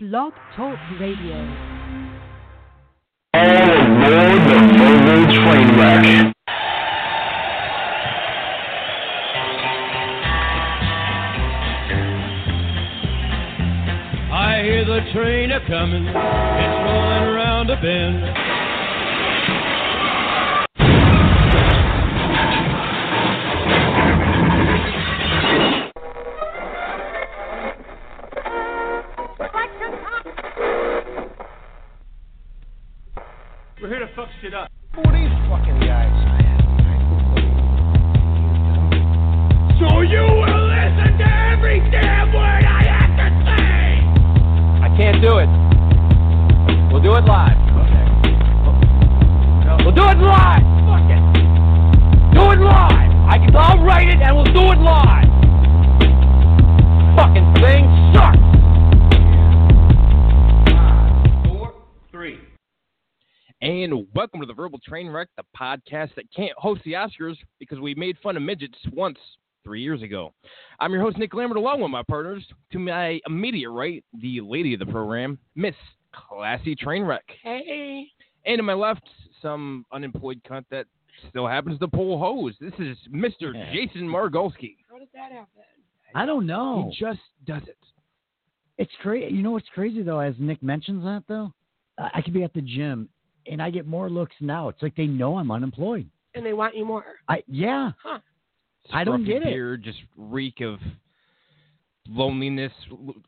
Blog Talk Radio. All aboard the mobile train wreck. I hear the train a coming, it's rolling around a bend. We're here to fuck shit up. Who are these fucking guys? So you will listen to every damn word I have to say! I can't do it. We'll do it live. We'll do it live. Fuck it. Do it live. I can. I'll write it and we'll do it live. Fucking thing sucks. Four, three. And welcome to the Verbal Train Wreck, the podcast that can't host the Oscars because we made fun of midgets once three years ago. I'm your host, Nick Lambert, along with my partners. To my immediate right, the lady of the program, Miss Classy Trainwreck. Hey. And to my left, some unemployed cunt that still happens to pull hose. This is Mr. Jason Margolski. I don't know. He just does it. It's crazy. You know what's crazy though, as Nick mentions that though, I, I could be at the gym and I get more looks now. It's like they know I'm unemployed. and they want you more. I yeah. I don't Scruffy get it. beard, Just reek of loneliness,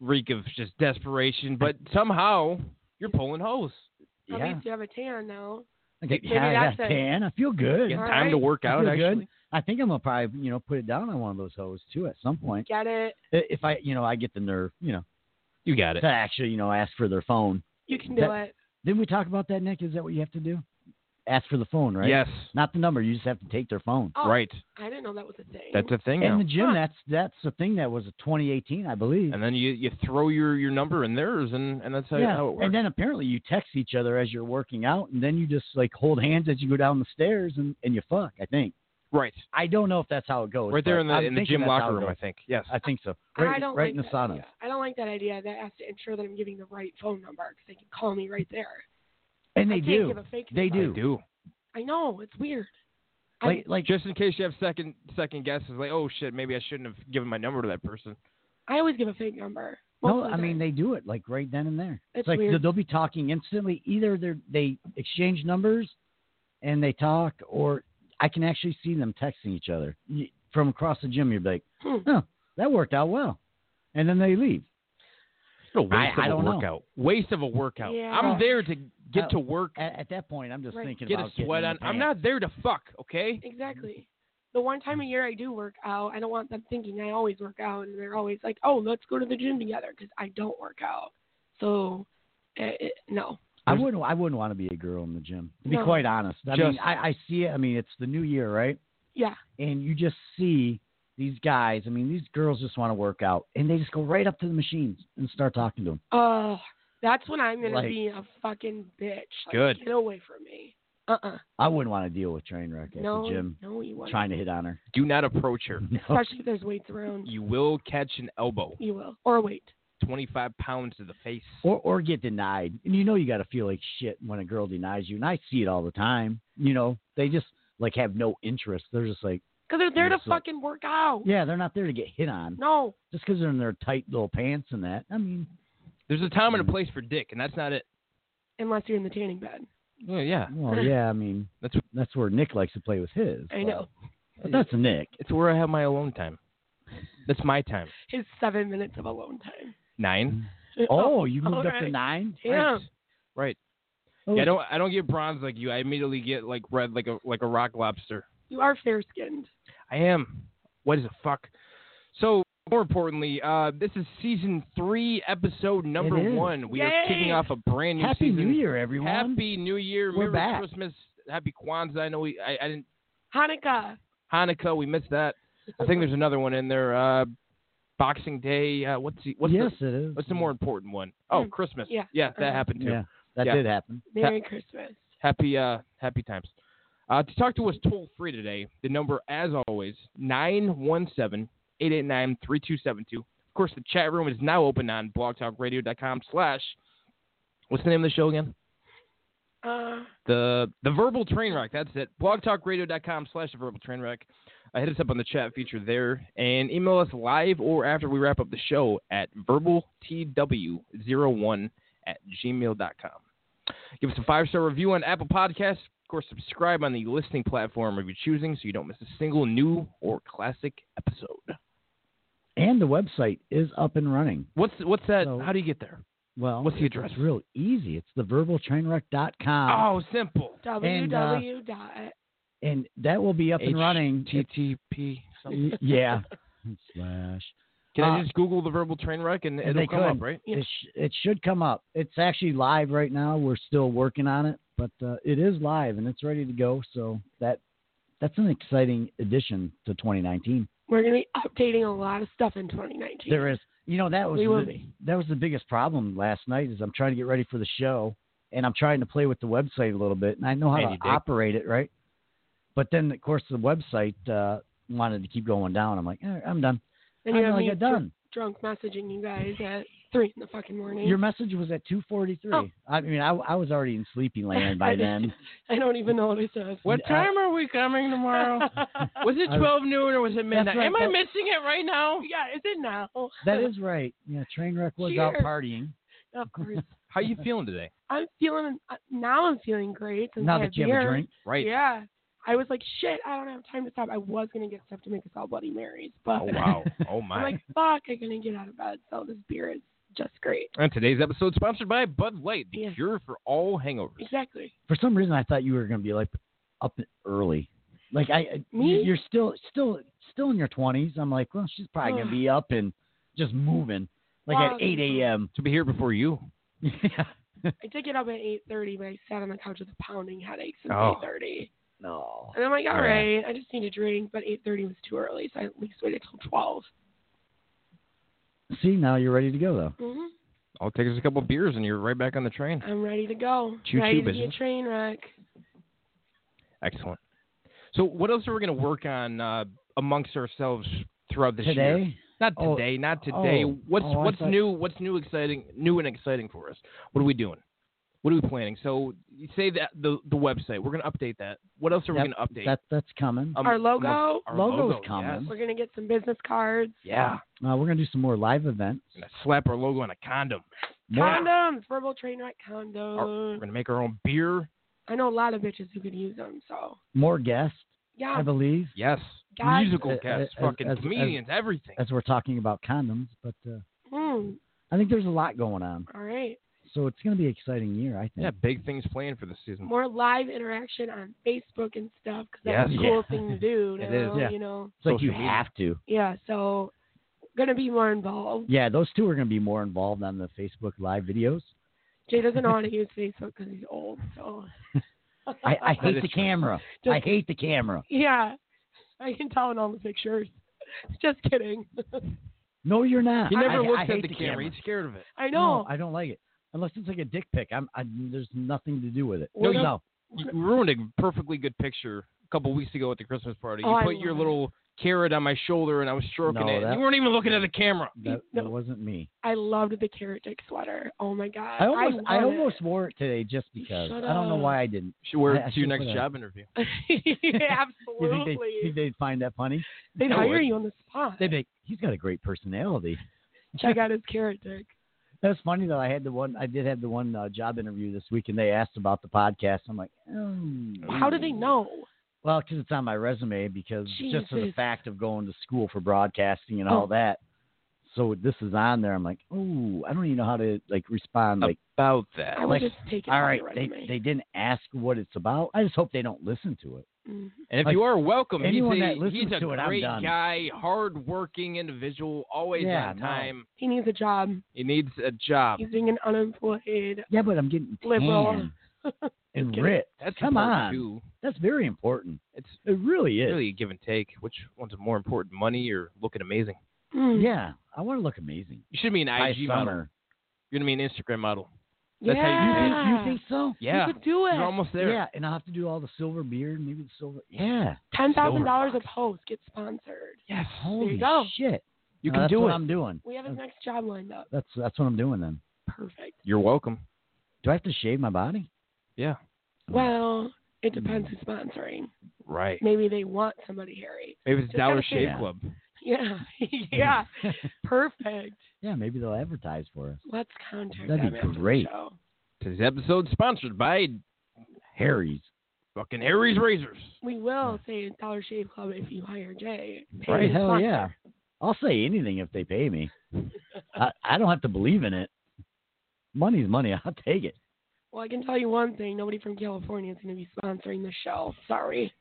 reek of just desperation. But somehow you're pulling hose. At Yeah. least you have a tan now. I get Maybe yeah, I that's got it. tan. I feel good. Get All time to right. work I out. feel good. Actually, I think I'm gonna probably you know put it down on one of those hoes too at some point. Get it? I- If I you know I get the nerve you know you got it. to actually you know ask for their phone. You can do That- it. Didn't we talk about that, Nick? Is that what you have to do? Ask for the phone, right? Yes, Not the number. You just have to take their phone. Oh, right. I didn't know that was a thing. That's a thing. In Now. the gym, Huh. that's that's the thing that was 2018, I believe. And then you, you throw your, your number in theirs, and, and that's how, yeah. how it works. and then apparently you text each other as you're working out, and then you just like hold hands as you go down the stairs and, and you fuck. I think. right, I don't know if that's how it goes. right there but in the I'm in the thinking gym that's how locker it room. I goes. think yes. I think so. I Right, don't right like in that the sauna. idea. I don't like that idea. That has to ensure that I'm giving the right phone number because they can call me right there. And they I can't do. give a fake They I number. do. do. I know. It's weird. I- Like like Just in case you have second second guesses, like oh shit, maybe I shouldn't have given my number to that person. I always give a fake number. no, Most of the I mean time. they do it like right then and there. It's like weird. they'll be talking instantly. Either they they exchange numbers, and they talk, or I can actually see them texting each other Y- from across the gym. You're like, Hmm. oh, that worked out well, and then they leave. What a waste I- of I don't a know. workout. Waste of a workout. Yeah. I'm there to get Uh, to work At, at that point, I'm just Right. thinking get a about getting in sweat the on. pants. I'm not there to fuck, okay? exactly. The one time a year I do work out, I don't want them thinking I always work out, and they're always like, "Oh, let's go to the gym together," because I don't work out. So, eh, eh, no. I wouldn't. I wouldn't want to be a girl in the gym. To be No. quite honest, I mean, Just- I, I see it. I mean, it's the new year, right? Yeah. And you just see these guys. I mean, these girls just want to work out, and they just go right up to the machines and start talking to them. Oh, that's when I'm gonna Like- be a fucking bitch. Like, Good. Get away from me. Uh uh I wouldn't want to deal with train wreck at No. the gym No, you won't. trying to hit on her. Do not approach her. No. Especially if there's weights around. You will catch an elbow, You will. Or wait. 25 pounds to the face. Or or get denied, and you know you got to feel like shit when a girl denies you, and I see it all the time. You know, they just like have no interest. They're just like, Because they're there to Yes, so- fucking work out. yeah, they're not there to get hit on No. just because they're in their tight little pants and that. I mean, There's a time and a place for dick, and that's not it. Unless you're in the tanning bed. Well, yeah, Well, yeah, I mean That's- that's that's where Nick likes to play with his. I know. but- but that's Nick. it's where I have my alone time. That's my time. His seven minutes of alone time. Nine. Oh, you moved up to alright. nine. Damn. Right. Right. Oh, Yeah, I don't. I don't get bronze like you. I immediately get like red, like a like a rock lobster. You are fair skinned. I am. What is a fuck? So more importantly, uh, this is season three, episode number It is. one. We are Yay! kicking off a brand new Happy season. New Year, everyone. Happy New Year. We're Merry back. Christmas. Happy Kwanzaa. I know we. I, I didn't. Hanukkah. Hanukkah. We missed that. I think there's another one in there. Uh, Boxing Day. Uh, what's the, what's yes, the, it is. what's the more important one? Oh, Mm, Christmas. yeah. Yeah, that Uh-huh. happened too. Yeah, that Yeah. did happen. Merry Christmas. Happy uh, happy times. Uh, to talk to us toll free today, the number as always 917 889 3272. Of course, the chat room is now open on blogtalkradio.com slash, what's the name of the show again? Uh, The the verbal train wreck. That's it. Blogtalkradio.com slash the verbal train wreck. Uh, hit us up on the chat feature there and email us live or after we wrap up the show at verbaltw01 at gmail.com. Give us a five star review on Apple Podcasts. Of course, subscribe on the listening platform of your choosing so you don't miss a single new or classic episode. And the website is up and running. What's what's that? So- How do you get there? Well, What's the address? It's real easy. It's the verbaltrainwreck.com. Oh, simple. And, uh, www. dot And that will be up and running. HTTP. something. yeah. Slash. Can I Uh, just Google the verbal train wreck and and it'll they come could. up, right? Yeah. It, sh- it should come up. It's actually live right now. We're still working on it, but uh, it is live and it's ready to go. So that that's an exciting addition to 2019. We're going to be updating a lot of stuff in 2019. There is, you know, that was We will the, that was the biggest problem last night. Is I'm trying to get ready for the show, and I'm trying to play with the website a little bit, and I know how And to you did. operate it right. But then, of course, the website uh, wanted to keep going down. I'm like, eh, I'm done. and I you have really me got dr- done. drunk messaging you guys at 3 in the fucking morning. Your message was at 2:43. Oh. I mean, I, I was already in sleepy land by I then. didn't- I don't even know what it says. What Uh, time are we coming tomorrow? was it I- 12 noon or was it midnight? right, Am I that- missing it right now? Yeah, is it now? That is right. Yeah, Trainwreck was out Cheers. partying. of course. How you feeling today? I'm feeling uh, now. I'm feeling great. Since Now I that you have beer. a drink, Right. Yeah. I was like, shit, I don't have time to stop. I was gonna get stuff to make us all Bloody Marys, but Oh wow. Oh my. I'm like, fuck, I'm gonna get out of bed. So this beer is just great. and today's episode sponsored by Bud Light, the Yeah. cure for all hangovers. Exactly. for some reason, I thought you were going to be like up early. Like I, I- Me? you're still still still in your 20s. I'm like, well, she's probably going to be up and just moving, like Wow. at 8 a.m. To be here before you. yeah. I did get up at 8:30, but I sat on the couch with a pounding headache since Oh. 8:30, No. and I'm like, all Yeah. right, I just need a drink. But 8:30 was too early, so I at least waited till 12. See, now you're ready to go though. hmm All it takes is a couple beers and you're right back on the train. I'm ready to go. Choo-choo, ready to be business. a train wreck. Excellent. So what else are we going to work on uh, amongst ourselves throughout this year? Today, Not Oh, today, not today. oh, what's oh, I what's thought- new? What's new, exciting, new and exciting for us? What are we doing? What are we planning? So you say that the the website. We're gonna update that. What else are Yep, we gonna update? that that's coming. Um, Our logo. amongst- our Logo's logo, coming. yes. We're gonna get some business cards. Yeah. Uh, we're going to do some more live events. We're gonna slap our logo on a condom. More- Condoms, verbal train wreck Our- we're condoms. gonna make our own beer. I know a lot of bitches who could use them, so more guests, yeah. Ah. I believe, Yes. Guys- Musical Uh, guests, uh, fucking as- as- comedians, everything. as we're talking about condoms. But uh, Hmm. I think there's a lot going on, All right. so it's going to be an exciting year. I think. yeah, big things planned for the Hmm. season. More live interaction on Facebook and stuff because that's Yes. a cool Yeah. thing to do. It now, is. Yeah. You know. It's like social you media. have to. Yeah. So gonna be more involved. Yeah, those two are going to be more involved on the Facebook live videos. Jay doesn't know how to use Facebook because he's old. So. I, I That hate is the true. camera. I Just- hate the camera. yeah. I can tell in all the pictures. Just kidding. No, you're not. He I, never I looks at hate the camera. He's scared of it. I No, know. I don't like it unless it's like a dick pic. I'm. I, there's nothing to do with it. No, No, you- no. You ruined a perfectly good picture a couple weeks ago at the Christmas party. You Oh, I put your love it. little carrot on my shoulder and I was stroking No, it. that- You weren't even looking at the camera. That, No. that wasn't me. I loved the carrot dick sweater. Oh my god. I almost. I, want it. almost wore it today just because. Shut I don't know up. why I didn't. You should wear I- it I to your should next put a- job interview. yeah, You think they absolutely. think they'd find that funny? They'd I hire would. you on the spot. They'd be like, he's got a great personality. Check out his carrot dick. That's funny though. I had the one. I did have the one uh, job interview this week, and they asked about the podcast. I'm like, oh. How do they know? Well, because it's on my resume, because just for the Jesus. fact of going to school for broadcasting and all Oh. that. So this is on there. I'm like, oh, I don't even know how to like respond. Like, About that. I would Mm. like, just take Oh, it all off right, your they resume. they didn't ask what it's about. I just hope they don't listen to it. Mm. And if Like, you are welcome, he's anyone a, that listens he's a to it, I'm great done. guy, hardworking individual, always Yeah, on no. time. He needs a job. He needs a job. He's being an unemployed. Yeah, but I'm getting Liberal. tan and Okay. ripped. That's the Come part, on, too. that's very important. It's It really is. really a give and take. Which one's more important, money or looking amazing? Mm. Yeah, I want to look amazing. You should be an By IG model. summer, You're gonna be an Instagram model. yeah. That's how you you, think, you think so? Yeah, You could do you're it. almost there. Yeah, and I'll have to do all the silver beard, maybe the silver. Yeah. Ten thousand dollars a post. Get sponsored. Yes. Holy go. shit. You No, can that's do what it. I'm doing. We have his next job lined up. That's that's what I'm doing then. Perfect. You're welcome. Do I have to shave my body? Yeah. Well, it Mm-hmm. depends who's sponsoring. Right. Maybe they want somebody hairy. Maybe it's Just Dollar gotta Shave say- Club. Yeah. Mm-hmm. yeah. Perfect. yeah, maybe they'll advertise for us. Let's contact That'd be them after the great. show. Today's episode sponsored by Harry's. fucking Harry's Razors. We will say Dollar Shave Club if you hire Jay. Pay Right? the Hell sponsor. yeah. I'll say anything if they pay me. I, I don't have to believe in it. Money's money. I'll take it. Well, I can tell you one thing. Nobody from California is going to be sponsoring the show. Sorry.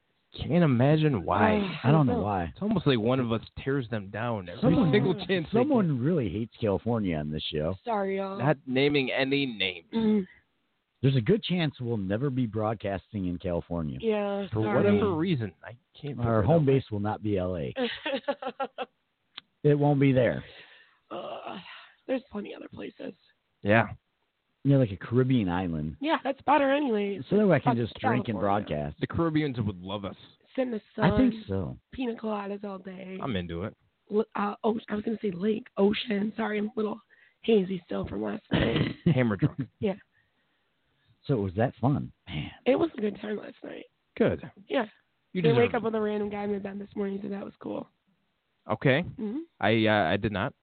Oh, Can't imagine why. Ugh, I don't know why. It's almost like one of us tears them down every Someone- single chance. they Someone really hates California on this show. Sorry, get. y'all. not naming any names. Mm, There's a good chance we'll never be broadcasting in California. yeah. For sorry. whatever reason, I can't. figure Our it home out. base will not be LA. It won't be there. Ugh, Uh, there's plenty other places. Yeah. You know, like a Caribbean island. Yeah, that's better anyway. So that way I can Fuck just drink and California. broadcast. The Caribbeans would love us. Sit in the sun. I think so. Pina coladas all day. I'm into it. L- uh, oh, I was going to say lake, ocean. Sorry, I'm a little hazy still from last night. Hammer drunk. So it was that fun. Man. it was a good time last night. Good. Yeah. You they deserve wake it. up with a random guy in their bed this morning, so that was cool. Okay. hmm I uh, I did not.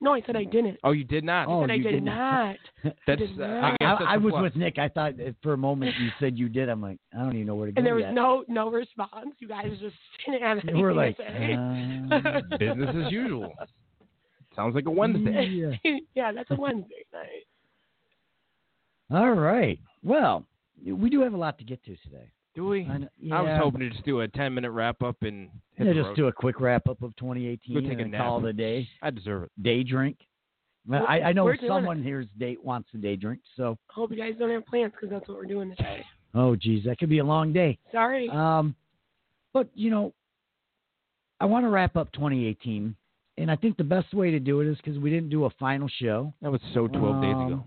No, I said I didn't. Oh, you did not. Oh, I said I you did, did not. not. that's. did uh, not. I, I, guess that's I a was plus. with Nick. I thought uh, for a moment you said you did. I'm like, I don't even know where to go. And there was yet. no no response. You guys just didn't have anything We were like, to say. um, business as usual. Sounds like a Wednesday. yeah. yeah, that's a Wednesday night. All right. Well, we do have a lot to get to today. Do we? I, know- yeah. I was hoping to just do a 10 minute wrap up and hit Yeah, the just road. do a quick wrap up of 2018 Go take a and nap. call it a day. I deserve it. Day drink. Well, We're- I, I know we're doing someone here's date wants a day drink. So, I hope you guys don't have plans because that's what we're doing today. oh geez, that could be a long day. Sorry. Uh-huh. Um, but you know, I want to wrap up 2018, and I think the best way to do it is because we didn't do a final show. That was so 12 Oh, days ago. Um,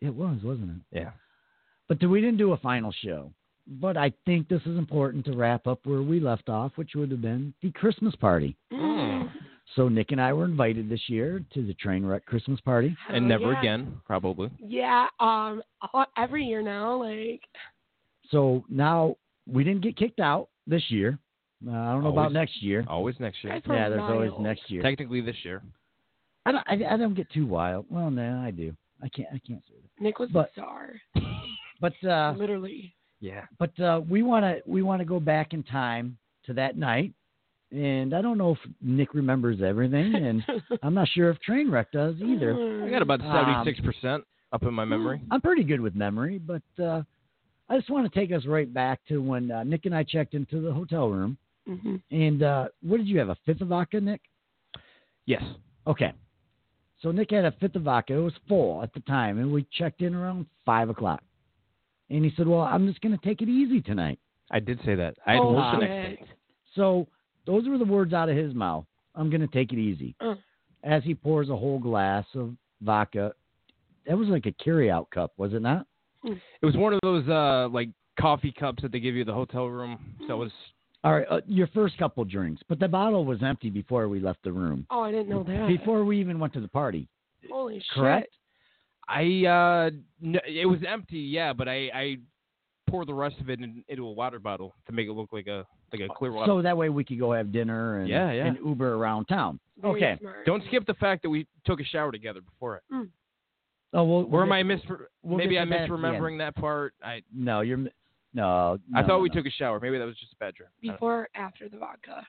It was, wasn't it? Yeah. But we didn't do a final show. But I think this is important to wrap up where we left off, which would have been the Christmas party. Mm. So Nick and I were invited this year to the Trainwreck Christmas party. Hell And never yeah. again, probably. Yeah. Um. all- Every year now, like So now we didn't get kicked out this year. Uh, I don't know about Always. next year. Always next year. That's- Oh, yeah, there's always wild. next year. Technically this year. I don't, I, I don't get too wild. Well, no, I do. I can't. I can't say Nick was But- a star, that. But Mm-hmm. uh, literally. Yeah. but uh, we want to we want to go back in time to that night, and I don't know if Nick remembers everything, and I'm not sure if Trainwreck does either. I got about Um, 76% up in my memory. I'm pretty good with memory, but uh, I just want to take us right back to when uh, Nick and I checked into the hotel room. hmm And uh, what did you have? A fifth of vodka, Nick? Yes. Okay. So Nick had a fifth of vodka. It was full at the time, and we checked in around five o'clock. And he said, "Well, I'm just going to take it easy tonight." I did say that. I had oh, work the shit. next day. So those were the words out of his mouth. I'm going to take it easy. Uh. As he pours a whole glass of vodka, that was like a carry-out cup, was it not? It was one of those uh like coffee cups that they give you at the hotel room. Mm. So it was All right, uh, your first couple drinks, but the bottle was empty before we left the room. Oh, I didn't know that. Before we even went to the party, Holy shit. correct? I uh n- it was empty, yeah, but I I poured the rest of it in, into a water bottle to make it look like a like a clear water. So that way we could go have dinner and, Yeah, yeah. and Uber around town. Very Okay. smart. Don't skip the fact that we took a shower together before it. Oh, well, Or am we'll I get- mis? we'll maybe get I'm to that at the end. misremembering that part. I No, you're mi- no. I no, thought we no. took a shower. Maybe that was just a bad dream. I don't know. Before or after the vodka?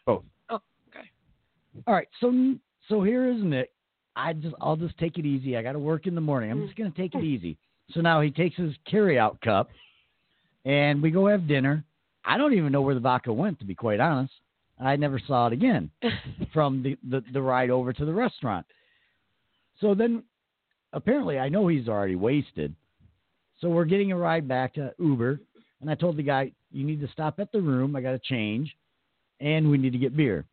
All right, so so here is Nick. I just I'll just take it easy. I got to work in the morning. I'm just gonna take it easy. So now he takes his carryout cup, and we go have dinner. I don't even know where the vodka went, to be quite honest. I never saw it again from the, the, the ride over to the restaurant. So then, apparently, I know he's already wasted. So we're getting a ride back to Uber, and I told the guy, "You need to stop at the room. I got to change, and we need to get beer."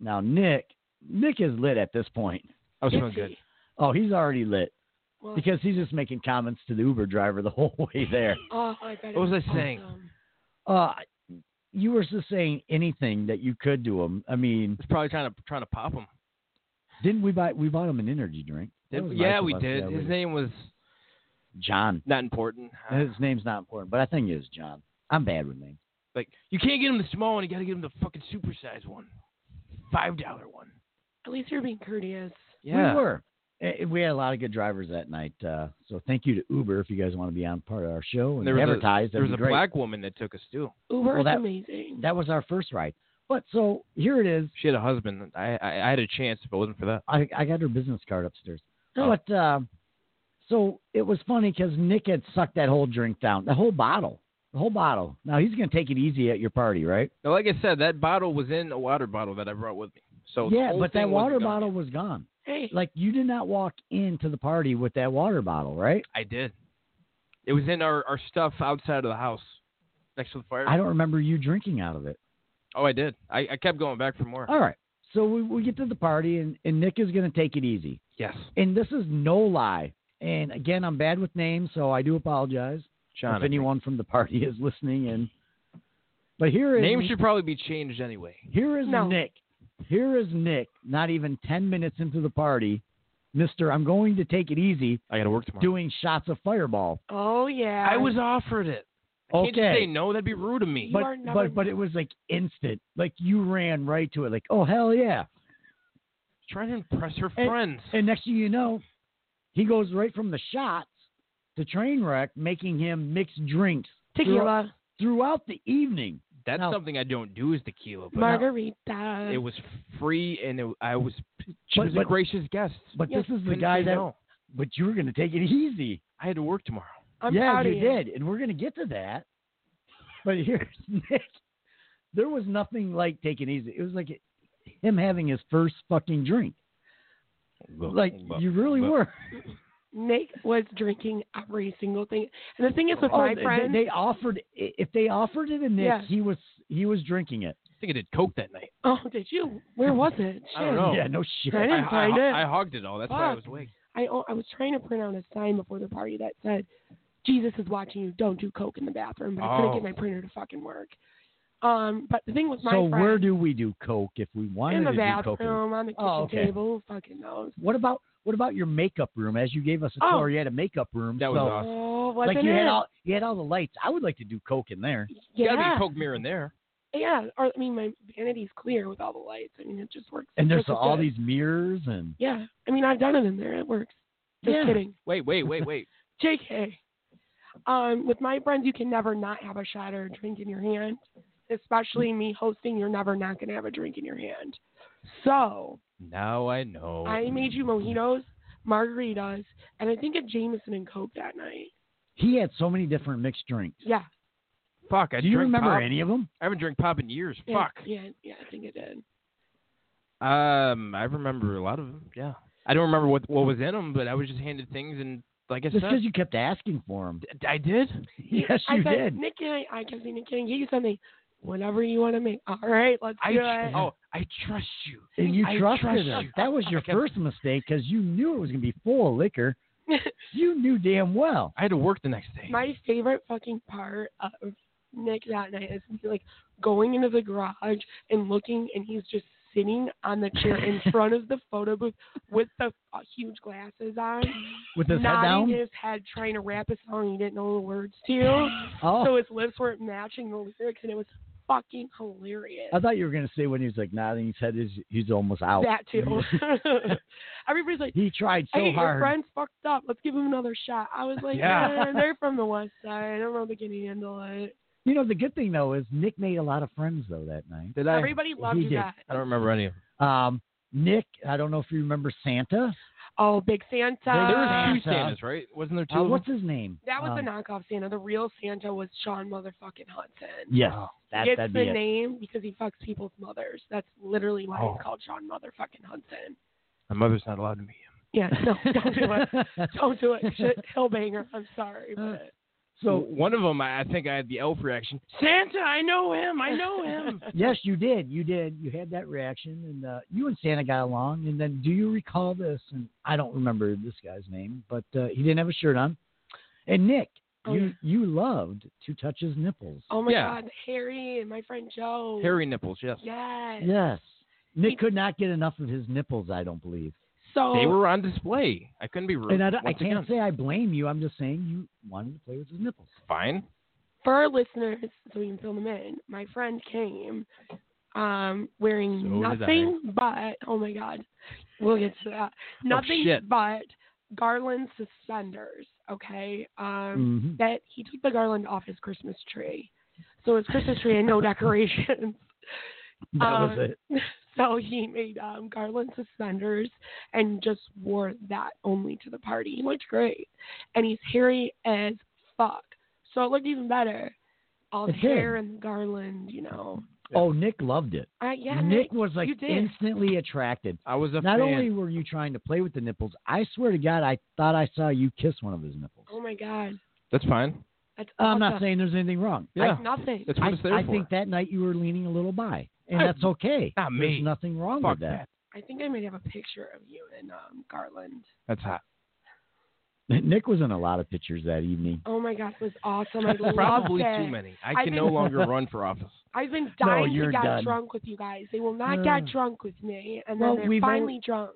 Now Nick, Nick is lit at this point. I was feeling good. Tipsy. Oh, he's already lit Well, because he's just making comments to the Uber driver the whole way there. oh, I bet it What was I awesome. saying? Uh, you were just saying anything that you could to him. I mean, It's probably trying to trying to pop him. didn't we buy we bought him an energy drink? That was yeah, nice of we us. did. Yeah, we His name was John. not important. Uh, His name's not important, but I think it was John. I'm bad with names. Like you can't get him the small one. You got to get him the fucking supersized one, five dollar one. At least you're being courteous. Yeah. We were. Eh, We had a lot of good drivers that night. Uh, so thank you to Uber if you guys want to be on part of our show and There was a- advertise. There that'd was be a great. black woman that took us too. Uber Well, is that- amazing. That was our first ride. But so here it is. She had a husband. I I, I had a chance if it wasn't for that. I, I got her business card upstairs. Oh. But uh, so it was funny because Nick had sucked that whole drink down, the whole bottle, the whole bottle. Now he's going to take it easy at your party, right? Now, like I said, that bottle was in a water bottle that I brought with me. So the yeah, whole but that thing wasn't water gone. bottle was gone. hey, Like you did not walk into the party with that water bottle, right? I did. It was in our, our stuff outside of the house, next to the fire. I don't remember you drinking out of it. oh, I did. I, I kept going back for more. All right. So we, we get to the party, and, and Nick is going to take it easy. yes, And this is no lie. And again, I'm bad with names, so I do apologize John. I if think. anyone from the party is listening in. But here is Names should probably be changed anyway. here is No. Nick. Here is Nick. Not even ten minutes into the party, Mister. I'm going to take it easy, I got to work tomorrow. doing shots of Fireball. oh yeah. I was offered it. I can't just Okay. say no. That'd be rude of me. You but are never- but but it was like instant. Like you ran right to it. Like oh hell yeah. Trying to impress her And- friends. And next thing you know, he goes right from the shots to train wreck, making him mix drinks throughout, tequila, throughout the evening. That's now- something I don't do is tequila. But margarita. it was free, and it, I was. She But- was a but- gracious guest. But Yes, this is the Couldn't guy say that. no. But you were going to take it easy. I had to work tomorrow. I'm yeah, proud you of you. did, and we're going to get to that. But here's Nick. There was nothing like taking it easy. It was like him having his first fucking drink. Like you really but- were. Nick was drinking every single thing. And the thing is with Oh, my they- friends, they, offered if they offered it to Nick, Yeah. he was he was drinking it. I think I did coke that night. oh, did you? Where was it? I don't know. Yeah, no shit. I didn't I, find it. I hogged it all. That's why I was Fuck. awake. I o- I was trying to print out a sign before the party that said, "Jesus is watching you. Don't do coke in the bathroom." But I couldn't Oh. get my printer to fucking work. Um, but the thing with my so friends, where do we do coke if we wanted in the to do coke? bathroom on the kitchen Oh, okay. table, fucking knows. What about what about your makeup room? As you gave us a Oh. tour, you had a makeup room. That was so, awesome. Oh, wasn't Uh, Like you it? had all you had all the lights. I would like to do coke in there. You gotta be yeah, a coke mirror in there. yeah. Or I mean, my vanity's clear with all the lights. I mean, it just works. And there's just as all good. these mirrors and Yeah, I mean, I've done it in there. It works. Just Yeah. kidding. Wait, wait, wait, wait. JK. Um, with my friends, you can never not have a shot or a drink in your hand. Especially me hosting, you're never not going to have a drink in your hand. So now I know. I made you mojitos, margaritas, and I think a Jameson and Coke that night. he had so many different mixed drinks. Yeah. Fuck. I do you drink remember pop. any of them? I haven't drank pop in years. yeah, Fuck. Yeah, yeah, I think it did. Um, I remember a lot of them. Yeah. I don't remember what what was in them, but I was just handed things, and like I Just said, because you kept asking for them. D- I did. Yes, I you said, did. Nick and I, I kept saying, Nick, can I get you something? Whenever you want to make. All right, let's I do tr- it. oh, I trust you. And you I trusted trust him. you. That was your I kept- first mistake because you knew it was going to be full of liquor. You knew damn well. I had to work the next day. My favorite fucking part of Nick that night is like going into the garage and looking, and he's just sitting on the chair in front of the photo booth with the uh, huge glasses on, With his head nodding down? his head, trying to rap a song he didn't know the words to, oh, so his lips weren't matching the lyrics, and it was fucking hilarious. I thought you were going to say when he was like nodding his head, he's, he's almost out. That too. Everybody's like, He tried so hey, your hard. friend's fucked up. Let's give him another shot. I was like, Yeah. "Man, they're from the west side. I don't know if they can handle it. You know, the good thing though is Nick made a lot of friends though that night. did I? Everybody loved he you did. guys. I don't remember any of them. Um, Nick, I don't know if you remember Santa. Oh, Big Santa. there was two Uh, Santa. Santas, right? Wasn't there two? Uh, of 'em? what's his name? that was um, the knockoff Santa. The real Santa was Sean motherfucking Hudson. Yes, that, Oh, it's that'd the be it. name because he fucks people's mothers. That's literally why Oh. it's called Sean motherfucking Hudson. My mother's not allowed to meet him. Yeah, no, don't do it. Don't do it. Shit, Hillbanger. I'm sorry, Uh, but So so one of them, I I think I had the elf reaction. Santa, I know him. I know him. yes, you did. You did. You had that reaction, and uh, you and Santa got along. And then, do you recall this? And I don't remember this guy's name, but uh, he didn't have a shirt on. And Nick, Oh, you yeah. you loved to touch his nipples. Oh my Yeah. God, Harry and my friend Oh. Joe. Hairy nipples, yes. Yes. Yes. Nick He- could not get enough of his nipples, I don't believe. So They were on display. I couldn't be rude. Oh. And I, don't- I Once can't again, say I blame you. I'm just saying you wanted to play with his nipples. fine. for our listeners, so we can fill them in, my friend came um, wearing So did nothing but, oh my God, we'll get to that. Nothing Oh, shit. but garland suspenders, okay? Mm. Um, Mm-hmm. That he took the garland off his Christmas tree. So his Christmas tree had no decorations. That um, was it. So he made um, garland suspenders and just wore that only to the party. He looked great, and he's hairy as fuck, so it looked even better. All the It did. hair and the garland, you know. Oh, Nick loved it. Uh, yeah, Nick was like you did. instantly attracted. I was a Not fan. only were you trying to play with the nipples, I swear to God, I thought I saw you kiss one of his nipples. Oh my god, That's fine. that's I'm not awesome. saying there's anything wrong. Yeah, Like nothing. that's what I, it's there I for. think that night you were leaning a little by, and I- that's okay. not me. There's nothing wrong Fuck with that. I think I might have a picture of you and um, garland. That's hot. Nick was in a lot of pictures that evening. Oh my god, it was awesome. I loved Probably it. too many. I I've can been- no longer run for office. I've been No, dying you're to get done. drunk with you guys. They will not Yeah. get drunk with me, and then Well, they're we've al- finally drunk.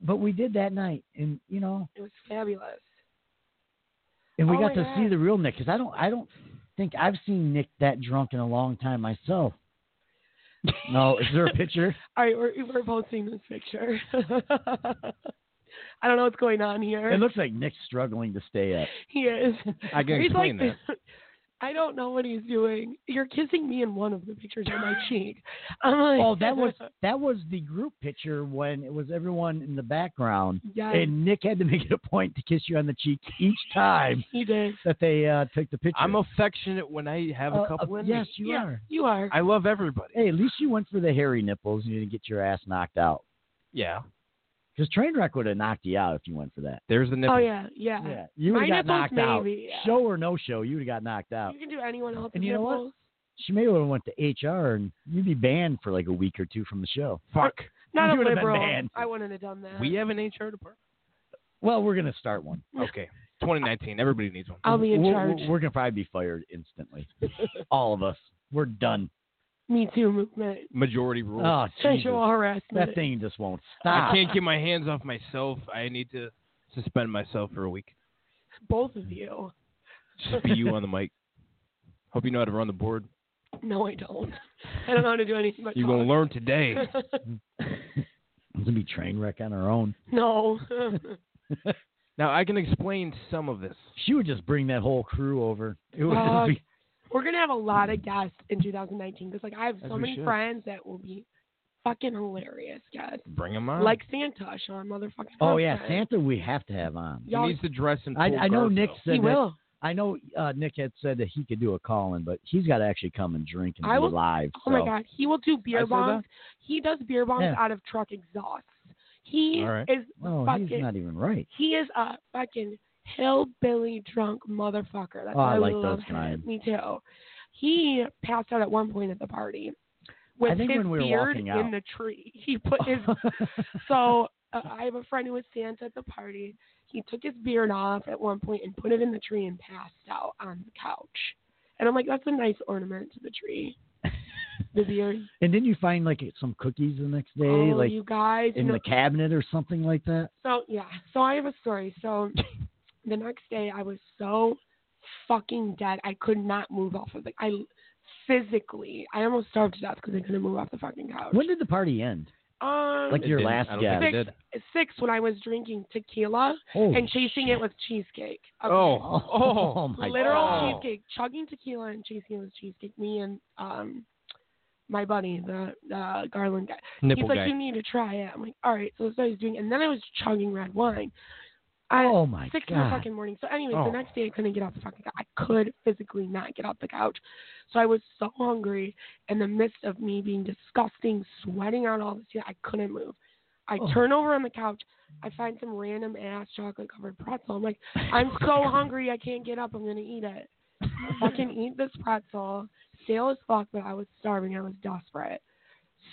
But we did that night, and you know, It was fabulous. and we Oh, got to yeah. see the real Nick because I don't, I don't think I've seen Nick that drunk in a long time myself. No, is there a picture? All right, we're, we're posting this picture. I don't know what's going on here. It looks like Nick's struggling to stay up. he is. I can he's explain like, I don't know what he's doing. You're kissing me in one of the pictures on my cheek. I'm like, Oh, that was that was the group picture when it was everyone in the background, yeah, and Nick had to make it a point to kiss you on the cheek each time he did. that they uh, took the picture. I'm affectionate when I have Uh, a couple uh, in Yes, me. you Yeah. are. You are. I love everybody. Hey, at least you went for the hairy nipples and you didn't get your ass knocked out. Yeah. Because Trainwreck would have knocked you out if you went for that. There's the nipple. oh yeah, yeah. you My would have nipples got knocked maybe, out. yeah. Show or no show, you would have got knocked out. You can do anyone else's And you know what? nipples. She may would have went to HR and you'd be banned for like a week or two from the show. Fuck. Not You a would've been liberal. banned. I wouldn't have done that. We have an HR department. Well, we're gonna start one. Okay. 2019. Everybody needs one. I'll be in We're- charge. We're, we're gonna probably be fired instantly. All of us. We're done. Me Too movement. Majority rule. Oh, ah. Jesus. Sexual harassment. That thing just won't I stop. can't get my hands off myself. I need to suspend myself for a week. Both of you. Just be you on the mic. Hope you know how to run the board. No, I don't. I don't know how to do anything but You're gonna talk. learn today. It's gonna be train wreck on her own. no. Now I can explain some of this. She would just bring that whole crew over. It would Fuck. be We're gonna have a lot of guests in 2019 because, like, I have As so we many should. friends that will be fucking hilarious guests, Bring him on. like Santa, Sean motherfucking. Oh yeah, Humphrey. Santa we have to have on. he y'all- needs to dress in. I, full I know garb, Nick though. said He that, will. I know uh, Nick had said that he could do a call in, but he's got to actually come and drink and I be will- live. Oh my so. god, he will do beer I said bongs. He does beer bongs Yeah. out of truck exhausts. He All right. is Well, he's fucking. not even right. He is a fucking hillbilly drunk motherfucker. That's Oh, why I we like love those him. kind. Me too. He passed out at one point at the party with I think his when we were beard walking in out. the tree. He put his so uh, I have a friend who was Santa at the party. He took his beard off at one point and put it in the tree and passed out on the couch. And I'm like, that's a nice ornament to the tree. the beard. and didn't you find like some cookies the next day, oh, like you guys. in no- the cabinet or something like that? so yeah. So I have a story. So the next day I was so fucking dead. I could not move off of the. I physically, I almost starved to death because I couldn't move off the fucking couch. When did the party end? um, Like It your didn't. last I don't guest. think it six, did. six when I was drinking tequila Holy and chasing it with cheesecake. Okay. Oh, Oh, oh, my literal God. cheesecake, chugging tequila and chasing it with cheesecake. Me and um, my buddy, the uh, Garland guy. nipple He's like, guy. you need to try it. I'm like, all right. So that's what I was doing, and then I was chugging red wine. God. I, Oh my six in the god. fucking morning. So, anyways, Oh. the next day I couldn't get off the fucking couch. I could physically not get off the couch. So I was so hungry in the midst of me being disgusting, sweating out all this shit. I couldn't move. I Oh. turn over on the couch. I find some random ass chocolate covered pretzel. I'm like, I'm so hungry. I can't get up. I'm gonna eat it. fucking eat this pretzel. Stale as fuck, but I was starving. I was desperate.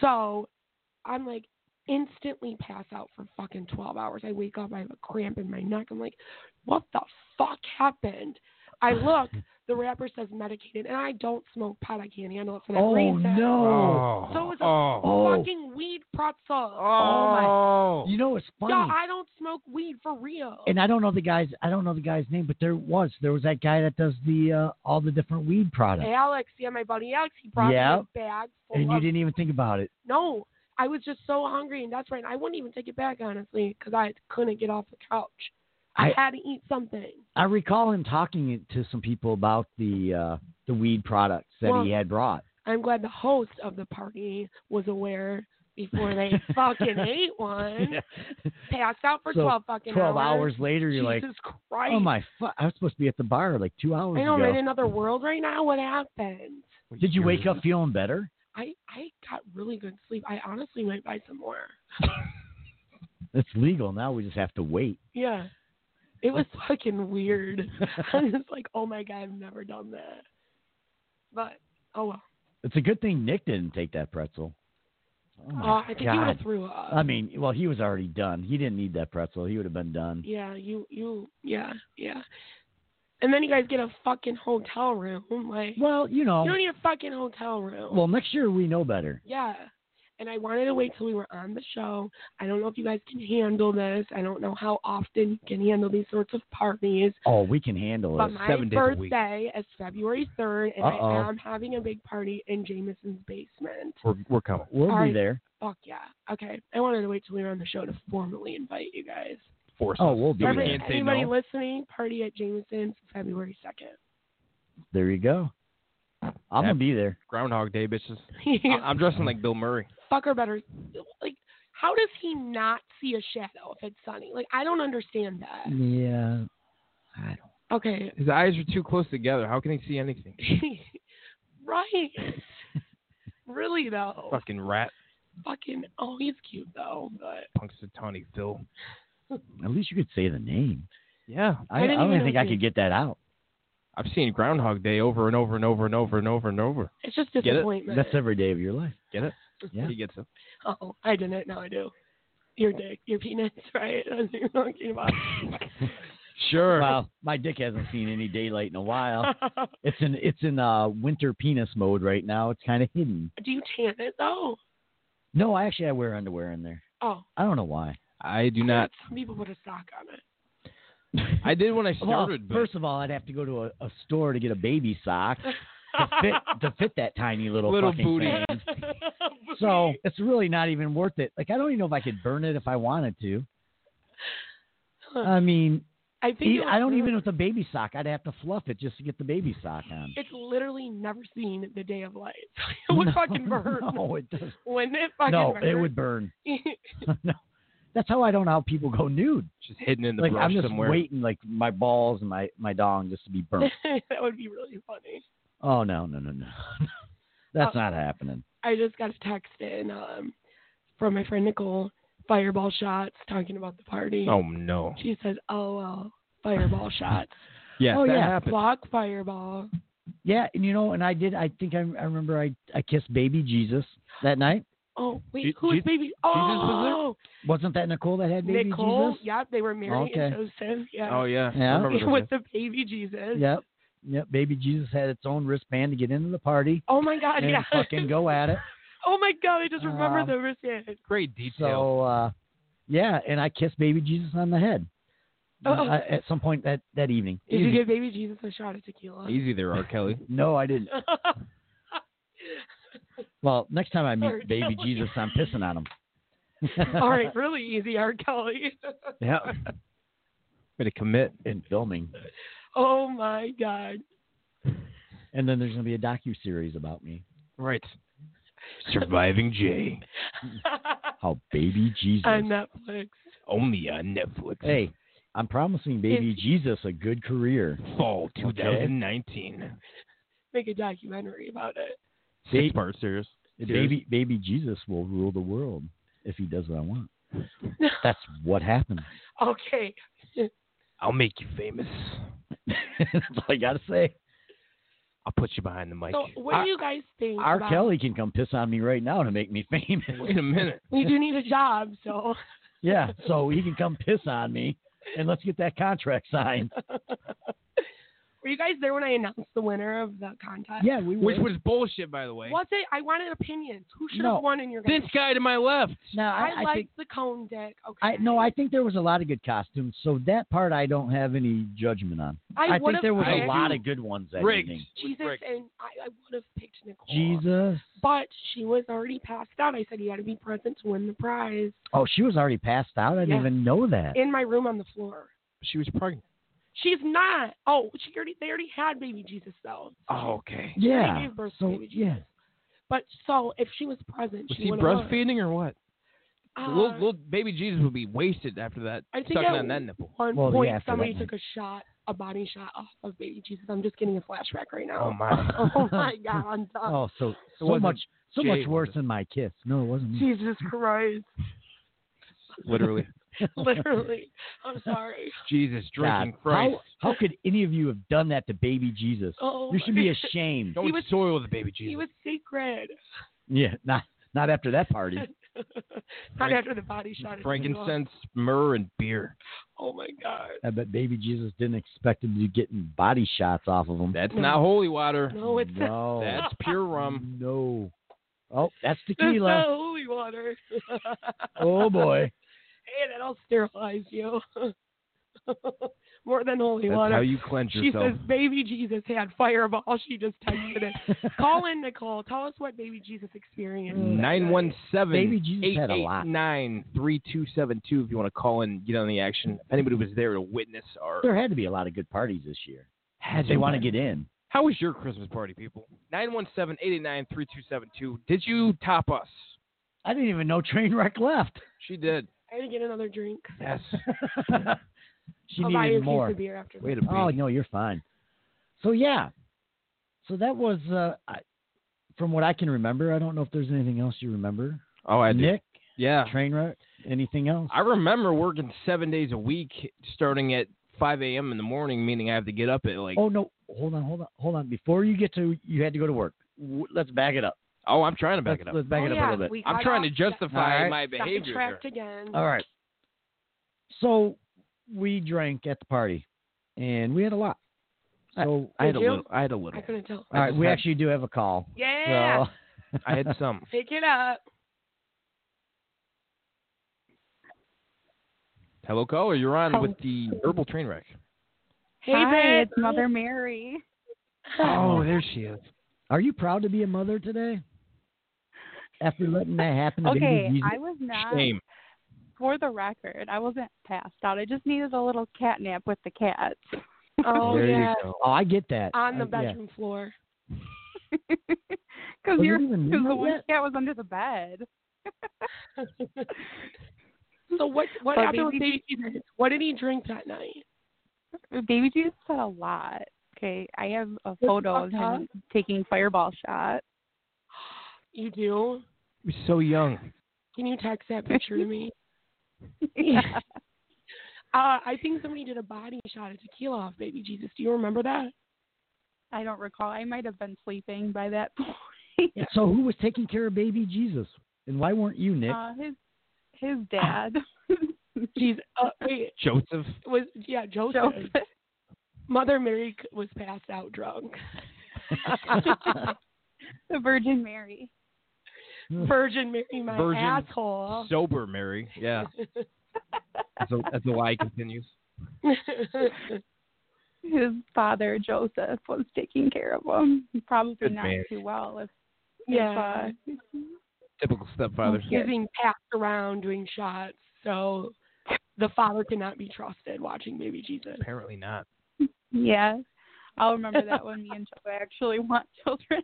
So I'm like instantly pass out for fucking 12 hours. I wake up, I have a cramp in my neck. I'm like, what the fuck happened? I look, the wrapper says medicated, and I don't smoke pot. I can't handle it for that Oh reason. no! Oh. So it's a oh. Oh. Fucking weed pretzel. Oh. You know it's funny, Yeah, I don't smoke weed for real. and I don't know the guy's. I don't know the guy's name, but there was there was that guy that does the uh, all the different weed products, Alex, yeah, my buddy Alex, he brought Yeah. me a bag full and you of didn't even think about it. no. I was just so hungry, and that's right. I wouldn't even take it back honestly because I couldn't get off the couch. I, I- had to eat something. I recall him talking to some people about the uh, the weed products that Well, he had brought. I'm glad the host of the party was aware before they fucking ate one. Passed out for So, twelve eh? fucking Twelve hours. hours later, you're like, Jesus Christ! "Oh my fuck! I was supposed to be at the bar like two hours I know I'm ago." in another world right now. What happened? Did you wake up feeling better? I I got really good sleep. I honestly might buy some more. It's legal now. We just have to wait. Yeah. It was fucking weird. I was like, oh my god, I've never done that. But oh well. It's a good thing Nick didn't take that pretzel. Oh Uh, my I think you would God. have threw up. I mean, well, he was already done. He didn't need that pretzel. He would have been done. yeah, you you yeah yeah. And then you guys get a fucking hotel room. Like Well, you know. you don't need a fucking hotel room. Well, next year we know better. yeah. And I wanted to wait till we were on the show. I don't know if you guys can handle this. I don't know how often you can handle these sorts of parties. Oh, we can handle But it. my seven days a week. birthday is February 3rd, and Uh-oh. I am having a big party in Jameson's basement. We're, we're coming. We'll All be right. there. Fuck yeah. Okay. I wanted to wait till we were on the show to formally invite you guys. Force Oh, we'll be So we Every- there. can't say anybody no. listening, party at Jameson's February 2nd. There you go. I'm gonna be there. Groundhog Day, bitches. I- I'm dressing like Bill Murray. Fucker better. Like, how does he not see a shadow if it's sunny? Like, I don't understand that. Yeah. I don't. Okay. His eyes are too close together. How can he see anything? right. really, though. Fucking rat. Fucking, oh, he's cute, though, but. Punxsutawney Phil. At least you could say the name. Yeah. I, I I didn't don't even even think know I you- could get that out. I've seen Groundhog Day over and over and over and over and over and over. It's just it? disappointment. That's every day of your life. Get it? Yeah. He gets it. Oh, I didn't. Now I do. Your dick, your penis, right? That's what you're talking about. Sure. Well, my dick hasn't seen any daylight in a while. It's in it's in uh, winter penis mode right now. It's kind of hidden. do you tan it though? No, I actually I wear underwear in there. Oh, I don't know why. I do not. Some people put a sock on it. I did when I Well, started, but first of all, I'd have to go to a, a store to get a baby sock to fit to fit that tiny little, Little fucking booty. thing. So it's really not even worth it. Like I don't even know if I could burn it if I wanted to. I mean, I think e- it uh, I don't was- even with the baby sock. I'd have to fluff it just to get the baby sock on. It's literally never seen the day of light. it would No, fucking burn. No, it does. Wouldn't it fucking No, burn? it would burn. you no, that's how I don't know how people go nude. just hidden in the like brush I'm just somewhere. waiting, like my balls and my my dong just to be burnt. that would be really funny. oh no, no, no, no, that's Uh, not happening. I just got a text in um, from my friend Nicole, fireball shots, talking about the party. Oh no. She says, "Oh well, fireball shots, Yeah. oh that yeah, happened. block fireball." yeah, and you know, and I did. I think I, I remember I I kissed baby Jesus that night. Oh wait, Je- who was Je- baby? Oh, was Wasn't that Nicole that had baby Nicole. Jesus? Yep, they were married and Okay. Joseph. Yeah, Oh yeah. Yeah. I remember those with days. the baby Jesus. Yep, yep. Baby Jesus had its own wristband to get into the party Oh my God, and yeah. fucking go at it. oh my God, I just remember Um, the wristband. Great detail. So uh, yeah, and I kissed baby Jesus on the head. Oh. Uh, at some point that that evening. Did you Easy. give baby Jesus a shot of tequila? Easy there, R. Kelly. No, I didn't. Well, next time I meet Sorry, baby Kelly. Jesus, I'm pissing on him. All right, really easy, R. Kelly. Yeah. Way to commit. In filming, oh my God. and then there's gonna be a docu series about me. Right. Surviving Jay. How baby Jesus. On Netflix. Only on Netflix. Hey, I'm promising baby Jesus a good career. Fall Okay. 2019. Make a documentary about it. Baby- Six part series. Series. Baby baby Jesus will rule the world if he does what I want. That's what happens. Okay. I'll make you famous. That's all I gotta say. I'll put you behind the mic. Ah, So, what R- do you guys think? R. about- Kelly can come piss on me right now to make me famous. Wait a minute. We do need a job, so. yeah, so he can come piss on me, and let's get that contract signed. Were you guys there when I announced the winner of the contest? Yeah, we Which were. was bullshit, by the way. Was it? I wanted opinions. Who should No. have won in your guys? This guy to my left. No, I, I, liked think the cone dick. Okay. I no, I think there was a lot of good costumes. So that part I don't have any judgment on. I, think there was picked- a lot of good ones that Rigged. evening. Jesus Rick. and I, I would have picked Nicole. Jesus. But she was already passed out. I said you got to be present to win the prize. Oh, she was already passed out. I didn't Yeah. even know that. In my room on the floor. She was pregnant. She's not. Oh, she already. They already had baby Jesus though. Oh, okay. She already yeah. gave birth to So baby Jesus. yeah. But so if she was present, Was she he would have won. breastfeeding or what? Uh, little, little baby Jesus would be wasted after that. I think sucking I- on that nipple. one Well, point yeah, after somebody that took a shot, a body shot off of baby Jesus. I'm just getting a flashback right now. Oh my. Oh, my God, I'm done. Oh, so so wasn't much so Jay, much was worse it? than my kiss. No, it wasn't. me. Jesus Christ, Literally. literally. I'm sorry. Jesus, drinking God, Christ. How, how could any of you have done that to baby Jesus? Oh, you should be my- ashamed. Don't he was- soil the baby Jesus. He was sacred. yeah, not not after that party. Not Frank- after the body shot. is Frankincense, myrrh, and beer. Oh my God. I bet baby Jesus didn't expect him to be getting body shots off of him. That's No. not holy water. No, it's no. That's pure rum. No. Oh, that's That's not tequila. holy water. Oh boy. Hey, that'll sterilize you. More than holy That's water. how you cleanse she yourself. says, "Baby Jesus had fireball." She just texted it. Call in Nicole. Tell us what Baby Jesus experienced. Mm, Nine one seven Baby eight Jesus had a eight lot. nine three two seven two. If you want to call and get on the action, if anybody was there to witness or There had to be a lot of good parties this year. Had they to want to be. get in. How was your Christmas party, people? 917-889-3272. Did you top us? I didn't even know Trainwreck left. She did. I had to get another drink. Yes. Oh, she I'll buy you a needed case more. of beer after. Way this. to be. Oh no, you're fine. So yeah, so that was uh, I, from what I can remember. I don't know if there's anything else you remember. oh, I did. Nick, Yeah. train wreck, anything else? I remember working seven days a week, starting at 5 a.m. in the morning, meaning I have to get up at like, oh, oh no, hold on, hold on, hold on. Before you get to, you had to go to work. W- Let's back it up. I'm trying to back let's, it up. Let's back Oh, it up yeah, a little bit. we I'm got trying to off- justify All right. my behavior. here. Uh, Sidetracked again. All right. So we drank at the party, and we had a lot. So I had a Did you? little. I had a I little. couldn't tell. all right, we had- actually do have a call. Yeah. So, I had some. Pick it up. Hello, caller. You're on Hello. with the herbal train wreck. Hey, Hi, babe. it's Mother Mary. Oh, there she is. Are you proud to be a mother today? After letting that happen to Okay, baby Jesus? I was not. Shame. For the record, I wasn't passed out. I just needed a little cat nap with the cats. Oh there yeah. you go. Oh, I get that. On the I- yeah. bedroom floor. Because Was you're it even because the midnight one yet? cat was under the bed. So what? What But happened with Baby Baby Jesus? What did he drink that night? Baby Jesus said a lot. Okay, I have a photo of fucked him taking fireball shot. You do? You're so young. Can you text that picture to me? Yeah. Uh, I think somebody did a body shot of tequila off Baby Jesus. Do you remember that? I don't recall. I might have been sleeping by that point. So who was taking care of baby Jesus? And why weren't you, Nick? Uh, his his dad. Jeez, uh, wait, Joseph. it was yeah, Joseph. So- Mother Mary c- was passed out drunk. the Virgin Mary. Virgin Mary, my Virgin. asshole. Sober Mary. Yeah. That's a, that's a lie continues. his father Joseph was taking care of him. Probably Good not man. too well. If, yeah, If, uh, Typical stepfather. Okay. he was being passed around doing shots, so the father cannot be trusted watching Baby Jesus. Apparently not. yeah, I'll remember that when me and Joe actually want children.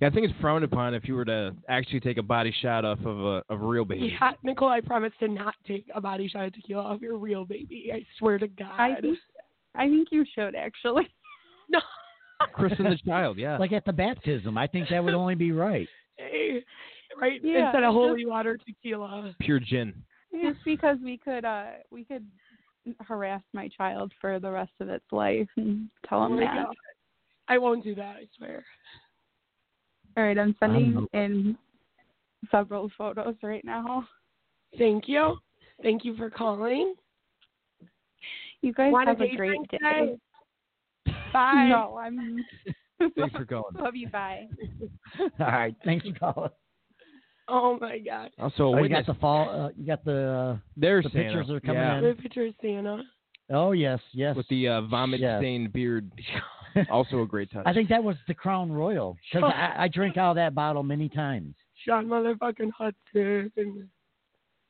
Yeah, I think it's frowned upon if you were to actually take a body shot off of a of a real baby. yeah, Nicole, I promise to not take a body shot of tequila off your real baby. I swear to God. I think I think you should actually. no. Christen the child. Yeah. like at the baptism, I think that would only be right. Hey, right Yeah, instead of just- holy water tequila. pure gin. Just because we could uh we could harass my child for the rest of its life and tell Oh him my that. God. I won't do that. I swear. All right, I'm Um, sending in several photos right now. Thank you. Thank you for calling. You guys Want a have a date great drink day. Bye. No, I'm. Thanks for calling. Love you. Bye. All right, thanks for calling. Oh my God. Also, Oh, a you witness. got the fall. Uh, you got the. There's the Santa. pictures are coming Yeah. in. The picture of Santa. Oh yes, yes. with the uh, Yes. vomit-stained beard. Also a great touch. I think that was the Crown Royal because I, I drank out of that bottle many times. Sean motherfucking Hudson.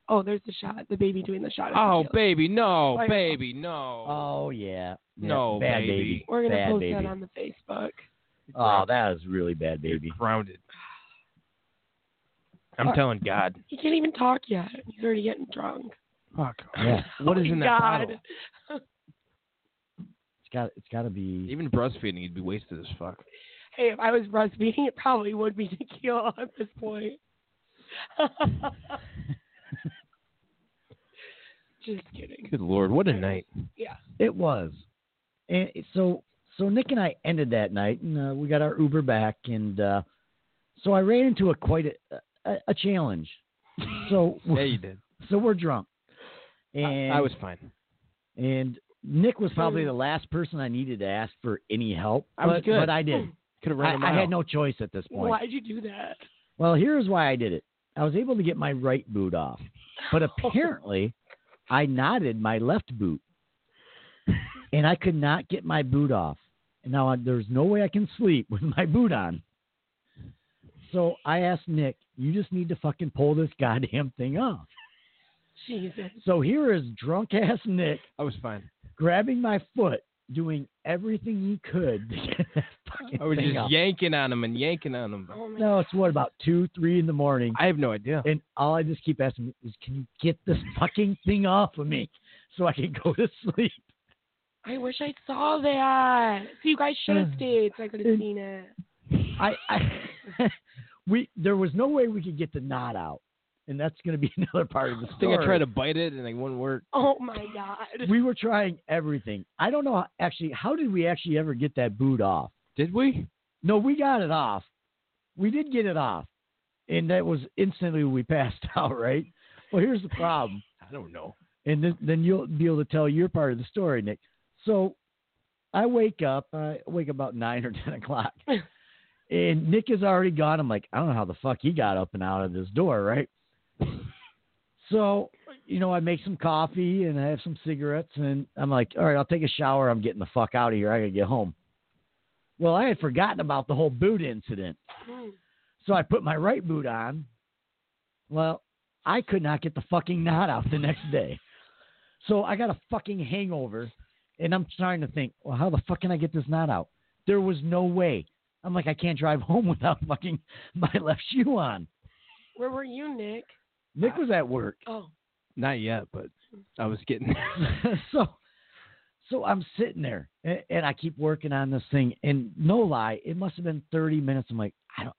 Oh, there's the shot. The baby doing the shot. Oh, baby, no, Oh, yeah. baby, no. Oh yeah. Yeah, No, bad baby. baby. We're gonna bad post baby. that on the Facebook. Oh, that is really bad baby. Grounded. I'm Alright. telling God. He can't even talk yet. He's already getting drunk. Fuck. Yeah. What oh is my in that God. bottle? It's got it's got to be. Even breastfeeding, you'd be wasted as fuck. Hey, if I was breastfeeding, it probably would be tequila at this point. Just kidding. Good lord, what a night. It was. And it- so so Nick and I ended that night, and uh, we got our Uber back, and uh, so I ran into a quite a a, a challenge. So Yeah, you did. so we're drunk, and I, I was fine. and Nick was probably the last person I needed to ask for any help. Hmm. I was but, good. Hmm. but I did. Could have I, ran a I mile. had no choice at this point. Why'd you do that? Well, here's why I did it. I was able to get my right boot off, but apparently, I knotted my left boot, and I could not get my boot off. And now I- there's no way I can sleep with my boot on. So I asked Nick, "You just need to fucking pull this goddamn thing off." Jesus. So here is drunk ass Nick I was fine. grabbing my foot, doing everything he could to get that fucking I was thing just off. yanking on him and yanking on him. Oh my No, it's what about two, three in the morning. I have no idea. And all I just keep asking is, can you get this fucking thing off of me so I can go to sleep? I wish I saw that. So you guys should have stayed so I could have seen it. I, I we there was no way we could get the knot out, and that's going to be another part of the I story. think I tried to bite it and it wouldn't work. Oh my God. We were trying everything. I don't know how, actually how did we actually ever get that boot off? Did we? No, we got it off. We did get it off, and that was instantly we passed out. Right. Well, here's the problem. I don't know. and then, then you'll be able to tell your part of the story, Nick. So I wake up, I wake up about nine or ten o'clock, and Nick is already gone. I'm like, I don't know how the fuck he got up and out of this door, right? So, you know, I make some coffee and I have some cigarettes, and I'm like, all right, I'll take a shower. I'm getting the fuck out of here. I gotta get home. Well, I had forgotten about the whole boot incident. Hmm. So I put my right boot on. Well, I could not get the fucking knot out the next day. So I got a fucking hangover and I'm trying to think, well, how the fuck can I get this knot out? There was no way. I'm like, I can't drive home without fucking my left shoe on. Where were you, Nick? Nick was at work. Oh, Not yet, but I was getting so so I'm sitting there and, and I keep working on this thing and no lie, it must have been 30 minutes. I'm like, I don't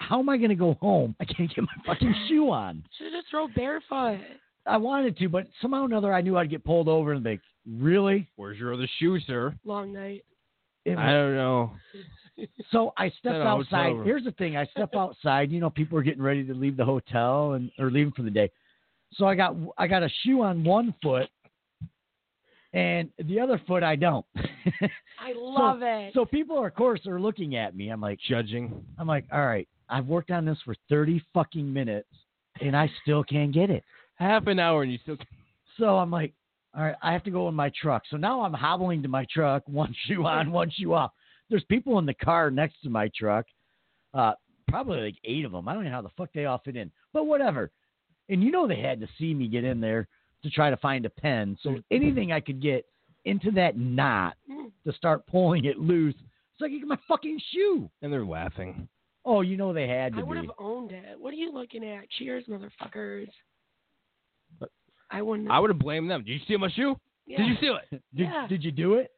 how am I going to go home? I can't get my fucking shoe on. should have just drove barefoot. I wanted to, but somehow or another, I knew I'd get pulled over and be like, really? Where's your other shoe, sir? Long night. It I was- don't know. so I stepped At a hotel outside. room. Here's the thing: I step outside. You know, people are getting ready to leave the hotel and or leaving for the day. So I got I got a shoe on one foot, and the other foot I don't. I love it. so people, of course, are looking at me. I'm like, Judging. I'm like, all right, I've worked on this for 30 fucking minutes, and I still can't get it. Half an hour and you still So I'm like, all right, I have to go in my truck. So now I'm hobbling to my truck, one shoe on, one shoe off. There's people in the car next to my truck, uh, probably like eight of them. I don't know how the fuck they all fit in, but whatever. And you know they had to see me get in there to try to find a pen. So anything I could get into that knot Mm, to start pulling it loose, so I could get my fucking shoe. and they're laughing. Oh, you know they had to I would be. have owned it. What are you looking at? Cheers, motherfuckers. I wouldn't. I would have blamed them. Did you steal my shoe? yeah. Did you steal it? Did, Yeah. did you do it?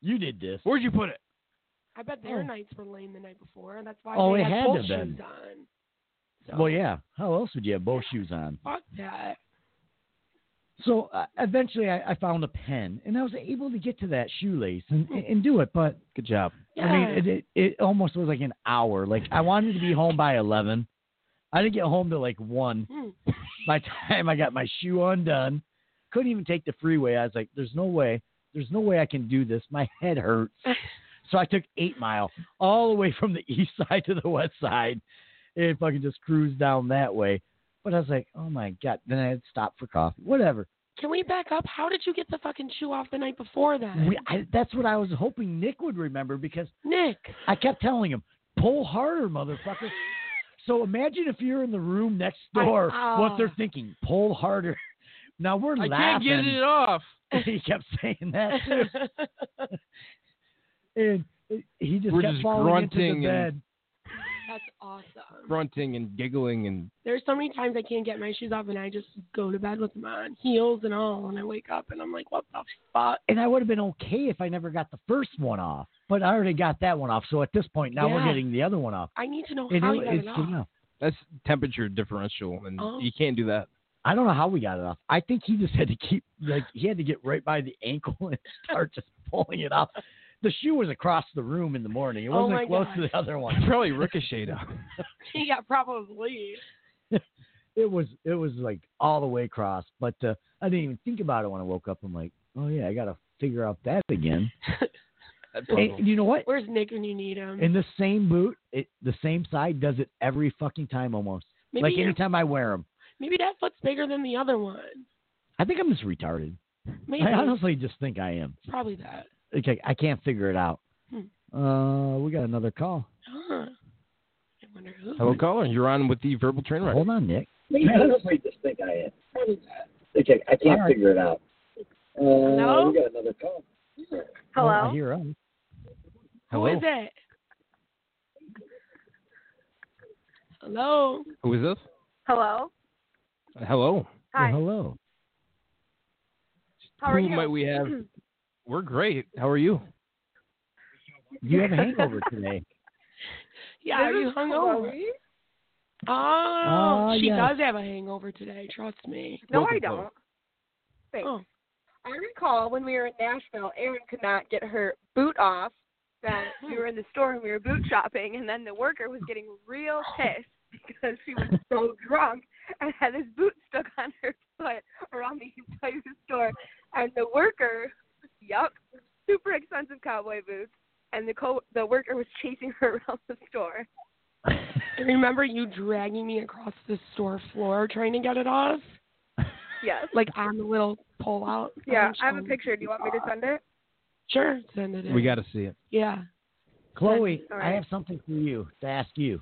You did this. Where'd you put it? I bet their Oh. nights were lame the night before, and that's why Oh, they it had, had to both have been. shoes on. So, Well, yeah. How else would you have both shoes on? Fuck that. So uh, eventually, I, I found a pen, and I was able to get to that shoelace and, and do it. But Hmm. Good job. Yeah. I mean, it, it it almost was like an hour. Like I wanted to be home by eleven. I didn't get home till like one. Hmm. By the time I got my shoe undone, couldn't even take the freeway. I was like, "There's no way there's no way I can do this. My head hurts. so I took eight mile all the way from the east side to the west side and fucking just cruised down that way. But I was like, oh my God. Then I had stopped for coffee, whatever. Can we back up? How did you get the fucking shoe off the night before that? We, I, that's what I was hoping Nick would remember because Nick, I kept telling him, pull harder, motherfucker. so imagine if you're in the room next door, I- ah. what they're thinking, pull harder. Now we're I can't laughing. get it off. he kept saying that too. and he just We're kept just falling into the grunting and- bed. That's awesome. Grunting and giggling and There's so many times I can't get my shoes off, and I just go to bed with them on, heels and all, and I wake up and I'm like, what the fuck? and I would have been okay if I never got the first one off, but I already got that one off. So at this point, now we're Yeah. getting the other one off. I need to know And how it- you got it's it off. getting off. that's temperature differential, and Oh. you can't do that. I don't know how we got it off. I think he just had to keep like he had to get right by the ankle and start just pulling it off. The shoe was across the room in the morning. It Oh wasn't my close God. to the other one. Probably ricocheted off. yeah, probably. It was it was like all the way across. But uh, I didn't even think about it when I woke up. I'm like, oh yeah, I gotta figure out that again. That puzzle. And you know what? Where's Nick when you need him? In the same boot, it, the same side does it every fucking time almost. maybe, like anytime I wear them. maybe that foot's bigger than the other one. I think I'm just retarded. Maybe. I honestly just think I am. Probably that. Okay, I can't figure it out. Hmm. Uh, we got another call. Huh. I wonder who. Hello, caller. You're on with the verbal train wreck. Hold on, Nick. Maybe honestly just think I am. probably that. Okay, I can't Alright. figure it out. Uh, Hello? We got another call. Oh, I hear us. Hello. Who is it? Hello. Who is this? Hello. Hello. Hi. Oh, hello. How Who might we have? We're great. How are you? You have a hangover today. Yeah, are you hungover? Oh, Ah, she yes. does have a hangover today. Trust me. No, Both I of them. don't. Thanks. Oh. I recall when we were in Nashville, Erin could not get her boot off. That we were in the store and we were boot shopping, and then the worker was getting real pissed because she was so drunk and had his boot stuck on her foot around the entire store. And the worker, yup, super expensive cowboy boots. And the co- the worker was chasing her around the store. I remember you dragging me across the store floor trying to get it off, Yes. like on the little pull out. Yeah, function. I have a picture. Do you want me to send it? Sure, send it in. We got to see it. Yeah. Chloe, I Alright. have something for you to ask you.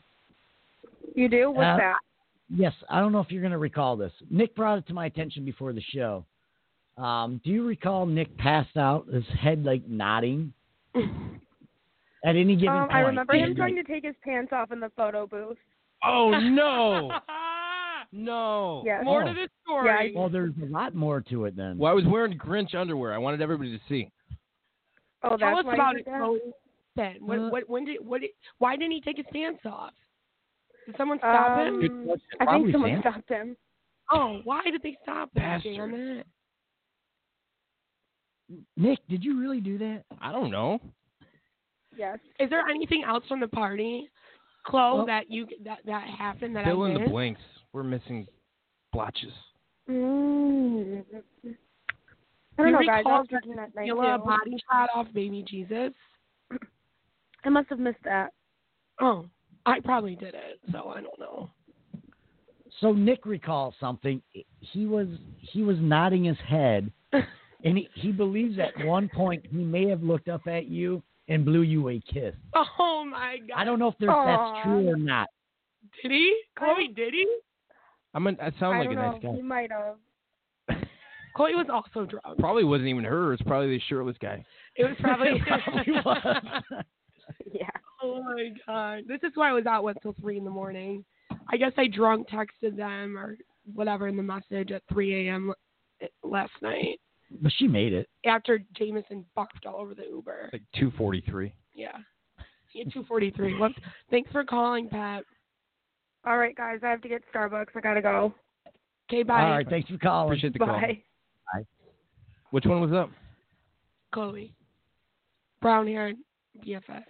You do? What's Uh, that? Yes, I don't know if you're going to recall this. Nick brought it to my attention before the show. Um, do you recall Nick passed out, his head like nodding at any given Um, point? I remember him And- trying to take his pants off in the photo booth. Oh no. no. Yes. More Oh. to this story. Well, there's a lot more to it then. Well, I was wearing Grinch underwear. I wanted everybody to see. Oh, that's Tell us why about he it, did that? Uh-huh. Chloe. Then what? Uh, What? When did? What? Did, why didn't he take his pants off? Did someone stop him? Um, question. I think Probably someone Sam. stopped him. Oh, why did they stop him? Bastard. Damn it! Nick, did you really do that? I don't know. Yes. Is there anything else from the party, Chloe, Well- that you that that happened that Fill I in the missed? blanks. We're missing blotches. Mm. I You don't know, guys. I recall was drinking that night You let a too. body shot off baby Jesus. I must have missed that. Oh, I probably did it, so I don't know. So Nick recalls something. He was he was nodding his head, and he, he believes at one point he may have looked up at you and blew you a kiss. Oh my God! I don't know if there's, that's true or not. Did he? I Chloe? Did he? I'm an, I sound I like don't a nice know. guy. You might have. Chloe was also drunk. Probably wasn't even her. It's probably the shirtless guy. It was probably. Probably was. Yeah. Oh my god. This is why I was out with till three in the morning. I guess I drunk texted them or whatever in the message at three AM l- last night but she made it. after Jameson barfed all over the Uber. It's like 243. Yeah. Yeah, two forty three. Whoops. Thanks for calling, Pat. All right, guys. I have to get Starbucks. I gotta go. Okay, bye. All right, thanks for calling. Appreciate the call. Bye. Which one was up? Chloe. Brown haired BFF.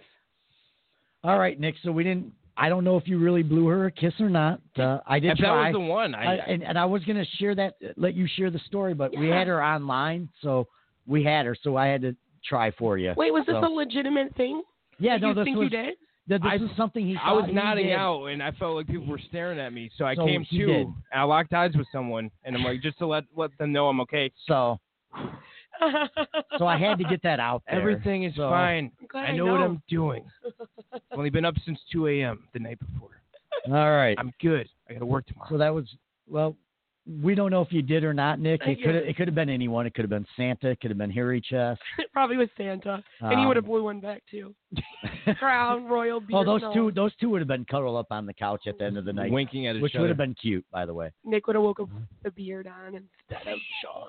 All right, Nick. So we didn't. I don't know if you really blew her a kiss or not. Uh, I did if that try. was the one, I, I- and, and I was going to share that, let you share the story, but we Yeah. had her online, so we had her, so I had to try for you. Wait, was this So- a legitimate thing? Yeah, no, you this think was you did? that this I- was something he. I was thought he nodding did. out, and I felt like people were staring at me, so I So came he to. did. And I locked eyes with someone, and I'm like, just to let let them know I'm okay. So So I had to get that out there. everything is So- fine. glad I I know, what know. I'm doing. I've only been up since 2 a.m. the night before. All right. I'm good. I got to work tomorrow. So that was well. We don't know if you did or not, Nick. It Yeah. could it could have been anyone. It could have been Santa. It could have been Hairy Chest. It probably was Santa, and he Um, would have blew one back too. Crown, royal, beard. oh, those and all. two those two would have been cuddled up on the couch at the end of the night, Winking at each which other. would have been cute, by the way. Nick would have woke up with the beard on instead of Sean.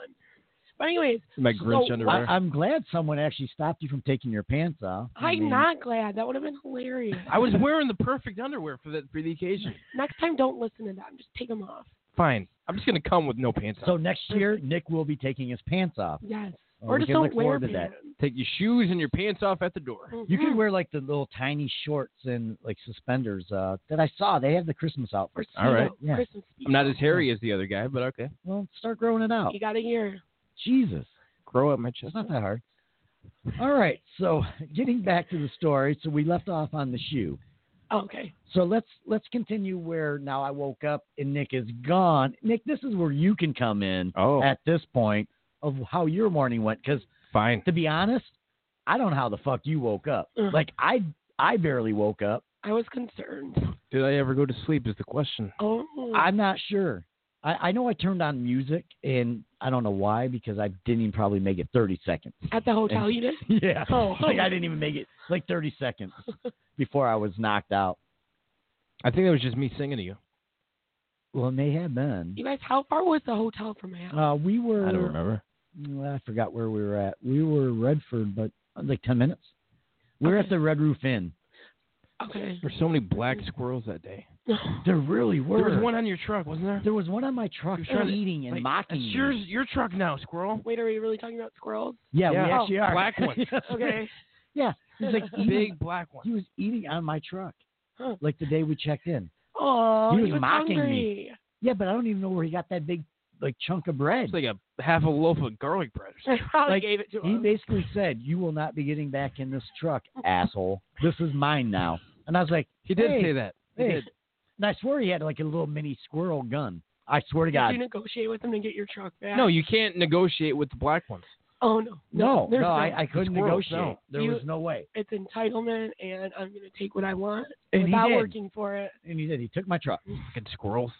But anyways, My Grinch so- underwear. I, I'm glad someone actually stopped you from taking your pants off. I I'm mean, not glad. That would have been hilarious. I was wearing the perfect underwear for that for the occasion. Next time, don't listen to them. Just take them off. Fine. I'm just gonna come with no pants on. So next year, Nick will be taking his pants off. Yes. Oh, or we just can don't look wear forward to that. pants. Take your shoes and your pants off at the door. You Mhm. could wear like the little tiny shorts and like suspenders uh, that I saw. They have the Christmas Or outfits. All right. Tito, Yeah. Christmas I'm not as hairy as the other guy, but okay. Well, start growing it out. You got to hear. Jesus. Grow up my chest. It's not that hard. All right. So getting back to the story, so we left off on the shoe. Oh, okay. So let's let's continue where now I woke up and Nick is gone. Nick, this is where you can come in Oh, at this point of how your morning went. Because fine. to be honest, I don't know how the fuck you woke up. Mm. Ugh. Like I I barely woke up. I was concerned. Did I ever go to sleep? Is the question. Oh. I'm not sure. I, I know I turned on music and I don't know why because I didn't even probably make it 30 seconds. At the hotel you did? Yeah. Oh. Like I didn't even make it like 30 seconds before I was knocked out. I think that was just me singing to you. Well, it may have been. You guys, how far was the hotel from my house? Uh, we were. I don't remember. well, I forgot where we were at. We were Redford, but uh, like 10 minutes. We were at the Red Roof Inn. Uh, Okay. There were so many black squirrels that day. There really were. There was one on your truck, wasn't there? There was one on my truck You're trying to- eating and Like, mocking That's me. yours, your truck now, squirrel. Wait, are we really talking about squirrels? Yeah, we Yeah. Oh, actually are. Black ones. Okay. yeah. He's like eating- Big black one. He was eating on my truck, Huh. like the day we checked in. Oh, He was mocking hungry. me. Yeah, but I don't even know where he got that big like chunk of bread. It's like a half a loaf of garlic bread. Or I something. probably Like, gave it to He him. basically said, "You will not be getting back in this truck, asshole. This is mine now." And I was like, He did Hey, say that. He "Hey," did. and I swear he had like a little mini squirrel gun. I swear to Did God, you negotiate with him to get your truck back? No, you can't negotiate with the black ones. Oh no. no, no, there's I, I couldn't Squirrels, negotiate. no. There You- was no way. It's entitlement, and I'm gonna take what I want And he without did. working for it. And he did. He took my truck. Fucking squirrels.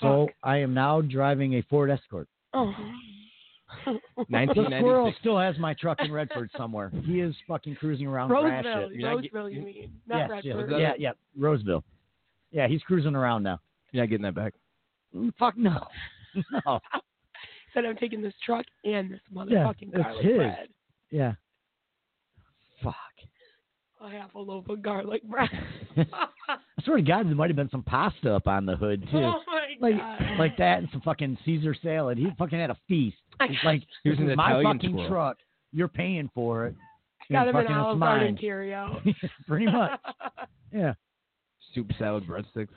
So I am now driving a Ford Escort. Oh. The squirrel 1996. still has my truck in Redford somewhere. He is fucking cruising around. trash Roseville, it. You're not get- Roseville, you you- mean? Not yes, yes, Redford. yeah, yeah, Roseville. Yeah, he's cruising around now. You're not getting that back. Mm, Fuck no, no. Said I'm taking this truck and this Yeah, motherfucking it's garlic his. bread. Yeah. Fuck. A half a loaf of garlic bread. I swear to God, there might have been some pasta up on the hood too, Oh my like god. like that, and some fucking Caesar salad. He fucking had a feast. I Like He was this an is my Italian fucking squirrel. truck. You're paying for it. got him an fucking it's Olive Garden mine. curio. Pretty much. Yeah. Soup, salad, breadsticks.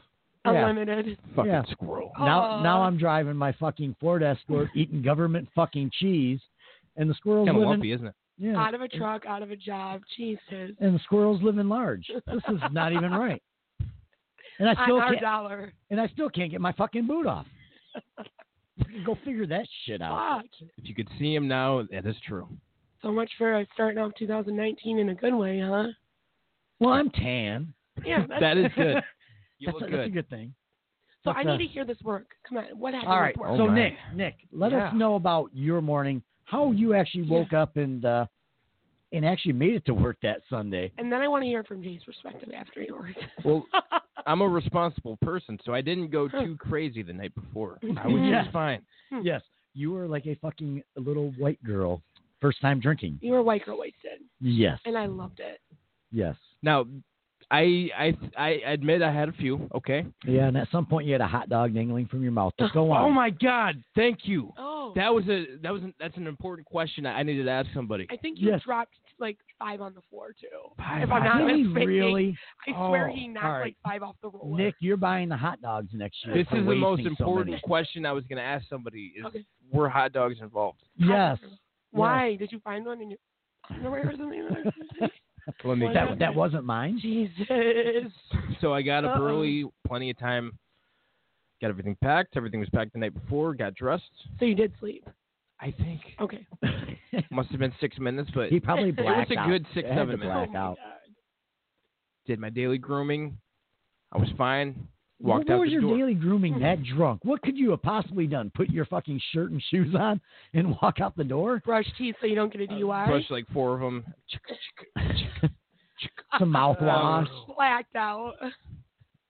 Yeah. Unlimited. Fucking Yeah. squirrel. Now now Aw. I'm driving my fucking Ford Escort, eating government fucking cheese, and the squirrels Kind of living lumpy, isn't it? yeah, Out of a truck, out of a job. Jesus. and the squirrels living large. This is not even right. And I still On our can't. dollar. and I still can't get my fucking boot off. Go figure that shit out. Fuck. If you could see him now, that is true. So much for uh, starting off 2019 in a good way, huh? Well, I'm tan. Yeah, that's, That is good. You That's, look a, that's a good. good thing. So But, I uh, need to hear this work. Come on, what happened All right. with work? Oh so my. Nick, Nick, let us Yeah. know about your morning, how you actually woke up and uh, and actually made it to work that Sunday. And then I want to hear from Jay's perspective after he works. Well, I'm a responsible person, so I didn't go too crazy the night before. I was Yeah. just fine. Yes, you were like a fucking little white girl, first time drinking. you were white girl wasted, Yes. and I loved it. Yes. Now, I I I admit I had a few. Okay. Yeah, and at some point you had a hot dog dangling from your mouth. But go on. Oh my God! Thank you. Oh, That was a that was an, that's an important question I needed to ask somebody. I think you Yes. dropped like five on the floor too. Five if I'm not on- Did he mistaken, really? I swear Oh, he knocked all right. like five off the roller. Nick, you're buying the hot dogs next year. This for is the most wasting so many. important question I was going to ask somebody: Is Okay. were hot dogs involved? Yes. Why did you find one in your underwear or something? Let me- that, that wasn't mine. Jesus. So I got up Uh-oh. early, plenty of time. Got everything packed. Everything was packed the night before. Got dressed. So you did sleep. I think. Okay. Must have been six minutes, but He probably it was blacked a out. good six It had seven to Oh minutes. black out. Did my daily grooming. I was fine. Walked What out was the your door. Hmm. daily grooming that drunk? What could you have possibly done? Put your fucking shirt and shoes on and walk out the door? Brush teeth so you don't get a DUI. Brushed like four of them. Some Um, mouthwash. Uh, Blacked out.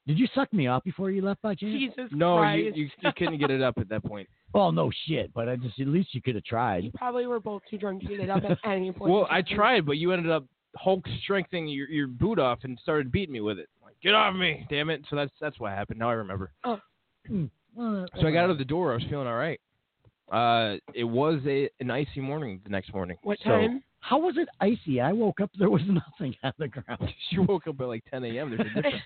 Did you suck me off before you left by chance? Jesus No, you, Christ. you you couldn't get it up at that point. Well, no shit, but I just at least you could have tried. Probably were both too drunk to get it up at any point. Well, I tried, but you ended up Hulk strengthening your, your boot off and started beating me with it. Like, get off me, damn it! So that's that's what happened. Now I remember. So I got out Uh-huh. of the door. I was feeling all right. Uh, it was a an icy morning the next morning. What So time? How was it icy? I woke up, there was nothing on the ground. She woke up at like 10 a.m. There's a difference.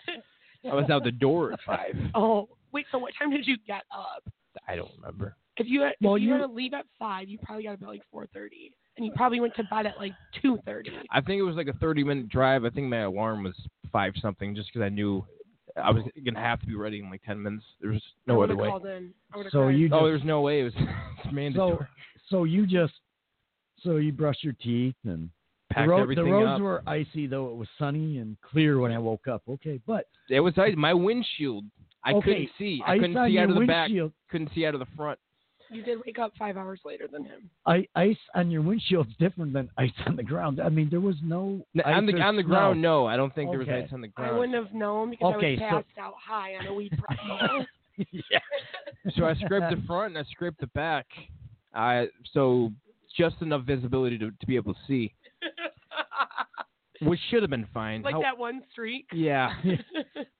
I was out the door at five. Oh, wait. So what time did you get up? I don't remember. If you if Well, you, you- were to leave at five, you probably got up at like four thirty, and you probably went to bed at like two thirty. I think it was like a 30 minute drive. I think my alarm was five something, just because I knew I was gonna have to be ready in like 10 minutes. There was no other way. Called in. I would've So cried. you just, Oh, there's no way. It was it's mandatory. so, so you just, so you brushed your teeth and Packed the, road, everything the roads up. were icy, though it was sunny and clear when I woke up. Okay, but It was ice. My windshield. I Okay, couldn't see. I ice couldn't on see out your of the back. windshield- Couldn't see out of the front. you did wake up five hours later than him. I, ice on your windshield's different than ice on the ground. I mean, there was no N- ice on the or on the snow. ground, no. I don't think there was Okay. ice on the I ground. wouldn't have known because Okay, I so- was passed out high on a weed pretzel. yeah. So I scraped the front and I scraped the back. I so just enough visibility to, to be able to see, which should have been fine. like How- that one streak. Yeah,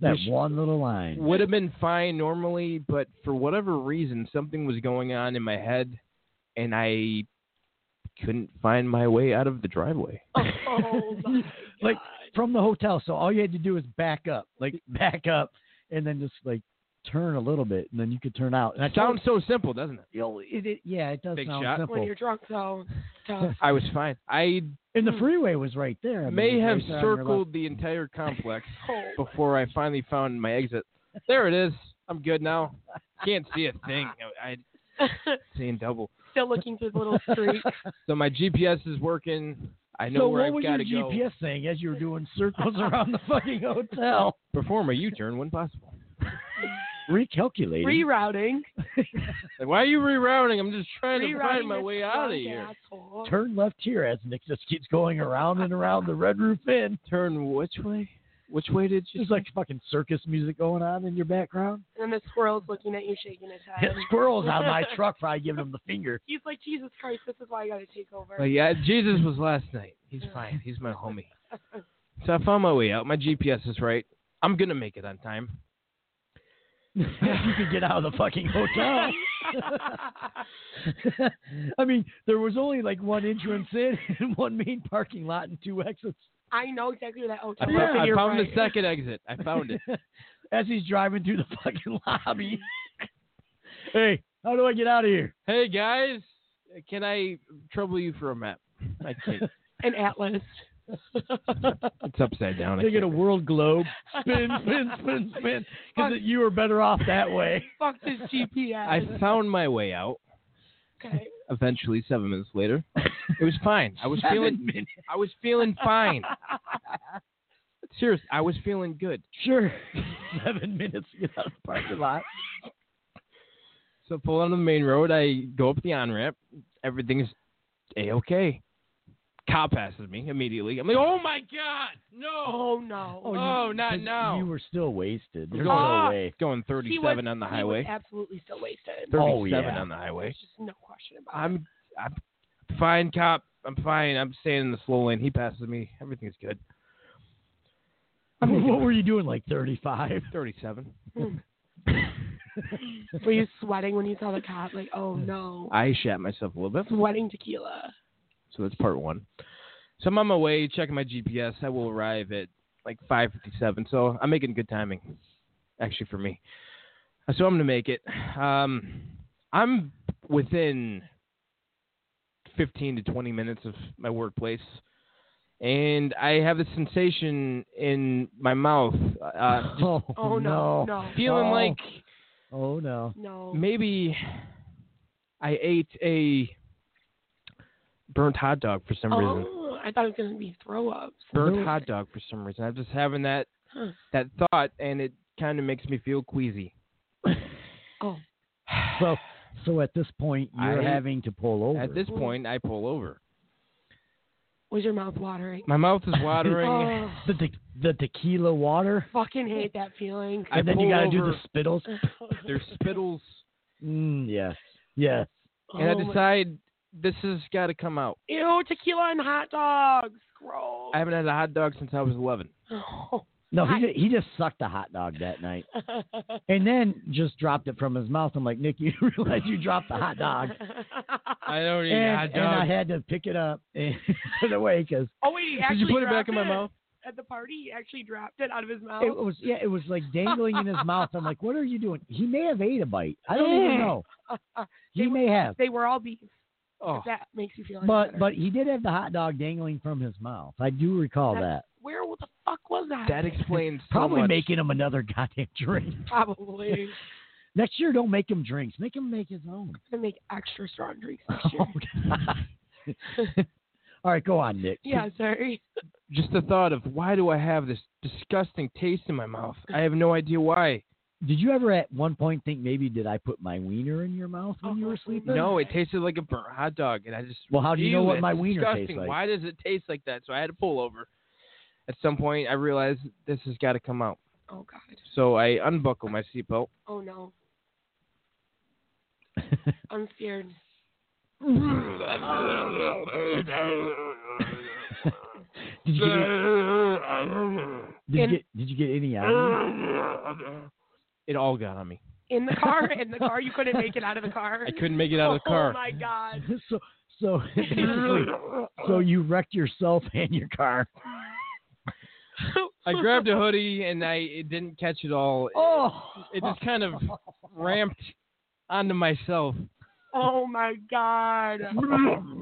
that Which- one little line. would have been fine normally, but for whatever reason, something was going on in my head, and I couldn't find my way out of the driveway. oh my Like- God. from the hotel. So all you had to do is back up, like back up, and then just like turn a little bit, and then you could turn out. And I Sounds so simple, doesn't it? told, it, it, yeah, it does Big sound shot. when simple. you're drunk though. Tough. I was fine. I And the freeway was right there. I mean, Hmm. may it have was right there on your circled the entire complex Oh, before I finally found my exit. There it is. I'm good now. Can't see a thing. I, I seeing double. Still looking through the little streak. left. So my GPS is working. I know so where what I've was got to your go. GPS saying as you were doing circles around the fucking hotel? Perform a U-turn when possible. Recalculating. Rerouting. Like, why are you rerouting? I'm just trying to Rerouting find my this way drunk out of here. asshole. Turn left here as Nick just keeps going around and around the Red Roof Inn. Turn which way? Which way did you? There's like fucking circus music going on in your background. And the squirrel's looking at you, shaking its That head. squirrel's on my truck, probably giving him the finger. He's like, Jesus Christ, this is why I got to take over. Like, yeah, Jesus was last night. He's fine. He's my homie. So I found my way out. My GPS is right. I'm gonna make it on time. if you could get out of the fucking hotel. I mean, there was only like one entrance in and one main parking lot and two exits. I know exactly where that I, hotel fo- is. and I you're found right. the second exit. I found it. As he's driving through the fucking lobby. hey, how do I get out of here? hey guys, can I trouble you for a map? I can't. An atlas. It's upside down. I They get a can't- world globe. Spin, spin, spin, spin. Because you were better off that way. Fuck this GPS. I found my way out. okay. Eventually, seven minutes later, it was fine. I was Seven feeling. minutes. I was feeling fine. Seriously, I was feeling good. Sure. Seven minutes to get out of the parking lot. So pull onto the main road. I go up the on ramp. Everything's a okay. Cop passes me immediately. I'm like, oh my god, no! Oh no. Oh, Oh, not because now. You were still wasted. There's Ah! no way. Going He was- 37 on the he was highway. absolutely still wasted. 37 Oh, yeah. on the highway. There's just no question about it. I'm, I'm fine, cop. I'm fine. I'm staying in the slow lane. He passes me. Everything's good. what were you doing, like 35? 37. Hmm. Were you sweating when you saw the cop? Like, oh no. Hmm. I shat myself a little bit. Sweating tequila. So that's part one. So I'm on my way, checking my GPS. I will arrive at like 5:57. So I'm making good timing, actually for me. So I'm gonna make it. Um, I'm within 15 to 20 minutes of my workplace, and I have a sensation in my mouth. Uh, just Oh, Oh, no, no. no. Feeling Oh. like Oh no. No. maybe I ate a burnt hot dog for some reason. Oh, I thought it was going to be throw ups. Burnt hot dog for some reason. I'm just having that Huh. that thought, and it kind of makes me feel queasy. Oh. So so at this point you're I- having to pull over. At this point, I pull over. Was your mouth watering? My mouth is watering. Oh, the te- the tequila water, fucking hate that feeling. I and then you got pull to do the over. spittles. There's spittles, Mm, yes, yes. and I Oh my- decide this has got to come out. Ew, tequila and hot dogs. Gross. I haven't had a hot dog since I was 11. No, he ju- he just sucked a hot dog that night, and then just dropped it from his mouth. I'm like, Nick, you realize you dropped the hot dog, I don't and, and I had to pick it up and put it away because oh wait, he Did actually you put it back dropped in my mouth? at the party. He actually dropped it out of his mouth. it was yeah, it was like dangling in his mouth. I'm like, what are you doing? He may have ate a bite. I don't even know. He They were- may have, They were all beef. Oh, That makes you feel. any but better. but he did have the hot dog dangling from his mouth. I do recall that. where the fuck was I? that explains so Probably much. making him another goddamn drink. Probably. Next year, don't make him drinks. Make him make his own. Oh, I make extra strong drinks next Oh, year. All right, go on, Nick. yeah, sorry. just the thought of why do I have this disgusting taste in my mouth? I have no idea why. Did you ever at one point think maybe did I put my wiener in your mouth when you were sleeping? No, it tasted like a burnt hot dog, and I just Well, how do you know Ew, what that's my wiener tastes disgusting. like? Why does it taste like that? So I had to pull over. At some point, I realized this has got to come out. Oh god. So I unbuckle my seatbelt. Oh no. I'm scared. did you get did you get, did you get any out? of it? It all got on me. In the car. In the car. You couldn't make it out of the car. I couldn't make it out of the Oh car. my god. so so basically, so you wrecked yourself and your car. I grabbed a hoodie and I it didn't catch it all. Oh, It just kind of ramped onto myself. Oh my god.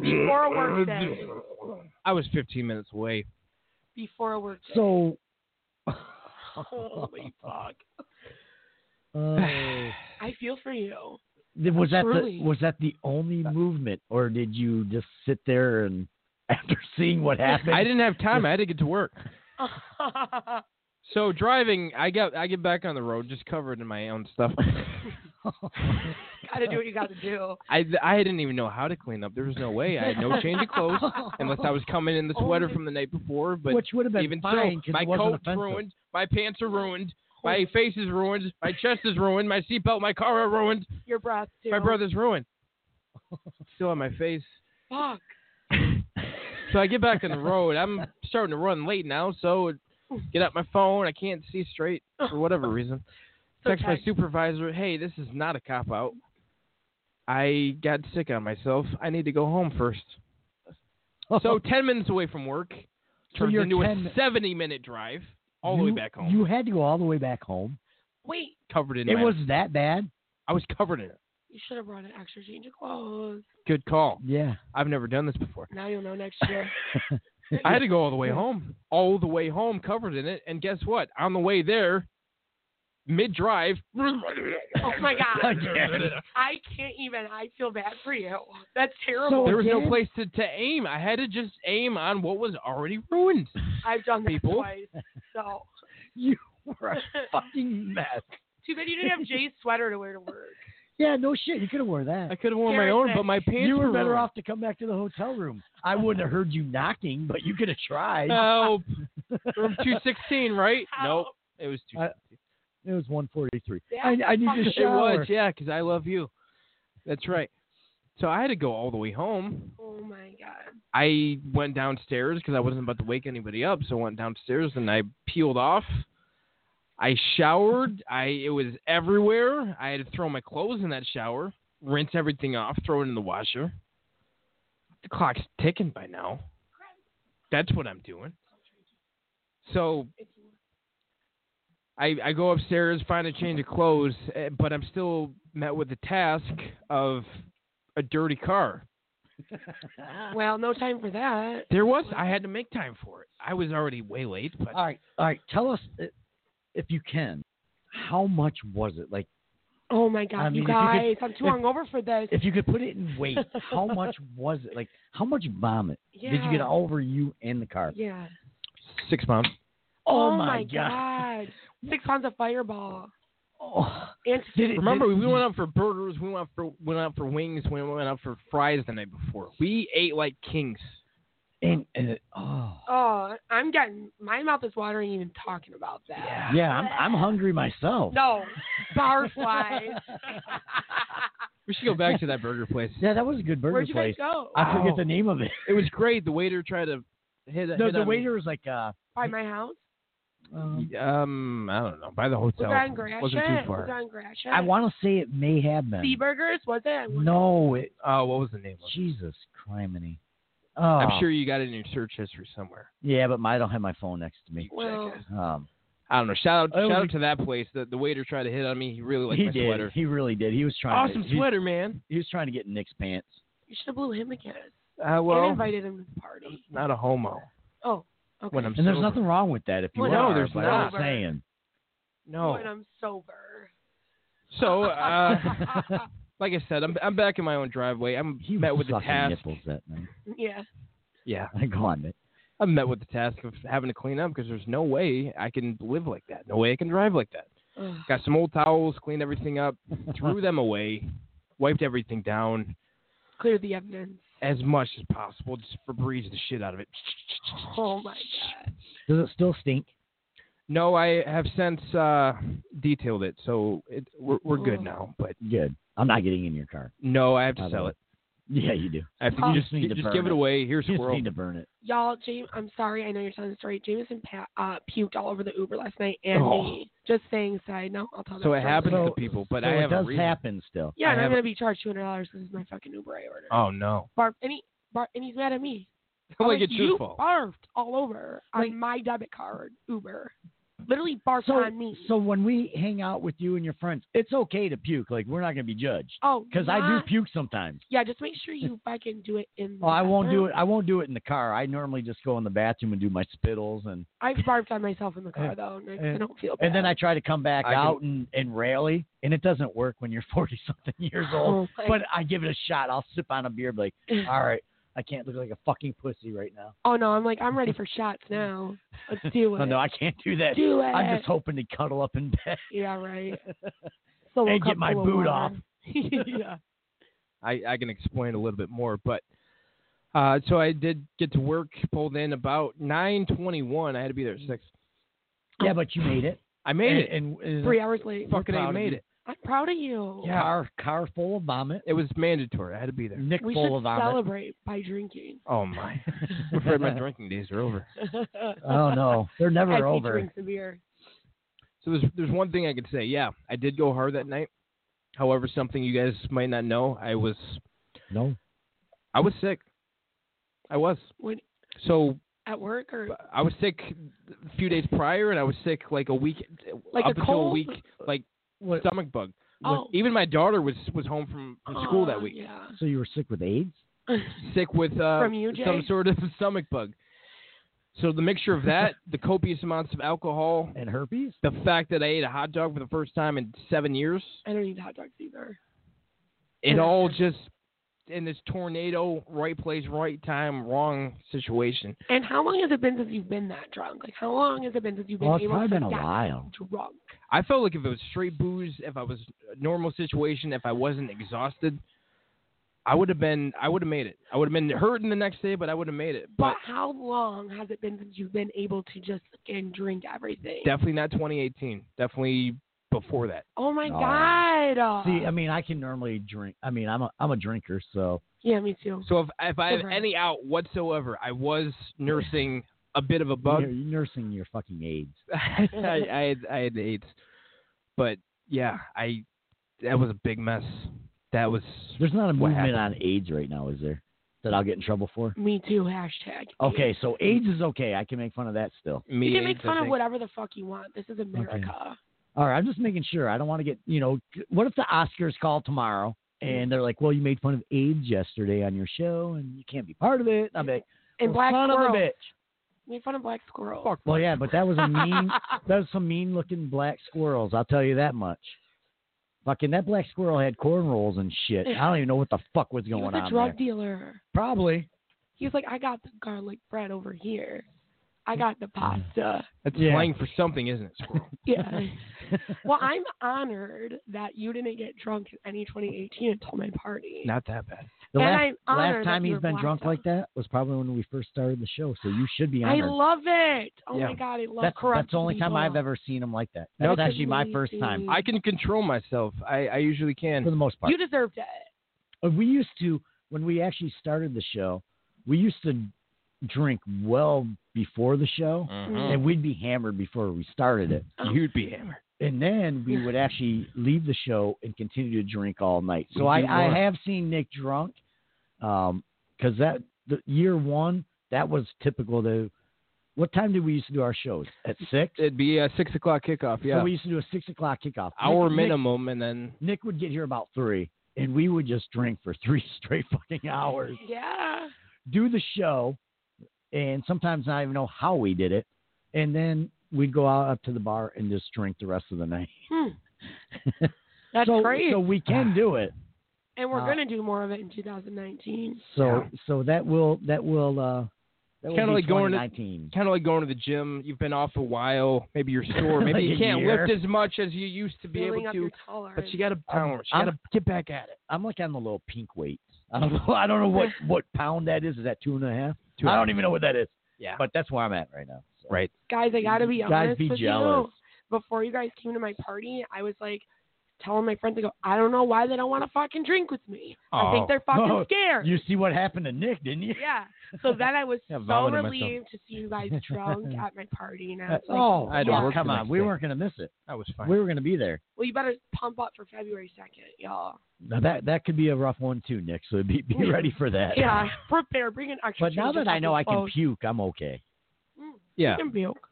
Before a work day. I was 15 minutes away. Before a work day. so. uh, Holy fuck. Oh. I feel for you. Th- was that Truly. the, was that the only movement, or did you just sit there and after seeing what happened? I didn't have time. I had to get to work. oh So driving, I get I get back on the road, just covered in my own stuff. gotta do what you gotta do. I I didn't even know how to clean up. There was no way. I had no change of clothes unless I was coming in the sweater from the night before. But Oh, Which would have been even fine so, 'cause my it wasn't coat's offensive. ruined, my pants are ruined, Oh, my face is ruined, my chest is ruined, my seatbelt, my car are ruined, Your breath too. my brother's ruined. Still on my face. Fuck. So I get back on the road. I'm starting to run late now, so get out my phone. I can't see straight for whatever reason. So text my text. supervisor, "Hey, this is not a cop out. I got sick on myself. I need to go home first. So ten minutes away from work So turns you're into 10 a seventy-minute drive all the way You- back home, You had to go all the way back home. Wait, covered in it my- was that bad. I was covered in it. you should have brought an extra change of clothes. Good call. Yeah. I've never done this before. Now you'll know next year. I had to go all the way home, all the way home, covered in it. And guess what? On the way there, mid-drive, oh my god. Again. I can't even. I feel bad for you. That's Oh, terrible. there was no Again? place to, to aim. I had to just aim on what was already ruined. I've done that people. twice. So You were a fucking mess. too bad you didn't have Jay's sweater to wear to work. Yeah, no shit. You could have worn that. I could have worn my own, but my pants you were better ruined. off to come back to the hotel room. I wouldn't have heard you knocking, but you could have tried. Help. Uh, Room 216, right? Help. Nope. It was two. I- it was 143. Yeah, I, I need to it shower. was, yeah, because I love you. That's right. So I had to go all the way home. Oh my god. I went downstairs because I wasn't about to wake anybody up, so I went downstairs and I peeled off. I showered. I it was everywhere. I had to throw my clothes in that shower, rinse everything off, throw it in the washer. The clock's ticking by now. That's what I'm doing. So I I go upstairs, find a change of clothes, eh, but I'm still met with the task of a dirty car. Well, no time for that. There was. I had to make time for it. I was already way late. But all right, all right. Tell us uh, if you can. How much was it? Like, Oh my god, I mean, you if you guys, could- I'm too if- hungover for this. if you could put it in weight, how much was it? Like, how much vomit did you Yeah. get all over you and the car? Yeah. Six pounds. Oh, my, my god. Six pounds of fireball. Oh. And Did it, Remember, did- we went out for burgers. We went out for went out for wings. We went out for fries the night before. We ate like kings. and, and it, oh oh, I'm getting my mouth is watering even talking about that. yeah, I'm I'm hungry myself. No, barflies. We should go back to that burger place. Yeah, that was a good burger Where'd you place. guys go? I forget Oh. the name of it. It was great. The waiter tried to hit. No, hit the on waiter was like, uh, By my house. um, Me. Um, I don't know. By the Was hotel. it on Gratiot? Wasn't too Was it far. on Gratiot? I want to say it may have been. Sea Burgers, was it? I wonder. No, it, Oh, what was the name? Of it? Jesus criminy. Oh, I'm sure you got it in your search history somewhere. Yeah, but my, I don't have my phone next to me. Well, Um, I don't know. Shout out, Oh, shout we- out to that place. The, the waiter tried to hit on me. He really liked he my did. sweater. He really did. He was trying. Awesome to, he- sweater, man. He, was trying to get in Nick's pants. you should have blew him again. Uh, and well, invited him to the party. not a homo. Oh, okay. When I'm And there's sober. nothing wrong with that if you Well, no, are. there's but I'm not. just saying. no. When I'm sober. So, uh, like I said, I'm I'm back in my own driveway. I'm He met was with the sucking task. nipples that night. yeah. Yeah, Go on, Nick. I'm met with the task of having to clean up because there's no way I can live like that. No way I can drive like that. Ugh. Got some old towels, cleaned everything up, threw them away, wiped everything down Clear the evidence. as much as possible, just Febreze the shit out of it. Oh my god. Does it still stink? No, I have since uh, detailed it, so it, we're we're good Oh. now. But Good. I'm not getting in your car. no, I have to By the sell way. it. Yeah, you do. I have to Oh. just You just need to just burn give it it. away. Here's You just squirrel. need to burn it. Y'all, James, I'm sorry. I know you're telling the story. Jameson pa- uh, puked all over the Uber last night and Oh. me. Just saying, side note. I'll tell that So it story happens later. to people, but so I it have a does reason. happen still. Yeah, and I I'm have- gonna be charged two hundred dollars because it's my fucking Uber I ordered. Oh no! Barf, and he barf, and he's mad at me. I'm like it's your you fault. barfed all over on my debit card, Uber. Literally barfed So, on me. so when we hang out with you and your friends, it's okay to puke. Like we're not gonna be judged oh, because I do puke sometimes. Yeah, just make sure you fucking do it in. The Oh, I won't do it. I won't do it in the car. I normally just go in the bathroom and do my spittles, and I've barfed on myself in the car And- though, and I, I and- don't feel bad. and then I try to come back I can- out and and rally, and it doesn't work when you're forty something years old. Oh, my- But I give it a shot. I'll sip on a beer, be like, all right, I can't look like a fucking pussy right now. oh no, I'm like I'm ready for shots now. Let's do it. Oh no, I can't do that. do it. I'm just hoping to cuddle up in bed. Yeah, right. So And get my boot off. yeah. I, I can explain a little bit more, but uh, so I did get to work, pulled in about nine twenty one. I had to be there at six. Yeah, but you made it. I made it. And, and, Three hours late. We're Fucking proud I of made you. it. I'm proud of you. Yeah. Car car full of vomit. It was mandatory. I had to be there. Nick We full should of vomit. celebrate by drinking. Oh my! I'm afraid my drinking days are over. oh no, they're As he never over. drinks a beer. So there's there's one thing I could say. Yeah, I did go hard that night. However, something you guys might not know, I was No. I was sick. I was. When So at work or I was sick a few days prior, and I was sick like a week Like up a until a cold? week, like What- stomach bug. oh, Even my daughter was was home from, from school that oh, week, Yeah. So you were sick with AIDS? sick with uh, From you, Jay? some sort of stomach bug. So the mixture of that, the copious amounts of alcohol, And herpes? the fact that I ate a hot dog for the first time in seven years, I don't eat hot dogs either. it Yeah. all just in this tornado, right place, right time, wrong situation. And how long has it been since you've been that drunk? Like how long has it been since you've been Well, it's able probably to been a get while. drunk? I felt like if it was straight booze, if I was a normal situation, if I wasn't exhausted, I would have been I would have made it. I would have been hurting the next day, but I would have made it. But But how long has it been since you've been able to just again drink everything? definitely not 2018. Definitely before that. oh my No. god. Uh, See, I mean, I can normally drink. I mean, I'm a I'm a drinker, so yeah, me too. So if if I have Right. any out whatsoever, I was nursing a bit of a bug. you're, you're nursing your fucking AIDS. I, I had I had the AIDS, but yeah, I that was a big mess. That was There's not a What movement on happened? AIDS right now, is there? That I'll get in trouble for? Me too. Hashtag. Okay, so AIDS is okay. I can make fun of that still. me. You can AIDS, make I fun of think. whatever the fuck you want. This is America. All right, I'm just making sure. I don't want to get you know. What if the Oscars call tomorrow and they're like, "Well, you made fun of AIDS yesterday on your show, and you can't be part of it." And I'm like, And "Well, black son of a squirrels. bitch." Made fun of black squirrels. Well, yeah, but that was a mean. that was some mean-looking black squirrels. I'll tell you that much. Fucking that black squirrel had cornrows and shit. I don't even know what the fuck was he going was on a drug there. dealer. Probably. He was like, I got the garlic bread over here. I got Mm. the pasta. That's Yeah. slang for something, isn't it, Squirrel? Yeah. well, I'm honored that you didn't get drunk in any 2018 until my party. Not that bad. The And last, I'm honored last that time you he's were been blacked drunk out. like that was probably when we first started the show. So you should be I honored. love it. Oh Yeah. my god, I love that's, corrupt that's the only time people. I've ever seen him like that. No, That's that's actually my first amazing. time I can control myself. I, I usually for can. the most part. You deserved it. Uh, we used to when we actually started the show we used to drink well before the show Mhm. and we'd be hammered before we started it You'd be hammered. and then we would actually leave the show and continue to drink all night so You i, I were. have seen nick drunk because that the year one that was typical to what time did we used to do our shows at six It'd be a six o'clock kickoff. Yeah, so we used to do a six o'clock kickoff hour Nick- Nick- minimum, and then nick would get here about three and we would just drink for three straight fucking hours Yeah. do the show, and sometimes not even know how we did it, and then we'd go out up to the bar and just drink the rest of the night. Hmm. That's so, great. So we can do it. and we're uh, gonna do more of it in 2019. So Yeah. so that will that will uh that will Kinda be like going to- 2019. kind of like going to the gym. You've been off a while. Maybe you're sore. Maybe Like you a can't year. lift as much as you used to be Building able up to. your tolerance. But you got to tolerance. You I'm- got to get back at it. I'm like on the little pink weight. I don't know. I don't know what what pound that is. Is that two and a half? Two I and a don't even know what that is. Yeah. But that's where I'm at right now. So. Right. guys, I gotta be honest Guys, be with jealous. you. Before you guys came to my party, I was like telling my friends, I go, I don't know why they don't want to fucking drink with me. I Oh. think they're fucking Oh, scared. You see what happened to Nick, didn't you? yeah. So then I was Yeah, so vomited myself. relieved to see you guys drunk at my party. And I Uh, was like, oh, I had to yeah, work come the on. next We day. weren't gonna miss it. That was fine. We were gonna be there. well, you better pump up for February 2nd, y'all. Now that that could be a rough one too, Nick. So be be ready for that. Yeah, Oh. prepare. Bring an extra. But now change of that I know I can clothes. puke, I'm okay. Mm, yeah, you can puke.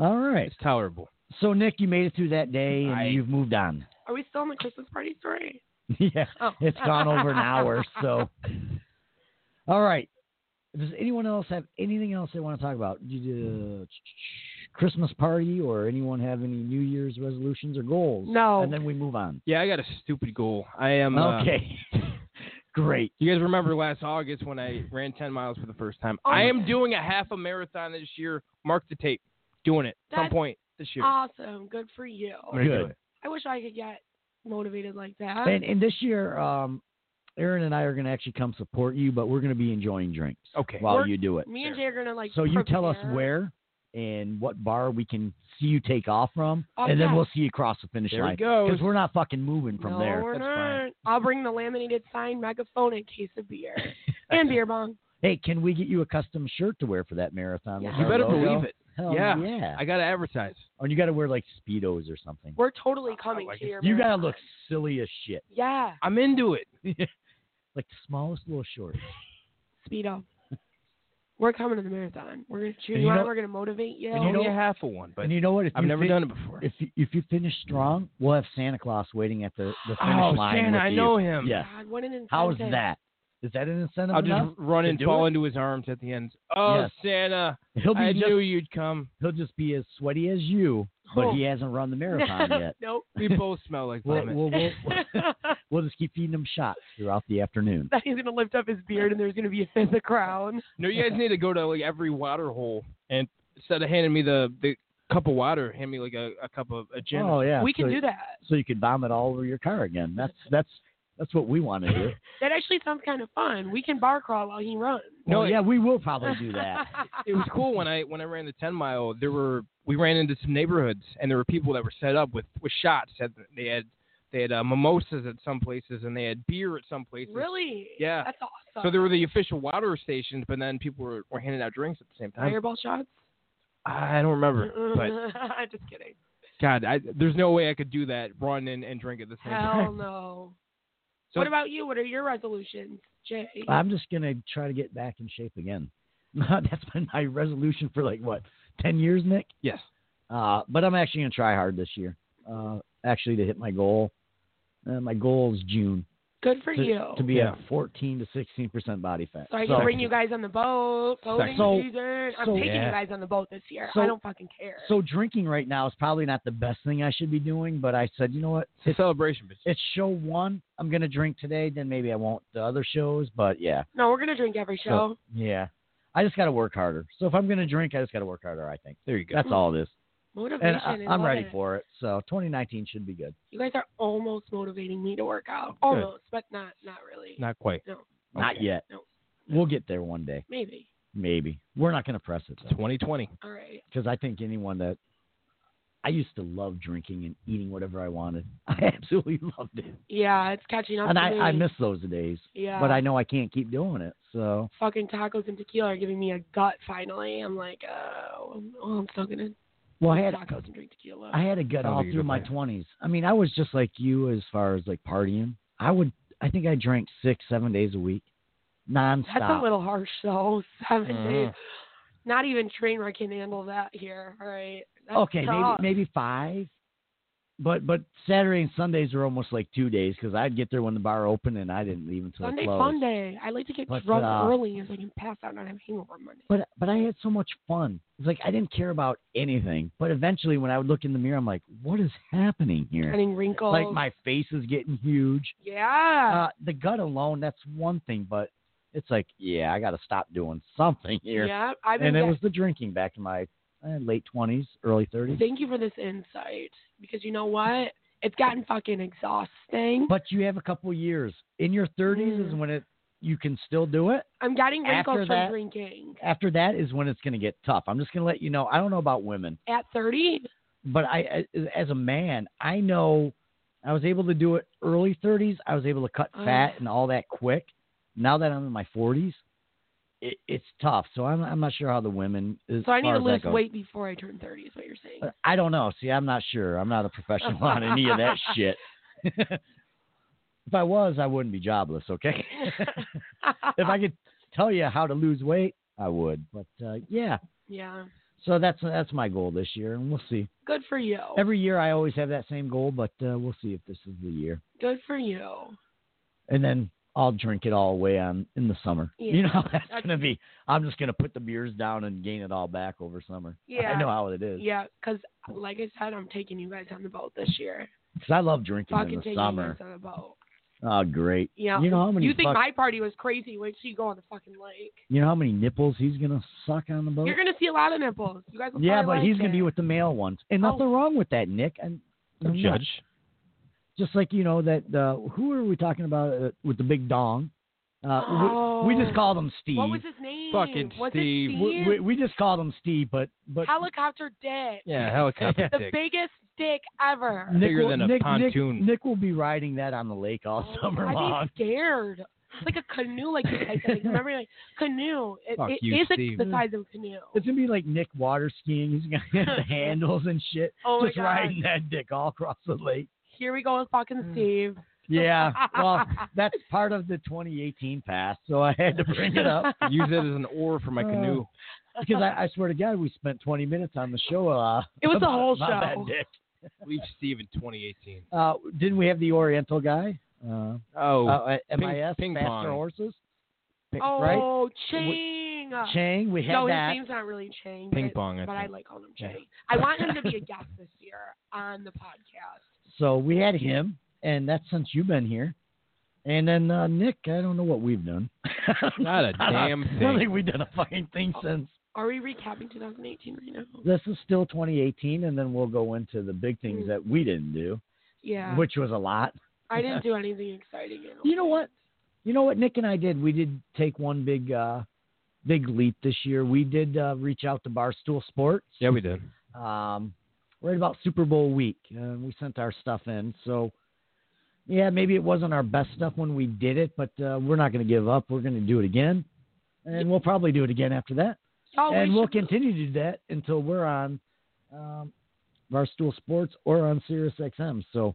All right. it's tolerable. So Nick, you made it through that day and I- you've moved on. Are we still on the Christmas party story? yeah. Oh. It's gone over an hour, so all right. Does anyone else have anything else they want to talk about? Did you, uh, Christmas party or anyone have any New Year's resolutions or goals? No. And then we move on. Yeah, I got a stupid goal. I am uh, Okay. Great. You guys remember last August when I ran 10 miles for the first time? I am doing a half a marathon this year. Mark the tape. Doing it at some That's point this year. Awesome. Good for you. I'm gonna do Good. it. I wish I could get motivated like that. And, and this year, um, Aaron and I are going to actually come support you, but we're going to be enjoying drinks Okay. while We're- you do it. Me and Jay are gonna like. So you tell us prepare. where and what bar we can see you take off from, Oh, and then yeah. we'll see you across the finish There line. it goes. Because we're not fucking moving from no, there. We're That's not. fine. I'll bring the laminated sign megaphone and case of beer and beer bong. Hey, can we get you a custom shirt to wear for that marathon? with Yeah. You our better logo? believe it. Hell Yeah. yeah. I got to advertise. Or you got to wear like speedos or something. We're totally coming like to it. your. You got to marathon. look silly as shit, Yeah, I'm into it. like the smallest little shorts. speedo. We're coming to the marathon. We're gonna cheer And you you on. know- We're gonna motivate you. Oh, and you know- Only a half of one, but and you know what? If I've you never fin- done it before. If you, if you finish strong, we'll have Santa Claus waiting at the, the finish oh, line. Santa, with I you. know him. Yeah. God, what an How's incentive. that? Is that an incentive I'll just enough? run to and do fall it? into his arms at the end. Oh, Yes. Santa, He'll be I just knew you'd come. he'll just be as sweaty as you, but Oh. he hasn't run the marathon yet. nope. We both smell like We'll, vomit. we'll, we'll, we'll just keep feeding him shots throughout the afternoon. That he's gonna lift up his beard and there's gonna be a fifth of crown. No, you guys need to go to like every water hole and instead of handing me the, the cup of water, hand me like a, a cup of a gin. Oh yeah, we can so, do that. So you could vomit all over your car again. That's that's that's what we want to do. That actually sounds kind of fun. We can bar crawl while he runs. No, Well, it- yeah, we will probably do that. it was cool when I when I ran the ten mile. There were we ran into some neighborhoods and there were people that were set up with with shots. Had they had they had uh, mimosas at some places and they had beer at some places. Really? Yeah. That's awesome. So there were the official water stations, but then people were, were handing out drinks at the same time. fireball shots. I don't remember, but just kidding. God, I, there's no way I could do that. Run and, and drink at the same Hell time. no. So- what about you? What are your resolutions, Jay? I'm just gonna try to get back in shape again. that's been my resolution for like what ten years, Nick. Yes. Uh, but I'm actually going to try hard this year. Uh, actually, to hit my goal. Uh, my goal is June, Good for to, you. to be Yeah. at 14 to 16 percent body fat. So I can bring you guys on the boat. Boating So- season. I'm so- taking Yeah. you guys on the boat this year. So- I don't fucking care. So drinking right now is probably not the best thing I should be doing, but I said, you know what? It's a celebration. Bitch. It's show one. I'm gonna drink today. Then maybe I won't the other shows, but yeah. No, we're gonna drink every So, show. yeah. I just gotta work harder. So if I'm gonna drink, I just gotta work harder. I think. There you go. That's all it is. Motivation. And I I, I'm love ready it. for it. So 2019 should be good. You guys are almost motivating me to work out. Almost, but not not really. Not quite. No, Not yet. No. We'll get there one day. maybe. Maybe. We're not going to press it. 2020. All right. Because I think anyone that. I used to love drinking and eating whatever I wanted. I absolutely loved it. Yeah, it's catching up. And to I, me. I miss those days. Yeah. But I know I can't keep doing it. So. fucking tacos and tequila are giving me a gut. Finally, I'm like, oh, well, I'm still gonna Well, I had. tacos and drink tequila. I had to get Sounds all like a through good my twenties. I mean, I was just like you as far as like partying. I would, I think I drank six, seven days a week, nonstop. That's a little harsh, though. 7 Mhm. days. Not even Trainwreck can handle that here. All right. That's okay, maybe tough. maybe five. But but Saturday and Sundays are almost like two days because I'd get there when the bar opened and I didn't leave until Sunday it closed. fun day. I like to get But, drunk uh, early so I can pass out and not have a hangover Monday. But but I had so much fun. It's like I didn't care about anything. But eventually, when I would look in the mirror, I'm like, what is happening here? Getting wrinkles. Like my face is getting huge. yeah. Uh, the gut alone, that's one thing, but it's like, yeah, I got to stop doing something here. Yeah, I've been and it get- was the drinking back in my eh, late 20s, early 30s. Thank you for this insight because you know what? It's gotten fucking exhausting. But you have a couple years. In your 30s Mm. is when it you can still do it. I'm getting wrinkles After from that- drinking. After that is when it's going to get tough. I'm just going to let you know. I don't know about women, At 30, but I I- as a man, I know I was able to do it early 30s. I was able to cut Ugh. fat and all that quick. Now that I'm in my 40s, it, it's tough. So I'm I'm not sure how the women as so I need far to as that lose goes. weight before I turn 30. Is what you're saying? Uh, I don't know. See, I'm not sure. I'm not a professional on any of that shit. if I was, I wouldn't be jobless, okay? Uh, if I could tell you how to lose weight, I would. But uh, yeah, Yeah. so that's that's my goal this year, and we'll see. Good for you. Every year, I always have that same goal, but uh, we'll see if this is the year. Good for you. And then I'll drink it all away on in the summer. You Yeah. know how that's gonna be. I'm just gonna put the beers down and gain it all back over summer. Yeah. I know how it is. Yeah, 'cause like I said, I'm taking you guys on the boat this year. 'Cause I love drinking Fucking in the taking you summer. guys on the boat. Oh, great. Yeah. You know how many You think fuck- my party was crazy? Wait till you go on the fucking lake. You know how many nipples he's gonna suck on the boat? You're gonna see a lot of nipples. You guys. Will yeah, probably but like he's gonna it. Oh. be with the male ones, and nothing wrong with that, Nick. And Don't I'm not- judge. Just like you know that uh, who are we talking about uh, with the big dong? Uh, we, we just Oh. called him Steve. What was his name? was It We, Steve? we, we just called him Steve, but but helicopter dick. Yeah, helicopter The dick. biggest dick ever. Nick Bigger will, than a Nick, Nick- pontoon. Nick, will be riding that on the lake all Oh, summer I'd long. be scared. It's like a canoe, like you guys said. Remember, like canoe. It, Fuck it you, is a- Steve. the size of a canoe. It's gonna be like Nick water skiing. He's gonna have the handles and shit, Oh my just God. riding that dick all across the lake. Here we go with Mm. fucking Steve. Yeah, well, that's part of the 2018 pass, so I had to bring it up. Use it as an oar for my Uh, canoe. because I, I swear to God, we spent 20 minutes on the show. Uh, It was a about- whole about that show. dick. Leave Steve in 2018. Uh, didn't we have the Oriental guy? Uh, Oh, uh, at ping- MIS, ping Faster pong. Horses. Ping- right? Oh, Chang. Chang, we had no, that. his name's not really Chang. Ping but, pong, I but I think. like calling him Yeah. Chang. I want him to be a guest this year on the podcast. So we had him, and that's since you've been here. And then uh, Nick, I don't know what we've done. Not a I damn don't thing. think we've done a fucking thing since. Are we recapping 2018 right now? This is still 2018, and then we'll go into the big things that we didn't do, Yeah. which was a lot. I didn't do anything exciting. At all. You know what? You know what Nick and I did? We did take one big uh big leap this year. We did uh, reach out to Barstool Sports. Yeah, we did. Um right about Super Bowl week. Uh, we sent our stuff in. So yeah, maybe it wasn't our best stuff when we did it, but uh, we're not going to give up. We're going to do it again. And we'll probably do it again after that. Y'all, Oh, we and we'll should- continue to do that until we're on um, Barstool Sports or on Sirius XM. So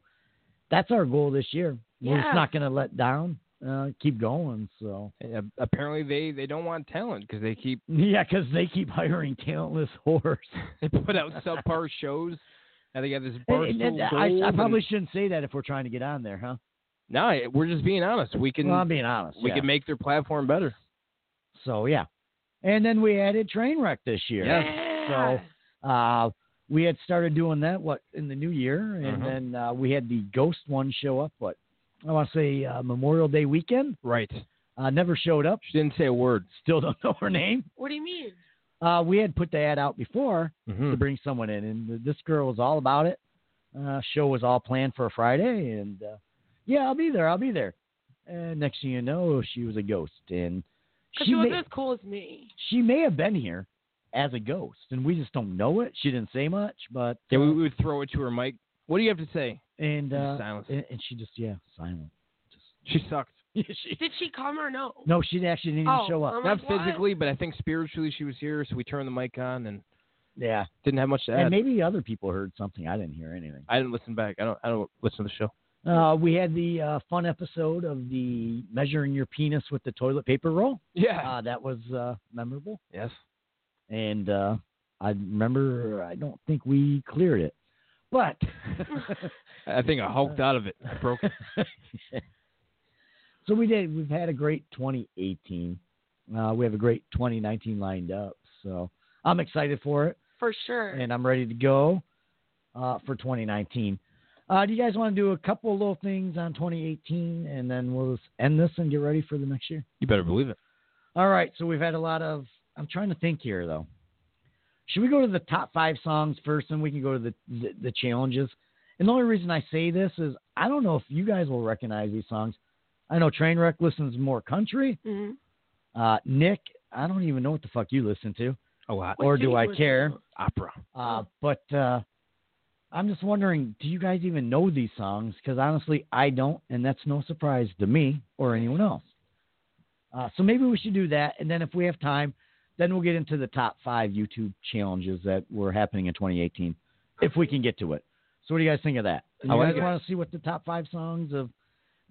that's our goal this year. We're Yeah. just not going to let down. Uh, keep going. So Uh, Apparently, they, they don't want talent because they keep yeah, because they keep hiring talentless whores. they put out subpar shows. Now they got this And- Barstool and- and I, Gold I and- probably shouldn't say that if we're trying to get on there, huh? No, I- we're just being honest. We can. Well, I'm being honest, We yeah. can make their platform better. So yeah, and then we added Trainwreck this year. Yes. So uh, we had started doing that what in the new year, and Mhm. then uh, we had the Ghost one show up. What I want to say uh, Memorial Day weekend. Right. Uh, never showed up. She didn't say a word. Still don't know her name. What do you mean? Uh, we had put the ad out before Mhm. to bring someone in, and th- this girl was all about it. Uh, show was all planned for Friday, and uh, yeah, I'll be there. I'll be there. And next thing you know, she was a ghost, and Because she she, wasn't may- as cool as me. she may have been here as a ghost, and we just don't know it. She didn't say much, but uh, Yeah, we, we would throw it to her, Mike. What do you have to say? and uh, silence. And, and she just yeah, silent. She sucked. Did she come or no? no, she actually didn't even Oh, show up. I'm Not like, what? physically, but I think spiritually she was here, so we turned the mic on and Yeah, didn't have much to and add. maybe other people heard something. I didn't hear anything. I didn't listen back. I don't. I don't listen to the show. Uh, we had the uh, fun episode of the measuring your penis with the toilet paper roll. Yeah. Uh, that was uh, memorable, yes. and uh, I remember. I don't think we cleared it, but I think I hulked out of it. I broke it. So we did. We've had a great 2018. Uh, we have a great 2019 lined up. So I'm excited for it, For sure. and I'm ready to go uh, for 2019. Uh, do you guys want to do a couple little things on 2018, and then we'll just end this and get ready for the next year? You better believe it. All right. So we've had a lot of. I'm trying to think here though. Should we go to the top five songs first, and we can go to the the, the challenges? And the only reason I say this is I don't know if you guys will recognize these songs. I know Trainwreck listens more country. Mm-hmm. Uh, Nick, I don't even know what the fuck you listen to, A lot. or do I care? Oh, Opera. Uh, Hmm. but uh, I'm just wondering, do you guys even know these songs? Because honestly, I don't, and that's no surprise to me or anyone else. Uh, so maybe we should do that, and then if we have time, then we'll get into the top five YouTube challenges that were happening in 2018, if we can get to it. So what do you guys think of that? And I you like guys it. want to see what the top five songs of?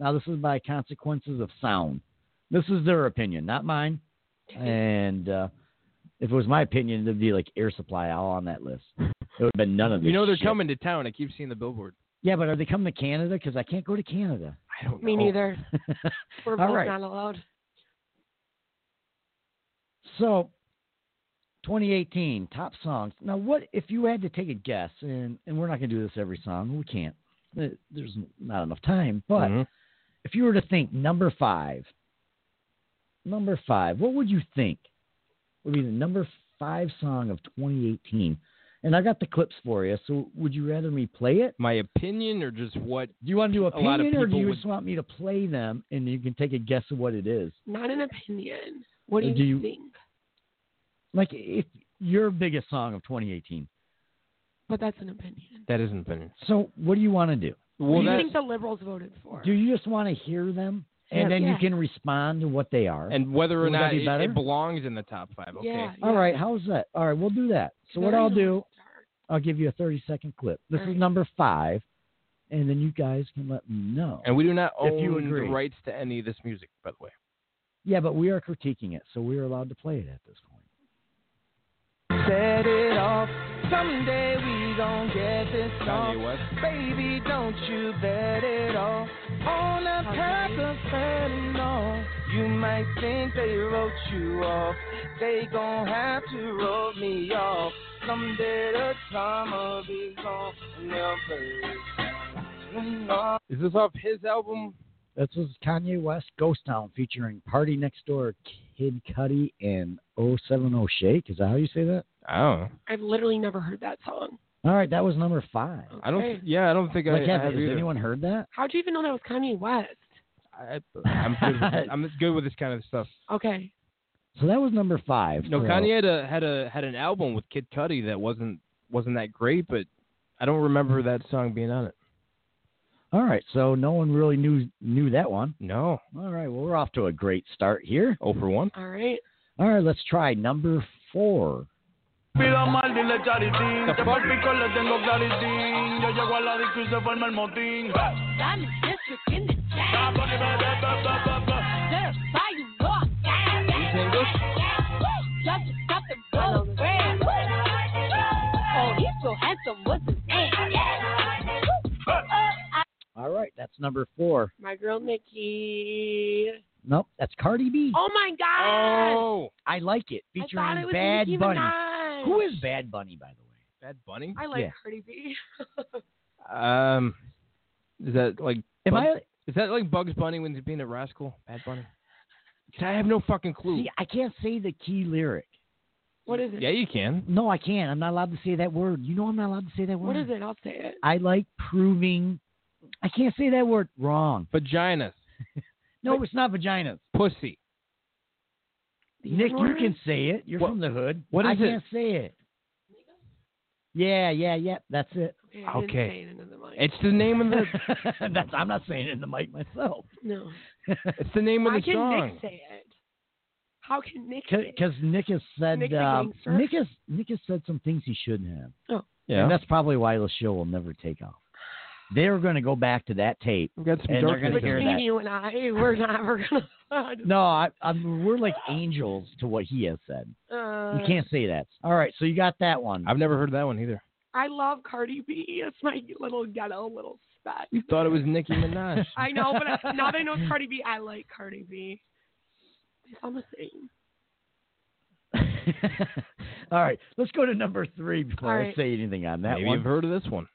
Now this is by Consequences of Sound. This is their opinion, not mine. And uh, if it was my opinion, it'd be like Air Supply all on that list. It would have been none of this. You know they're shit. coming to town. I keep seeing the billboard. Yeah, but are they coming to Canada? Because I can't go to Canada. I don't know. Me neither. We're both oh. all right. not allowed. So, 2018 top songs. Now, what if you had to take a guess? And and we're not going to do this every song. We can't. Uh, There's not enough time. But Mhm. if you were to think number five, number five, what would you think would be the number five song of 2018? And I got the clips for you. So would you rather me play it? My opinion or just what? Do you want to do A lot of opinion, or do people you would- just want me to play them and you can take a guess of what it is? Not an opinion. What do Uh, you, do you- think? Like if your biggest song of 2018. But that's an opinion. That is an opinion. So what do you want to do? What Well, do you that think the liberals voted for? Do you just want to hear them and Yeah. then Yeah. you can respond to what they are? and whether or Would that not be it, better? it belongs in the top five. Okay. Yeah, All yeah. right, how's that? All right, we'll do that. So what Very I'll do, nice start. I'll give you a 30 second clip. This All is right. number five, and then you guys can let me know. And we do not If own you agree. the rights to any of this music, by the way. yeah, but we are critiquing it, so we are allowed to play it at this point. Set it off. Someday we gon' get this Kanye song. West. Baby, don't you bet it all on a path of fentanyl. You might think they wrote you off. They gon' have to roll me off. Someday the time will be gone. and they'll play it. Is this off his album? This was Kanye West Ghost Town featuring Party Next Door, Kid Cudi, and 070 Shake. Is that how you say that? I don't. Know. I've literally never heard that song. All right, that was number five. I don't. Okay. Yeah, I don't think Like, I, have, I have has either. anyone heard that? How'd you even know that was Kanye West? I, I'm good. With, I'm good with this kind of stuff. Okay. So that was number five. No, for- Kanye had a, had a had an album with Kid Cudi that wasn't wasn't that great, but I don't remember that song being on it. All right, so no one really knew knew that one. No, All right, well we're off to a great start here. oh for one. All right. All right, let's try number four. Pida mal, dile The charitín. Que fuck? por pico le tengo claritín. Yo llego a la disco y se forma el motín. All right, that's That's number four. My girl Nikki. Nope, that's Cardi B. Oh my God! I like it. I Oh, Featuring thought it was Bad Nicki Bunny. Minaj. Who is Bad Bunny, by the way? Bad Bunny? I like Yeah. Cardi B. Um, is that like? Am Bugs- I- Is that like Bugs Bunny when he's being a rascal? Bad Bunny. 'Cause I have no fucking clue. See, I can't say the key lyric. what is it? yeah, you can. No, I can't. I'm not allowed to say that word. You know I'm not allowed to say that word. What is it? I'll say it. I like proving. I can't say that word wrong. Vaginas, No, it's not vaginas. pussy. Nick, you N-word? can say it. You're What- from the hood. what is I it? can't say it. Yeah, yeah, yeah. That's it. Okay. I didn't Okay. say it into the mic. It's the name of the. that's I'm not saying it in the mic myself. no. It's the name of How the can song. Nick say it? How can Nick? say it? Because Nick has said Nick's a um, gangster. Nick has Nick has said some things he shouldn't have. yeah, And that's probably why the show will never take off. They're going to go back to that tape. I've got some and they're dark. gonna in hear there. Between that. you and I, we're not. We're gonna. No, I, I we're like angels to what he has said. Uh, You can't say that. All right, so you got that one. I've never heard that one either. I love Cardi B. It's my little ghetto little spec. You thought it was Nicki Minaj. I know, but I, now that I know it's Cardi B, I like Cardi B. It's all the same. All right, let's go to number three before All I right. say anything on that Maybe one. you've heard of this one.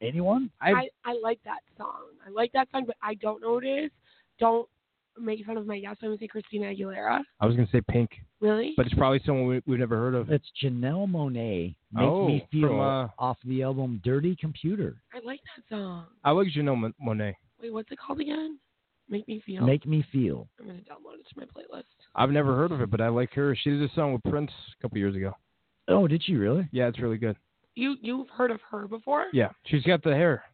Anyone? I, I like that song. I like that song, but I don't know what it is. Don't make fun of my guess. I'm going to say Christina Aguilera. I was gonna say Pink, Really? but it's probably someone we, we've never heard of. It's Janelle Monet. Make Oh, me feel from, uh, off the album Dirty Computer. I like that song. I like Janelle Mon- Monet. Wait, what's it called again? Make Me Feel. Make me feel. I'm going to download it to my playlist. I've never heard of it, but I like her. She did a song with Prince a couple years ago. Oh, did she really? Yeah, it's really good. You, you've heard of her before? Yeah, she's got the hair,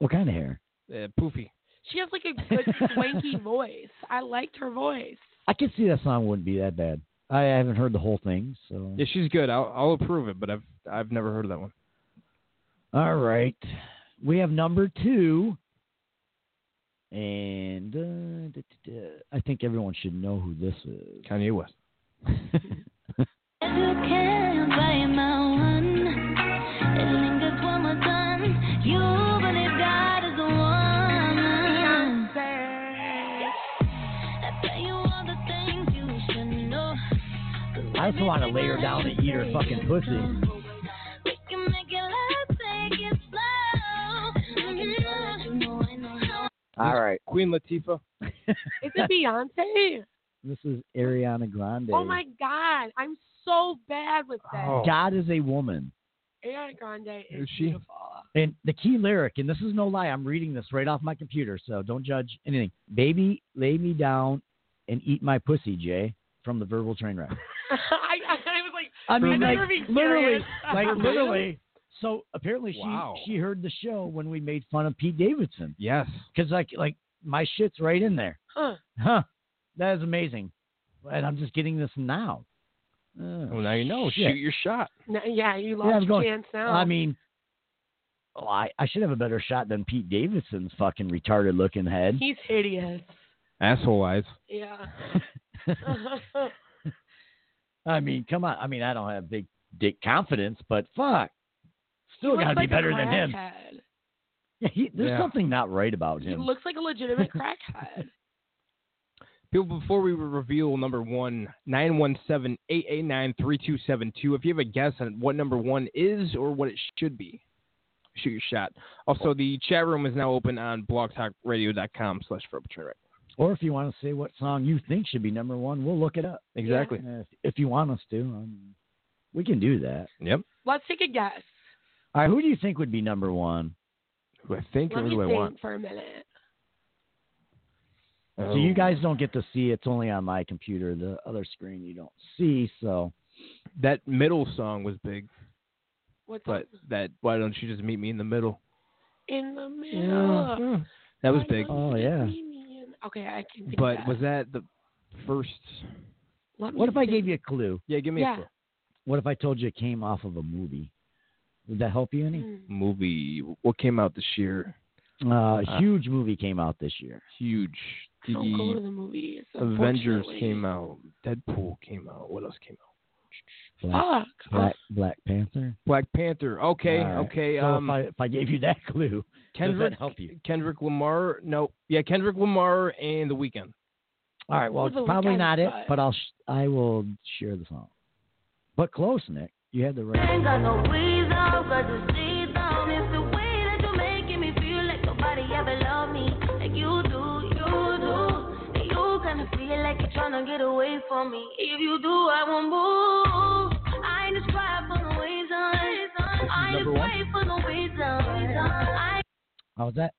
What kind of hair? uh, poofy. She has like a good swanky voice. I liked her voice. I could see that song wouldn't be that bad. I haven't heard the whole thing, so. Yeah, she's good. I'll, I'll approve it, but I've I've never heard of that one. All right. We have number two. And uh, da, da, da. I think everyone should know who this is. Kanye West. I just want to lay her down and eat her fucking pussy. Mm-hmm. All right. Queen Latifah. Is it Beyonce? This is Ariana Grande. Oh my God. I'm so bad with that. Oh. God is a woman. Ariana Grande is, Is she? beautiful. And the key lyric, and this is no lie, I'm reading this right off my computer, so don't judge anything. Baby, lay me down and eat my pussy, Jay, from the verbal train wreck. I, I was like, I mean, like, I thought you were being literally, serious. like, literally. So apparently, she Wow. she heard the show when we made fun of Pete Davidson, Yes. because like like my shit's right in there. huh. Huh? That is amazing. And I'm just getting this now. Uh, Well, now you know. Shit. Shoot your shot. No, yeah, you Yeah, lost I'm your going- chance now. I mean, oh, I I should have a better shot than Pete Davidson's fucking retarded looking head. he's hideous. Asshole eyes. Yeah. I mean, come on. I mean, I don't have big dick confidence, but fuck, still He gotta looks like be better a than him. crackhead. Yeah, he, there's Yeah. something not right about He him. looks like a legitimate crackhead. People, before we reveal number one, 917 889 3272, if you have a guess on what number one is or what it should be, shoot your shot. Also, the chat room is now open on blogtalkradio.com slash Verbal Or if you want to say what song you think should be number one, we'll look it up. Exactly. Uh, If, if you want us to, um, we can do that. Yep. Let's take a guess. All right, who do you think would be number one? Who I think Let or me who I think want? Oh. for a minute. So you guys don't get to see; it's only on my computer. The other screen you don't see. So That middle song was big, What's but up? that why don't you just meet me in the middle? in the middle? That was Why big. don't Oh, you yeah. leave me in- Okay, I can think of But that. was that the first? Let me What if I think. gave you a clue? Yeah, give me a Yeah. clue. What if I told you it came off of a movie? Would that help you any? Hmm. Movie. What came out this year? Mm. Uh, a huge movie came out this year. Huge. I don't go to the The movies. Avengers unfortunately. came out. Deadpool came out. What else came out? Black, Fuck. Black, Black Panther. Black Panther. Okay, All right. okay. So um, if, I, if I gave you that clue, does Kendrick that help you? Kendrick Lamar. No, yeah, Kendrick Lamar and The Weeknd. All right. Well, Well, it's the probably weekend, not it, but- but I'll sh- I will share the song. But close, Nick. You had the right. Tryna get away from me. If you do, I won't move. I ain't described for no reason. I ain't number one? afraid for no reason. I How was that?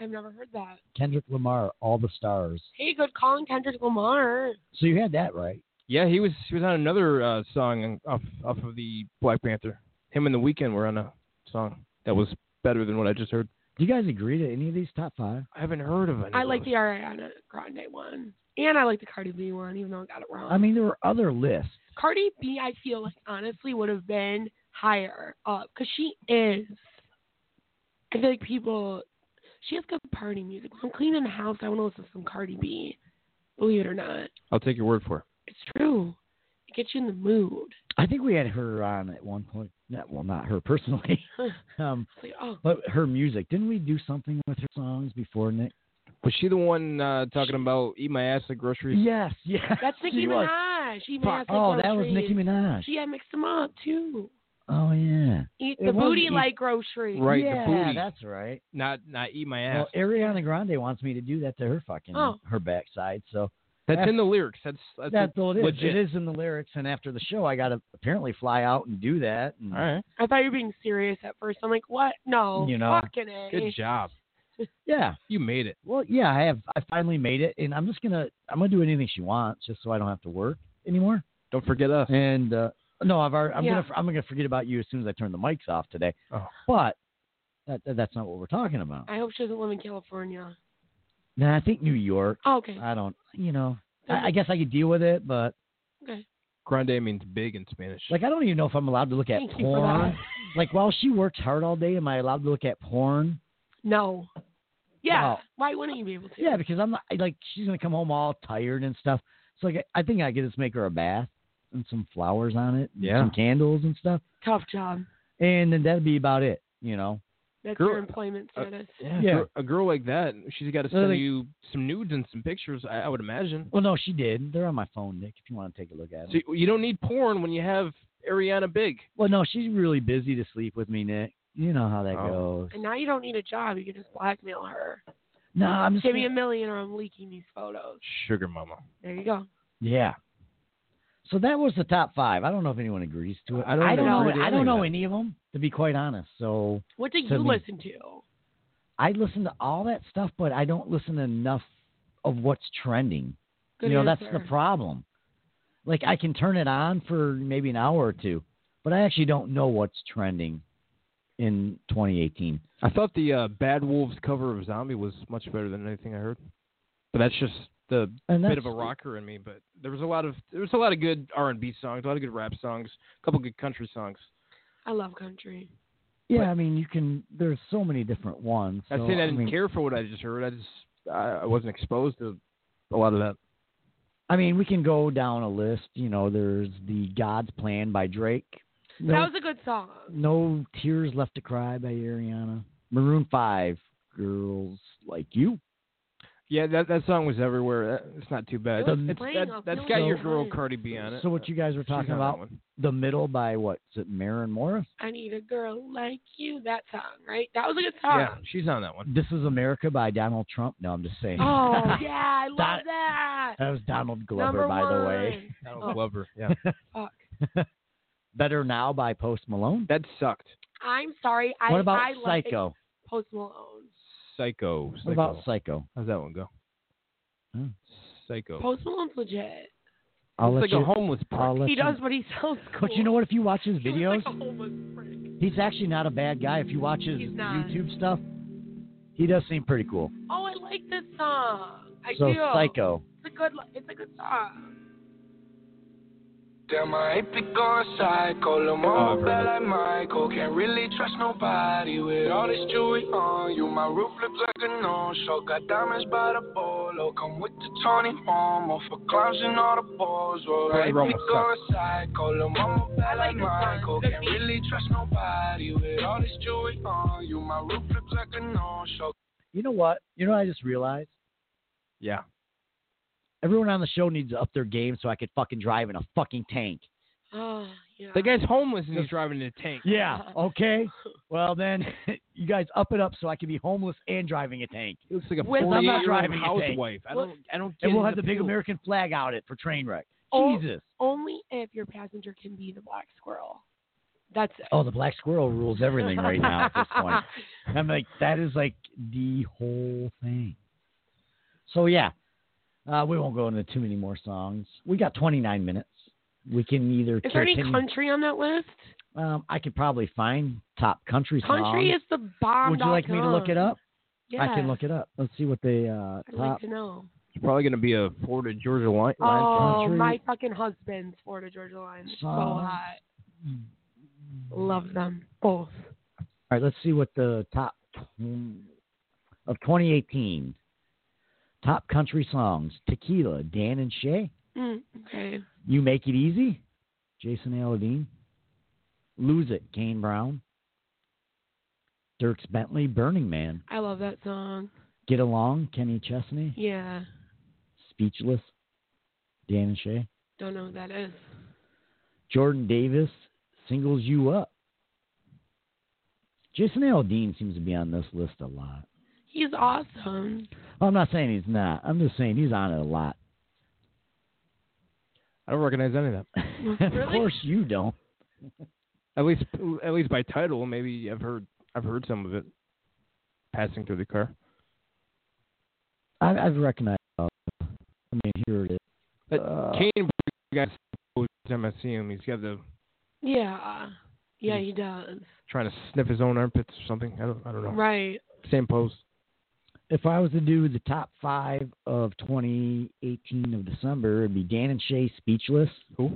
I've never heard that. Kendrick Lamar, All the Stars. Hey, good calling, Kendrick Lamar. So you had that right. Yeah, he was he was on another uh, song off off of the Black Panther. Him and The Weeknd were on a song that was better than what I just heard. Do you guys agree to any of these top five? I haven't heard of any. I of like those. the Ariana Grande one, and I like the Cardi B one, even though I got it wrong. I mean, there were other lists. Cardi B, I feel like honestly would have been higher up because she is. I feel like people. She has good party music. When I'm cleaning the house, I want to listen to some Cardi B. Believe it or not, I'll take your word for it. it's true. It gets you in the mood. I think we had her on at one point. Not, well, not her personally, um, It's like, oh, but her music. Didn't we do something with her songs before, Nick? Was she the one uh, talking about eat my ass at grocery? Yes, yes. that's Nicki she was. Minaj. She even Fuck. has like Oh, that was groceries. Nicki Minaj. She had mixed them up too. Oh yeah. Eat It the was booty Eat- like groceries. Right, yeah, the booty. that's right. Not not eat my Well, ass. Ariana Grande wants me to do that to her fucking Oh. her backside. So that's in the lyrics. That's that's, that's all it is. legit. It is in the lyrics, and after the show, I gotta apparently fly out and do that. And All right. I thought you were being serious at first. I'm like, what? No. You know. Fucking A. Good job. yeah, You made it. well, yeah, I have. I finally made it, and I'm just gonna I'm gonna do anything she wants, just so I don't have to work anymore. Don't forget us. And uh, no, I've already, I'm Yeah. gonna I'm gonna forget about you as soon as I turn the mics off today. Oh. But that, that- that's not what we're talking about. I hope she doesn't live in California. Nah, I think New York. Oh, okay. I don't. You know, I, I guess I could deal with it, but Okay. Grande means big in Spanish. like I don't even know if I'm allowed to look at Thank you for porn. that. Like while she works hard all day, am I allowed to look at porn? No. Yeah. Wow. Why wouldn't you be able to? Yeah, because I'm not like she's gonna come home all tired and stuff. So like I think I could just make her a bath and some flowers on it, and Yeah. some candles and stuff, Tough job. and then that'd be about it. You know, That's Girl- your employment uh, status. Yeah, Yeah. A, girl, a girl like that, she's got to Well, send like- you some nudes and some pictures. I, I would imagine. well, no, she did. They're on my phone, Nick. If you want to take a look at them. So you- you don't need porn when you have Ariana Big. well, no, she's really busy to sleep with me, Nick. You know how that Oh. goes. And now you don't need a job. You can just blackmail her. No, I'm just Give me a million or I'm leaking these photos. Sugar mama. There you go. yeah. So that was the top five. I don't know if anyone agrees to it. I don't know. know. Really I don't any of know it. any of them, to be quite honest. So What do To you me. listen to? I listen to all that stuff, but I don't listen to enough of what's trending. Good you know, that's answer. the problem. Like I can turn it on for maybe an hour or two, but I actually don't know what's trending in 2018. I thought the uh, Bad Wolves cover of Zombie was much better than anything I heard. But that's just the And that's bit of a rocker in me. But there was a lot of there was a lot of good R and B songs, a lot of good rap songs, a couple good country songs. I love country. Yeah, I mean, you can. There's so many different ones. That's so, it. I didn't mean, care for what I just heard. I just I, I wasn't exposed to a lot of that. I mean, we can go down a list. You know, there's the God's Plan by Drake. No, That was a good song. no tears left to cry by Ariana. Maroon Five, Girls Like You. Yeah, that that song was everywhere. That, it's not too bad. It was It's- playing that, a has got billion your girl times. Cardi B on it. So what you guys were She's talking on that about? one. The Middle by what? Is it Maren Morris? I need a girl like you. That song, right? That was a good Ah! song. Yeah, she's on that one. This is America by Donald Trump. No, I'm just saying. Oh yeah, I love That- that. that was Donald Glover, Number by one. the way. Donald Oh. Glover. Yeah, Fuck. Better Now by Post Malone. that sucked. I'm sorry. I what about I like Psycho? Post Malone. Psycho. What Psycho. about Hmm. Psycho? How's that one go? Huh? Psycho. Post Malone's legit. I'll it's let like you. a homeless I'll prick. let He you- does, but he sounds cool. uh, But you know what? If you watch his He videos, looks like a homeless prick. he's actually not a bad guy. If you watch his He's not. YouTube stuff, he does seem pretty cool. Oh, I like this song. I so do. Psycho. It's a good. It's a good song. Damn, I hate to go psycho. Lamar bad like Michael. Can't really trust nobody with all this jewelry on you. My roof looks like a no-show. Got diamonds by the bolo. Come with the Tony Romo for clowns and all the balls. Roll. I Tony hate Romo to go psycho. Lamar bad like Michael. Can't really trust nobody with all this jewelry on you. My roof looks like a no-show. You know what? You know what I just realized? Yeah. Everyone on the show needs to up their game so I could fucking drive in a fucking tank. Oh, yeah. The guy's homeless and he's driving in a tank. Yeah. Okay. Well then, you guys up it up so I can be homeless and driving a tank. It looks like a With, I'm not 48-year-old driving a tank. housewife. I don't- I don't And get we'll his have the big appeal. American flag out it for train wreck. O- Jesus. Only if your passenger can be the black squirrel. That's it. Oh, the black squirrel rules everything right now at this point. I'm like, that is like the whole thing. So yeah, uh, we won't go into too many more songs. We got 29 minutes. We can either. Is there any continue- country on that list? Um, I could probably find top country songs. Country is the bomb. Would you like me to look it up? Yeah. I can look it up. Let's see what they uh, I'd like top. to know. It's probably going to be a Florida Georgia line. Oh, my fucking husband's Florida Georgia line. So Songs. hot. Love them both. All right, let's see what the top tw- of 2018 top country songs: Tequila, Dan and Shay. Mm, okay. You Make It Easy, Jason Aldean. Lose It, Kane Brown. Dirks Bentley, Burning Man. I love that song. Get Along, Kenny Chesney. Yeah. Speechless, Dan and Shay. Don't know who that is. Jordan Davis, Singles You Up. Jason Aldean seems to be on this list a lot. He's awesome. Well, I'm not saying he's not. I'm just saying he's on it a lot. I don't recognize any of that. of course you don't. At least, at least by title, maybe I've heard I've heard some of it passing through the car. I, I've recognized. all of them. I mean, here it is. But Uh, Kane guys every time I see him, he's got the Yeah. uh, Yeah, he does. trying to sniff his own armpits or something. I don't I don't know. Right. Same pose. if I was to do the top five of 2018 of December, it'd be Dan and Shay Speechless. Who?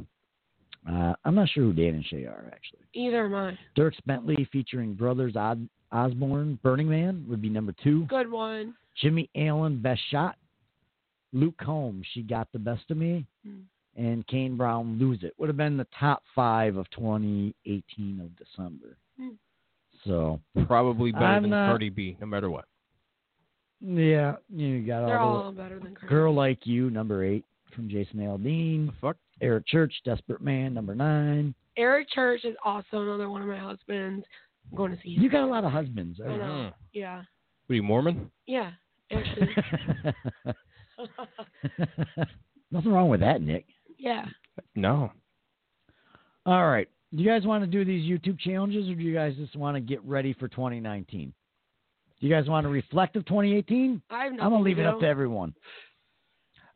Uh, I'm not sure who Dan and Shay are actually. Either am I. Dirks Bentley featuring Brothers Os- Osborne, Burning Man would be number two. Good one. Jimmy Allen, Best Shot. Luke Combs, She Got the Best of Me. Mm. And Kane Brown, Lose It. Would have been the top five of 2018 of December. Mm. So, Probably better I'm than not- Cardi B, no matter what. yeah, you got They're all the- all better than Cardi. Girl Like You, number eight, from Jason Aldean. Fuck. Eric Church, Desperate Man, number nine. Eric Church is also another one of my husbands. I'm going to see him. You got a lot of Mm-hmm. husbands. I know. Mhm. Yeah. What are you Mormon? Yeah. Actually. Nothing wrong with that, Nick. yeah. No. All right. Do you guys want to do these YouTube challenges or do you guys just want to get ready for 2019? Do you guys want to reflect of 2018? I have I'm nothing gonna to leave it up do. to everyone.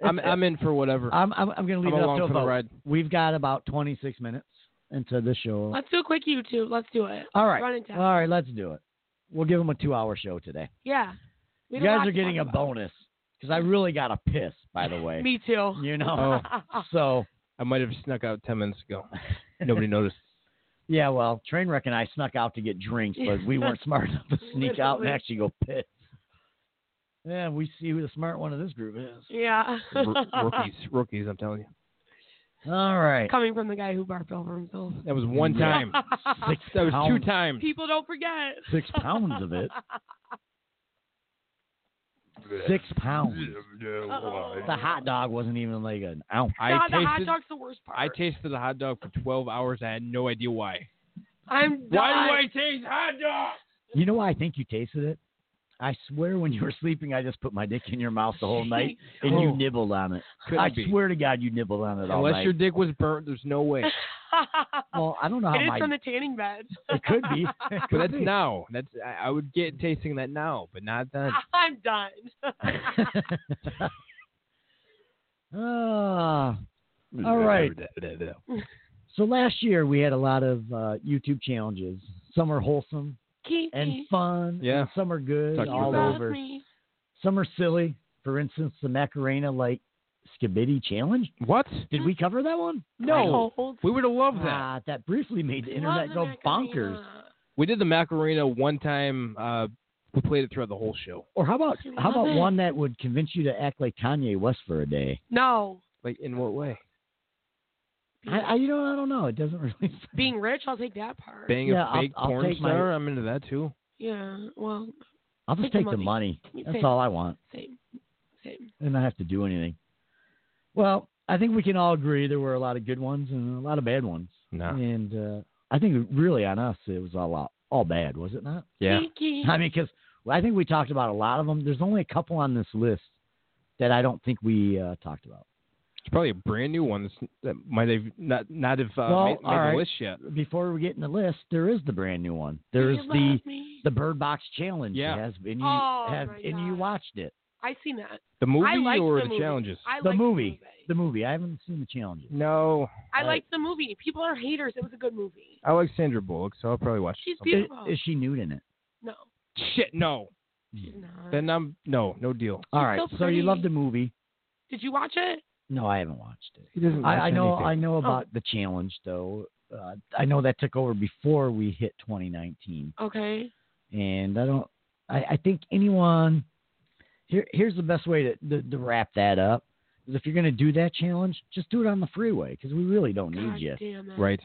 I'm I'm in for whatever. I'm I'm, I'm gonna leave I'm it up along to a for the vote. ride. We've got about 26 minutes into the show. Let's do a quick YouTube. Let's do it. All right. Run it down. All right, let's do it. We'll give them a two-hour show today. yeah. We You have guys lot are to getting a talk about. bonus because I really got a piss, by the way. Me too. You know. Oh. So I might have snuck out ten minutes ago. Nobody noticed. yeah, well, Trainwreck and I snuck out to get drinks, but we weren't smart enough to sneak out and Literally. actually go piss. Yeah, we see who the smart one of this group is. Yeah. R- rookies, rookies. I'm telling you. All right. Coming from the guy who barfed over himself. That was one time. Six That was two pounds- times. People don't forget. Six pounds of it. Six pounds. The hot dog wasn't even like an ounce. I God, the hot tasted. dog's the worst part. I tasted the hot dog for 12 hours. I had no idea why. I'm done. Why do I taste hot dog? You know why I think you tasted it? I swear when you were sleeping, I just put my dick in your mouth the whole night and Oh. you nibbled on it. Couldn't I be. swear to God, you nibbled on it all Unless night. your dick was burnt, there's no way. Well, I don't know how It is oh my from the tanning bed. It could be. But that's now. That's I, I would get tasting that now, but not then. I'm done. Ah. all right. So last year we had a lot of uh, YouTube challenges. Some are wholesome Keep and me. fun. Yeah. and some are good Talk all about Love over. me. Some are silly. For instance, the Macarena like Skibidi Challenge? What? Did Mm-hmm. we cover that one? No. We would have loved that. Ah, that briefly made the internet go bonkers. We did the Macarena one time. Uh, we played it throughout the whole show. Or how about Fucking how love about it. one that would convince you to act like Kanye West for a day? No. Like in what way? I, I you know I don't know. It doesn't really. Being rich, I'll take that part. Being Yeah, a I'll- fake I'll porn take my- star? I'm into that too. Yeah. Well, I'll just Take take, the the money. You That's take- all I want, same. Same. and not have to do anything. Well, I think we can all agree there were a lot of good ones and a lot of bad ones. No. And uh, I think really on us it was all out, all bad, was it not? Yeah. I mean, because I think we talked about a lot of them. There's only a couple on this list that I don't think we uh, talked about. It's probably a brand new one that's, that might have not not have uh, well, made, made all right. the list yet. Before we get in the list, there is the brand new one. There's You the love me. the Bird Box Challenge. Yeah. Has and you Oh, have my and you God. watched it. I seen that. The movie I liked or the movie. challenges? I the liked movie. The movie. I haven't seen the challenges. No. I liked the movie. People are haters. It was a good movie. I like Sandra Bullock, so I'll probably watch. She's something. Is, beautiful. is she nude in it? no. Shit, no. She's not. Then I'm no, no deal. All right. so so you love pretty. the movie. Did you watch it? No, I haven't watched it. He doesn't. I, I watch know anything. I Oh. know about the challenge though. Uh, I know that took over before we hit 2019, Okay. and I don't. I, I think anyone. Here, here's the best way to, to, to wrap that up. Is if you're going to do that challenge, just do it on the freeway because we really don't need God you, damn it. Right.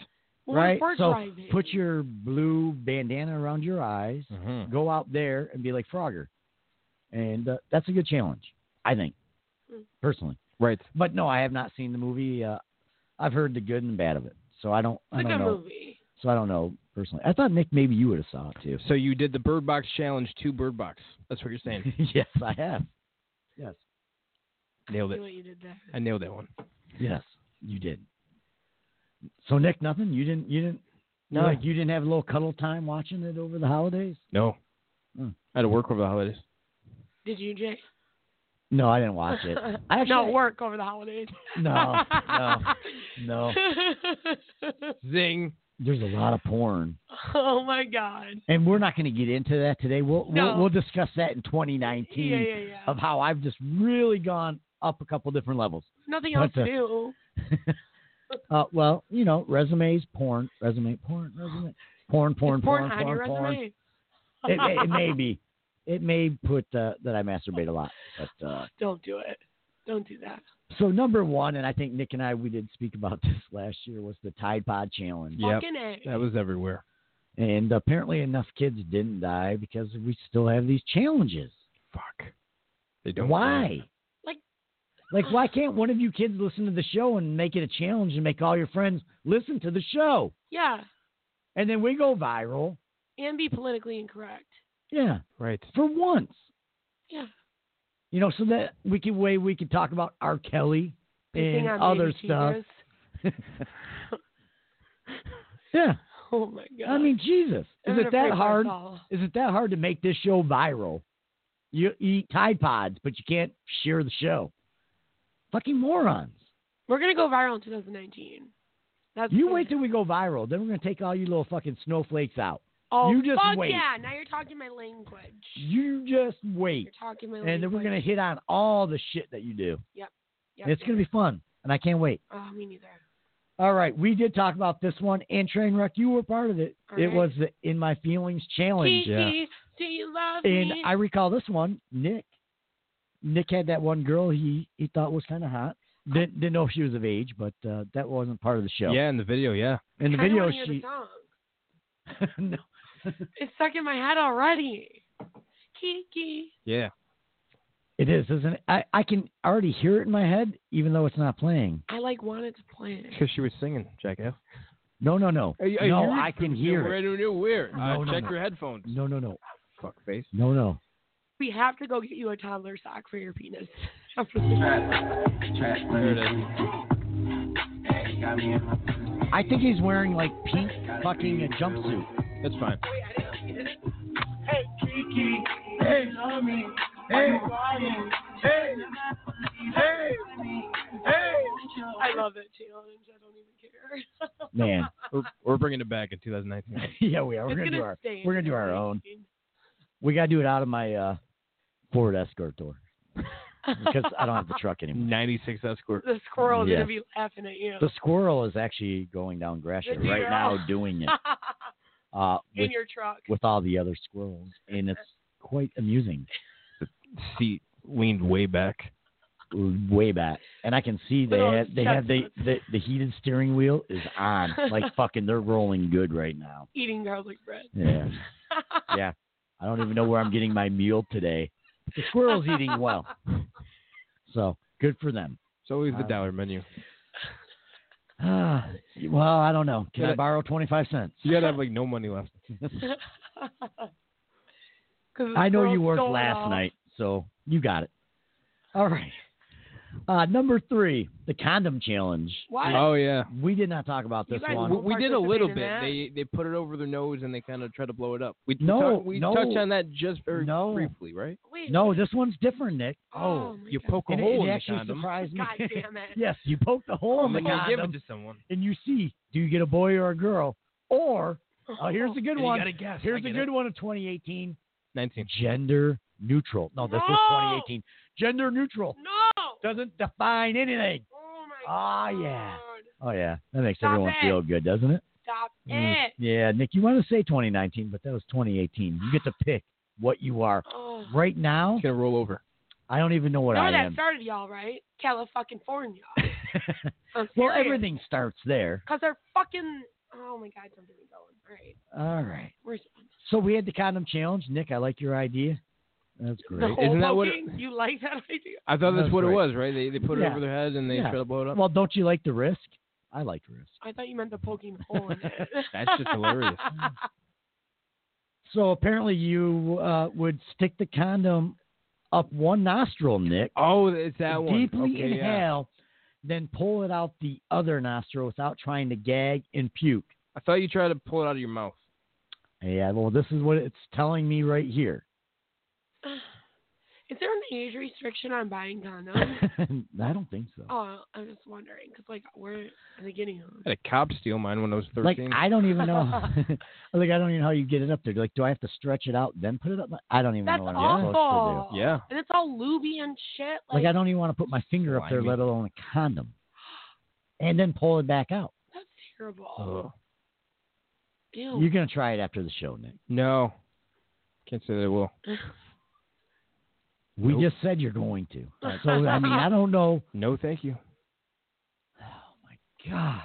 Well, right? We're So driving. put your blue bandana around your eyes, Mhm. go out there and be like Frogger, and uh, that's a good challenge, I think, Mm. personally. Right. But no, I have not seen the movie. Uh, I've heard the good and the bad of it, so I don't. I It's a don't good know. movie. So I don't know personally. I thought Nick maybe you would have saw it too. So you did the Bird Box challenge to Bird Box. That's what you're saying. yes, I have. Yes, Nailed See it. what you did there. I nailed that one. yes, you did. So Nick, nothing. You didn't. You didn't. No. like you didn't have a little cuddle time watching it over the holidays. No. Hmm. I had to work over the holidays. Did you, Jay? No, I didn't watch it. I actually no work over the holidays. No, no, no. Zing. There's a lot of porn, oh my God. and we're not going to get into that today. We'll No. we'll, we'll discuss that in 2019 Yeah, yeah, yeah. of how I've just really gone up a couple different levels. Nothing But, else to uh, do. uh, well, you know, resumes, porn, resume, porn, resume, porn, porn, Is porn porn, on your porn, porn. resume. It, it, it may be. It may put uh, that I masturbate a lot, but uh, Don't do it. Don't do that. so number one, and I think Nick and I we did speak about this last year was the Tide Pod challenge. Yep. Fucking A. That was everywhere. And apparently, enough kids didn't die because we still have these challenges. Fuck. They don't. why? Like- like, why can't one of you kids listen to the show and make it a challenge and make all your friends listen to the show? Yeah. And then we go viral. And be politically incorrect. Yeah, Right. for once. Yeah. You know, so that we could way we could talk about R. Kelly Pissing and on other baby stuff. teethers. yeah, Oh my God. I mean, Jesus, I'm is gonna it pray that for us hard? all. Is it that hard to make this show viral? You eat Tide Pods, but you can't share the show. Fucking morons. We're gonna go viral in 2019. That's You the- wait till we go viral, then we're gonna take all you little fucking snowflakes out. Oh, you just fuck wait. yeah! Now you're talking my language. You just wait. You're talking my language. And then we're gonna hit on all the shit that you do. Yep, it's gonna be fun. And I can't wait. Oh, me neither. All right, we did talk about this one and Trainwreck, you were part of it. All it right. was the In My Feelings Challenge. Kiki, do you love And me? I recall this one, Nick. Nick had that one girl he, he thought was kinda hot. Didn't, didn't know if she was of age, but uh, that wasn't part of the show. Yeah, in the video, yeah. In the Kinda video, wanna hear the she song. no, It's stuck in my head already. Kiki. Yeah. it is, isn't it? I, I can already hear it in my head, even though it's not playing. I like wanted to play it. Because she was singing, Jackass. No, no, no. no, I can hear it. Right where? No, uh, no, check no. your headphones. No, no, no. Fuck face. No, no. We have to go get you a toddler sock for your penis. After this. There it is. I think he's wearing like pink fucking a jumpsuit. That's fine. I love that challenge. I don't even care. Man. We're, we're bringing it back in 2019. yeah, we are. Oh, We're It's gonna, do gonna our stay in we're gonna do our own. 2019. We gotta do it out of my uh Ford Escort door. because I don't have the truck anymore. Ninety-six Escort. The squirrel's Yeah. gonna be laughing at you. The squirrel is actually going down Gratiot The right now squirrel. doing it uh, In with, your truck. with all the other squirrels, and it's quite amusing. Seat leaned way back, way back, and I can see they Little have, they have the, chestnuts. the the heated steering wheel is on, like fucking they're rolling good right now. Eating garlic bread. Yeah, yeah. I don't even know where I'm getting my meal today. But the squirrel's eating well, so good for them. It's always the Uh, dollar menu. Ah, well, I don't know. Can I Gotta- borrow twenty five cents? You gotta have like no money left. 'Cause the I know squirrel you worked stole it last all. night, so you got it. All right. Uh, number three, the condom challenge. What? Oh yeah. We did not talk about this guys one. We, we did a little participate in bit. that. They they put it over their nose and they kind of try to blow it up. We No, talked- we no. touched on that just very No. briefly, right? Wait. No, this one's different, Nick. Oh, my you God. poke a And it- hole it in the actually condom. surprised me. God damn it. yes, you poke the hole in the and you give it condom, to someone. and you see, do you get a boy or a girl? Or, oh, here's a good And one. You gotta guess. I Here's a get good it. one of 2018. 19. Gender neutral. No, this No! was 2018. Gender neutral No. doesn't define anything. Oh my Ah, God. yeah. Oh yeah, that makes Stop everyone it. feel good, doesn't it? Stop Mm. it. Yeah, Nick, you want to say 2019, but that was 2018. You get to pick what you are. Oh. Right now, It's gonna roll over. I don't even know what no, I that am. started y'all right. California. I'm well, serious. everything starts there. Cause they're fucking. Oh my God, don't get me going. All right, All right. where's So we had the condom challenge. Nick, I like your idea. That's the great. hole Isn't that what- poking? You like that idea? I thought that's That's what it right. was, right? They they put it Yeah. over their head and they Yeah. try to blow it up. Well, don't you like the risk? I like risk. I thought you meant the poking hole in it. That's just hilarious. So apparently, you uh, would stick the condom up one nostril, Nick, oh, it's that one. deeply okay, yeah. inhale, then pull it out the other nostril without trying to gag and puke. I thought you tried to pull it out of your mouth. Yeah, well, this is what it's telling me right here. Is there an age restriction on buying condoms? I don't think so. oh, I'm just wondering, cause like, where are they getting them? I had a cop steal mine when I was 13. Like I don't even know. like I don't even know how you get it up there. Like, do I have to stretch it out then put it up? I don't even That's know what I'm supposed awful. to yeah. And it's all lubey and shit. do. Like, I don't even want to put my finger up there, Slimy. let alone a condom, and then pull it back out. That's terrible. Ugh. Ew. You're gonna try it after the show, Nick. No. Can't say that I will. We Nope. just said you're going to. So I mean, I don't know. No, thank you. Oh my god.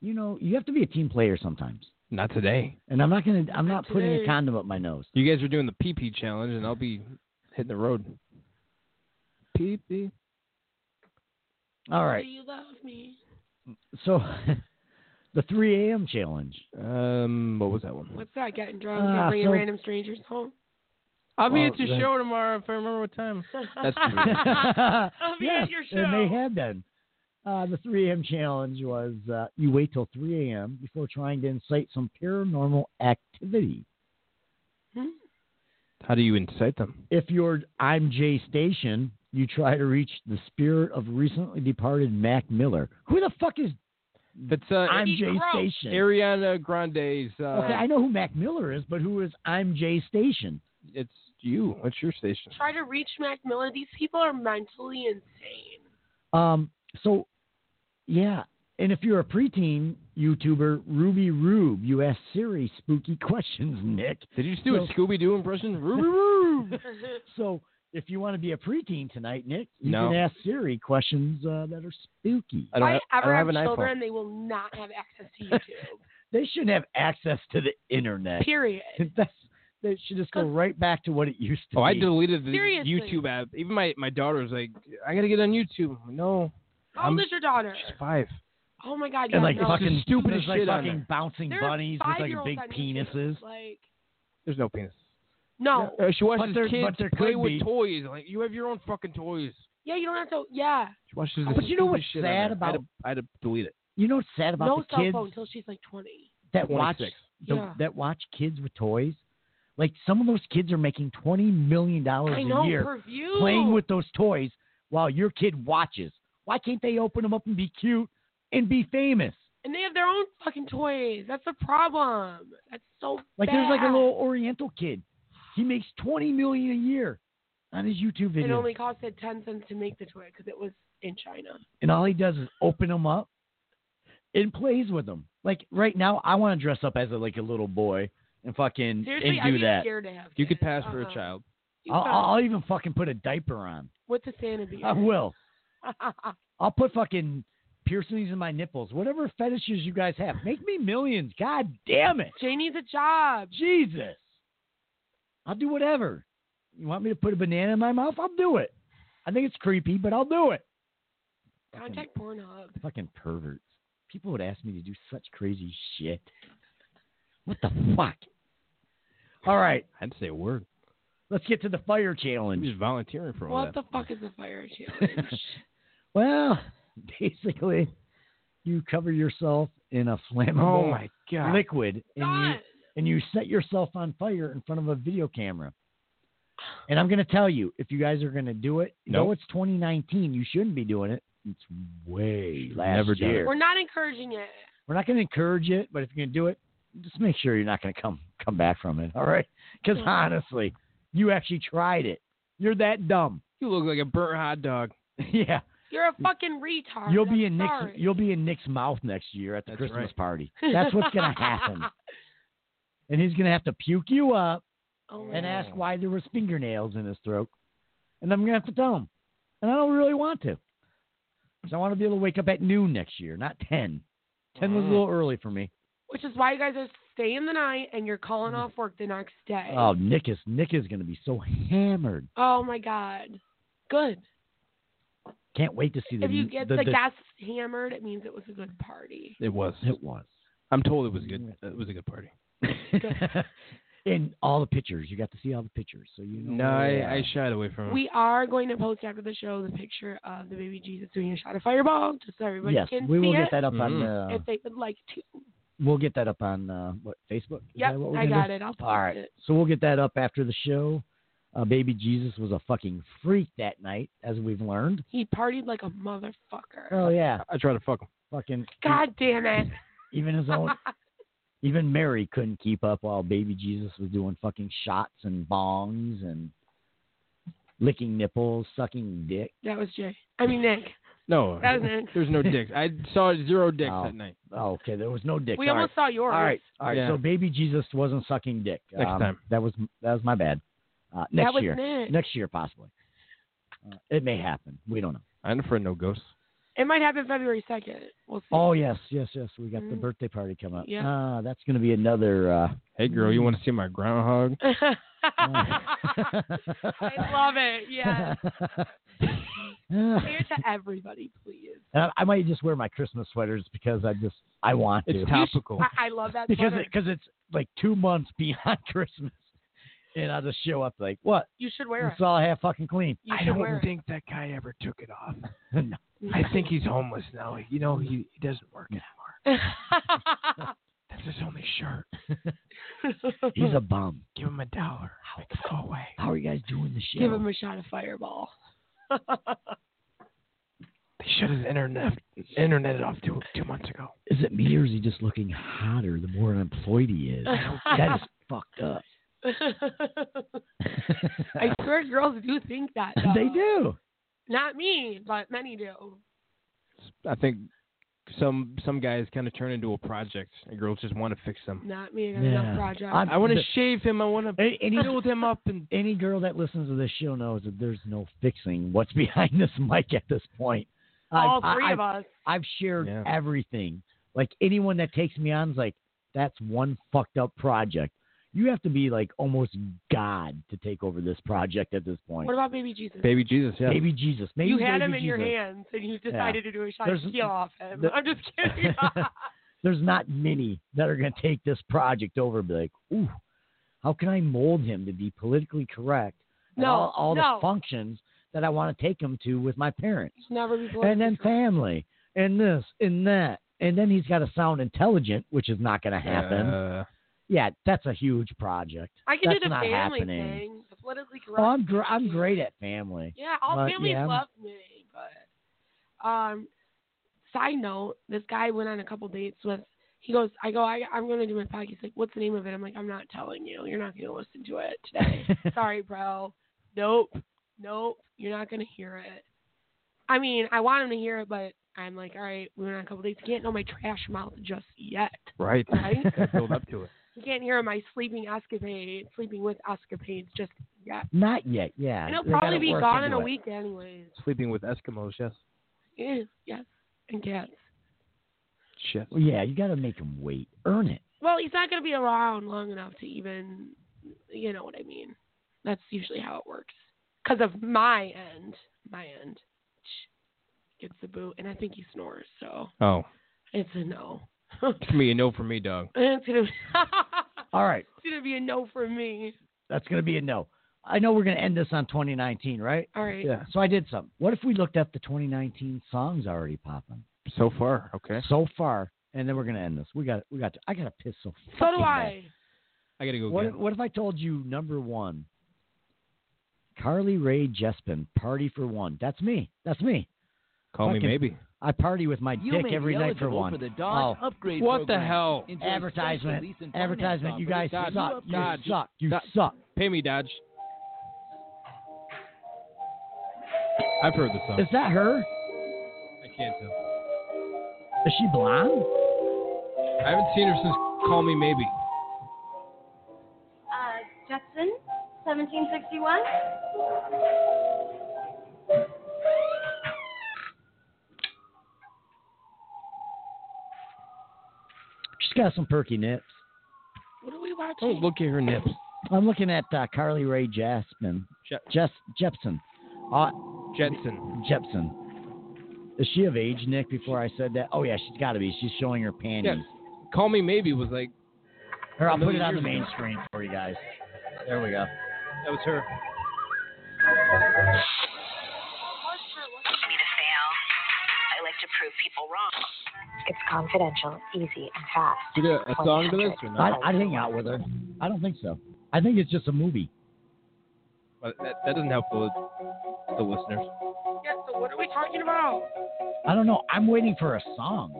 You know, you have to be a team player sometimes. Not today. And I'm not gonna. I'm not putting today. a condom up my nose. You guys are doing the pee pee challenge, and I'll be hitting the road. Pee pee. All Do right. you love me? So, the 3 a.m. challenge. Um, what was that one? What's that? Getting drunk Ah, and bringing so- random strangers home? I'll be Well, at your that- show tomorrow if I remember what time. That's be yes, at your And they show. have been. Uh, the 3 a.m. challenge was uh, you wait till 3 a.m. before trying to incite some paranormal activity. Hmm? How do you incite them? If you're I'm Jay Station, you try to reach the spirit of recently departed Mac Miller. Who the fuck is That's uh, I'm Eddie Jay Gross. Station? Ariana Grande's. Uh, okay, I know who Mac Miller is, but who is I'm Jay Station? It's you. What's your station? Try to reach Mac Miller. These people are mentally insane. Um, so, yeah. And if you're a preteen YouTuber, Ruby Rube, you ask Siri spooky questions, Nick. Did you just do a So- Scooby Doo impression? Roo, roo, roo. So if you want to be a preteen tonight, Nick, you No. can ask Siri questions uh, that are spooky. I If don't, I ha- I ever don't have an have children, iPhone. they will not have access to YouTube. They should have access to the internet. Period. That's, they should just go right back to what it used to Oh, be. I deleted the Seriously. YouTube app. Even my my daughter's like, I gotta get on YouTube. No, How I'm- old is your daughter? she's five. Oh my God. And yeah, like no. It's fucking the stupidest there's, like shit on fucking there. bouncing There are bunnies with like five-year-olds big on YouTube. penises. Like, There's no penis. no. Uh, she watches But there- kids but there play could with be. toys. Like you have your own fucking toys. Yeah, you don't have to. Yeah. She watches this But you know stupid what's sad shit on there. I had about- to- I had to delete it. You know what's sad about no the cell kids phone until she's like 20. that watch 26. the, Yeah. that watch kids with toys? Like some of those kids are making twenty million dollars I a know. Oh, year Per view. playing with those toys while your kid watches. Why can't they open them up and be cute and be famous? And they have their own fucking toys. That's the problem. That's so Like there's like a bad. little Oriental kid. He makes twenty million a year. on his YouTube It video. only costed ten cents to make the toy because it was in China. and all he does is open them up and plays with them. Like right now, I want to dress up as a, like a little boy and fucking and Seriously, do I'd be that. scared to have You could pass for Uh-huh. a child. I'll, could. I'll, I'll even fucking put a diaper on. What's a Santa beard? I will. I'll put fucking piercings in my nipples. Whatever fetishes you guys have, make me millions. God damn it, Jay needs a job. Jesus. I'll do whatever. You want me to put a banana in my mouth? I'll do it. I think it's creepy, but I'll do it. Contact Pornhub. Fucking perverts. People would ask me to do such crazy shit. What the fuck? All right. I'd say a word. Let's get to the fire challenge. Just volunteering for all What that. the fuck is a fire challenge? well, basically, you cover yourself in a flammable Oh my God. liquid and you, Done. and you set yourself on fire in front of a video camera. And I'm going to tell you, if you guys are going to do it, though Nope. it's 2019, you shouldn't be doing it. It's way last Never done it. year. We're not encouraging it. We're not going to encourage it, but if you're going to do it, just make sure you're not going to come come back from it. All right? Because honestly, you actually tried it. You're that dumb. You look like a burnt hot dog. yeah, You're a fucking retard. you'll be I'm in Nick's sorry. you'll be in Nick's mouth next year at the Christmas right. party. That's what's going to happen, and he's going to have to puke you up Oh, and ask why there was fingernails in his throat, and I'm going to have to tell him, and I don't really want to, because I want to be able to wake up at noon next year, not ten. Ten Mm. was a little early for me. Which is why you guys are staying the night and you're calling off work the next day. Oh, Nick is Nick is going to be so hammered. Oh, my god. Good. Can't wait to see the if you get the, the, the- gas hammered, it means it was a good party. It was. It was. I'm told it was good. It was a good party. and all the pictures. You got to see all the pictures, so you know. No, I, I shied away Mm-hmm. from it. We are going to post after the show the picture of the baby Jesus doing a shot of fireball, just so everybody yes, can we see will get it Mm. that up on. Mhm. Uh, if they would like to. we'll get that up on uh, what Facebook. Is Yep, that what we're I gonna got do? it. I'll post all right, it. so we'll get that up after the show. Uh, Baby Jesus was a fucking freak that night, as we've learned. He partied like a motherfucker. Oh yeah, I tried to fuck him. fucking e-, God damn it. even his own. Even Mary couldn't keep up while baby Jesus was doing fucking shots and bongs and licking nipples, sucking dick. That was Jay. I mean Nick. No, That was Nick. there's no dicks. I saw zero dicks Oh. that night. Oh, okay, there was no dick. We All almost saw yours. right. All right, all right. Yeah. So baby Jesus wasn't sucking dick. Next Um, time. That was that was my bad. Uh, next was year, Nick. next year possibly. Uh, it may happen. We don't know. I'm a friend, no ghosts. It might happen February second. We'll see. Oh yes, yes, yes. We got the Mhm. birthday party coming up. Yeah. Ah, that's going to be another. Uh, Hey, girl, you want to see my groundhog? Oh, I love it. Yes. Say and it to everybody, please. I, I might just wear my Christmas sweaters because I just I want to. It's topical. I, I love that because sweater. it, cause it's like two months beyond Christmas, and I'll just show up like, what? you should wear It's it. all half fucking clean. You should wear it. think that guy ever took it off. No. I think he's homeless now. You know, he, he doesn't work anymore. That's his only shirt. He's a bum. Give him a dollar. Make him go away. How are you guys doing the show? Give him a shot of fireball. They shut his internet internet off two two months ago. is it me or is he just looking hotter the more unemployed he is? that is fucked up. I swear girls do think that. they though. do. Not me, but many do. I think some some guys kind of turn into a project, and girls just want to fix them. Not me. I got Yeah. enough projects. I'm- I want to the- shave him. I want to Any, any, build him up and any girl that listens to this show knows that there's no fixing what's behind this mic at this point. All I've- 3 I- of us. I've shared Yeah. everything. Like anyone that takes me on is like, that's one fucked up project. You have to be like almost God to take over this project at this point. What about baby Jesus? baby Jesus. Yeah. Maybe Jesus. Maybe you had baby him in your Jesus. hands and you decided to do a shot There's- and peel off him. the- I'm just kidding. There's not many that are going to take this project over and be like, ooh, how can I mold him to be politically correct? and No, all, all no. the functions that I want to take him to with my parents. Never be and then politically correct. family and this and that and then he's got to sound intelligent which is not going to happen Uh, yeah that's a huge project I can that's do the not family happening thing. The politically correct. oh i'm gr- thing. i'm great at family Yeah, all But, families yeah. love me. But um, side note, this guy went on a couple dates with. He goes, I go, I, I'm gonna do my podcast. He's like, what's the name of it? I'm like, I'm not telling you. You're not gonna listen to it today. Sorry, bro. Nope. nope, you're not gonna hear it. I mean, I want him to hear it, but I'm like, all right, we went on a couple dates. He can't know my trash mouth just yet. Right. Right? Build up to it. He can't hear my sleeping escapade, sleeping with escapades just yet. Not yet, yeah. And he'll They probably gotta be work gone in into a it. week anyways. Sleeping with Eskimos, yes. Yeah, yes, and cats. Shit. Well, yeah, you got to make him wait. Earn it. Well, he's not going to be around long enough to even, you know what I mean. That's usually how it works. Because of my end, my end Shh. gets the boot, and I think he snores, so Oh. it's a no. It's me, a no for me, dog. It's gonna, All right. it's gonna be a no for me. That's going to be a no. I know we're going to end this on 2019, right? All right. Yeah. So I did something. What if we looked up the 2019 songs already popping So far, okay. so far, and then we're going to end this. We got we got to, I got to piss so. So do fucking bad. I. I gotta go. What if, get 'em. what if I told you number one, Carly Ray Jepsen, "Party for One"? That's me. That's me. Call me Fucking- maybe. I party with my dick every night for one. oh, What the hell? advertisement! Advertisement! You guys Dodge, suck. You Dodge, suck. You Dodge. suck. Pay me, Dodge. I've heard the song. Is that her? I can't tell. Is she blonde? I haven't seen her since Call Me Maybe. Uh, Judson, 1761. She's got some perky nips. What are we watching? Oh, look at her nips. I'm looking at uh, Carly Ray Jepsen. Jep- Jess Jepsen. Uh, Jetson. Jepsen. Is she of age, Nick? Before I said that. Oh yeah, she's got to be. She's showing her panties. Yeah. Call Me Maybe was like, Here, I'll A put million it on the years main ago. screen for you guys. There we go. that was her. I like to prove people wrong. It's confidential, easy, and fast. You got a song to this or I'd, not? I'd hang out with her. I don't think so. I think it's just a movie. But that, that doesn't help the, the listeners. Yeah, so what are we talking about? I don't know. I'm waiting for a song,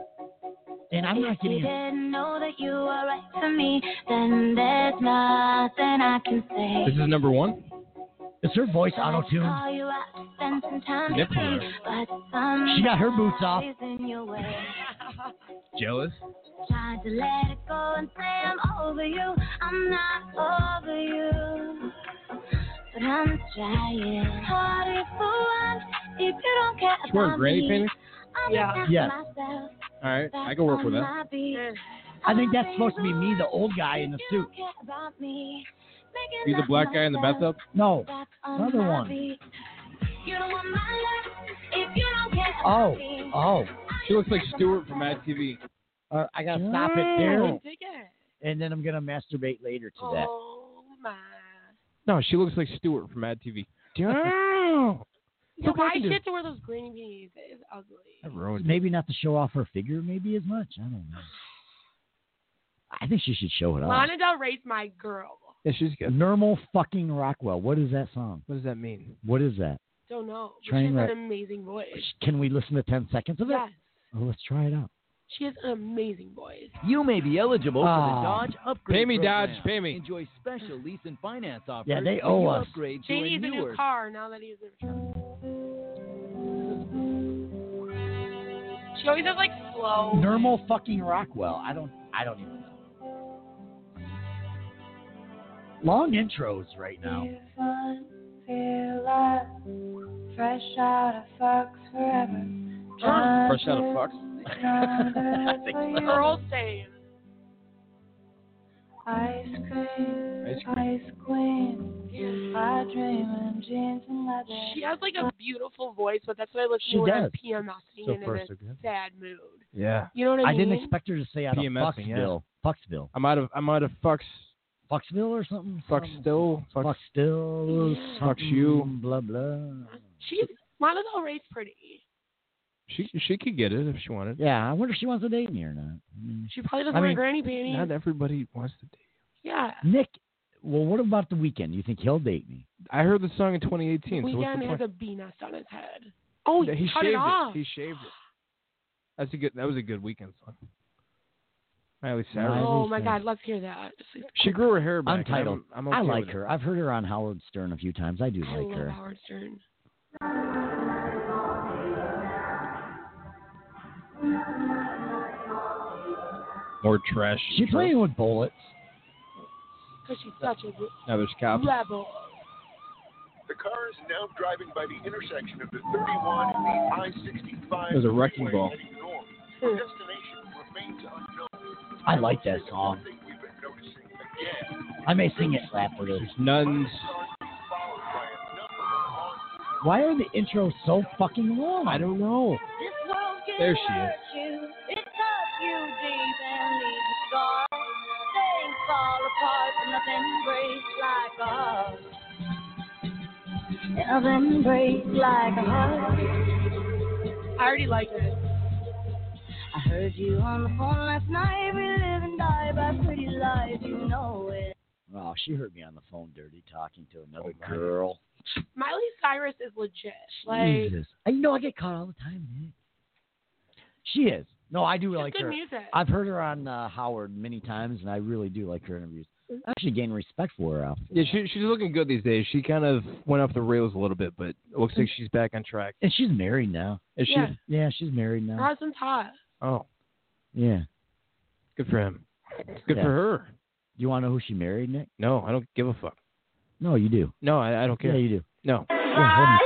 and I'm not You getting. didn't know that you were right for me, then there's nothing I can say. This is number one. Is her voice auto tuned? Call you out to spend some time Nipple with me, but She got her boots off. somebody's In your way. Jealous. Tried to let it go and say I'm over you. I'm not over you, but I'm trying. Party for one. If you don't care She's wearing about granny me, panties. I'll Yeah. be Yes. myself. All right, I can work with that. I think that's supposed to be me, the old guy in the suit. He's the black guy in the bathtub. No, Another one. Oh, Oh, oh. She looks like Stewart from Mad TV. All right, I gotta stop it there, Dig it. and then I'm gonna masturbate later to that. Oh my. No, she looks like Stewart from Mad TV. Damn. No, Look what I why can she do. had to wear those green panties? It's ugly. I ruined it. Maybe not to show off her figure, maybe as much. I don't know. I think she should show it off. Lana Del Rey's my girl. Yeah, she's good. Normal fucking Rockwell. What is that song? What does that mean? What is that? Don't know. but Train she has wreck. an amazing voice. Can we listen to 10 seconds of it? Yes, Oh, let's try it out. she has an amazing voice. You may be eligible Ah. for the Dodge upgrade. Pay me, Dodge, program. pay me. Enjoy special lease and finance offers. Yeah, they when owe you us. Upgrade to She a needs a newer. new car now that he's in a truck. She always has like slow. Normal fucking Rockwell. I don't I don't even know. Long intros right now. Fresh out of Fox forever. Fresh out of Fox. I think so. Girl saying. Ice cream, Ice ice queen, I dream in jeans and leather. She has like a beautiful voice, but that's what I listen She to when I'm does. PMSing So and far, in a so good. sad mood. Yeah. You know what I, I mean? didn't expect her to say out of PMSing, yeah. Foxville. Foxville. I'm out of I'm out of fucks Foxville or something? fuck still fuck, Fox still. Fuck you. something, Blah, blah. She's Lana Del Rey's pretty. she she could get it if she wanted. Yeah, I wonder if she wants to date me or not. I mean, She probably doesn't I wear mean, granny panties. Not everybody wants to date. yeah. Nick, well, what about the weekend? You think he'll date me? I heard the song in 2018. so what's Weekend the has point? a bee nest on his head. Oh, Yeah, he, he cut shaved it off. He shaved it. That's a good. That was a good weekend song. Miley Cyrus. Oh my God, let's hear that. She grew her hair back. Untitled. I'm, I'm okay I like with it. her. I've heard her on Howard Stern a few times. I do I like love her. Howard Stern. More trash. She playing with bullets. Because she's such a re- Now there's cops. rebel. The car is now driving by the intersection of the 31 and the I-65. There's a wrecking freeway ball. heading north. The destination remains unknown. I like that song. I may sing it after this. Nuns. Why are the intros so fucking long? I don't know. There she is. It cuts you deep and leaves a scar. Things fall apart from love embrace like a heart. Love embrace like a heart. I already like it. I heard you on the phone last night. We live and die by pretty lies, you know it. Oh, she heard me on the phone dirty talking to another girl. Miley Cyrus is legit. Like, Jesus. I know I get caught all the time, Nick. She is. No, I do like good her. music. I've heard her on uh, Howard many times, and I really do like her interviews. I actually gain respect for her. After. Yeah, she, she's looking good these days. She kind of went off the rails a little bit, but it looks like she's back on track. And she's married now. Is she? Yeah. Yeah, she's married her now. husband's hot. Oh, Yeah. good for him. Good Yeah. for her. You want to know who she married, Nick? No, I don't give a fuck. No, you do. No, I, I don't care. Yeah, you do. No. Yeah, hold on.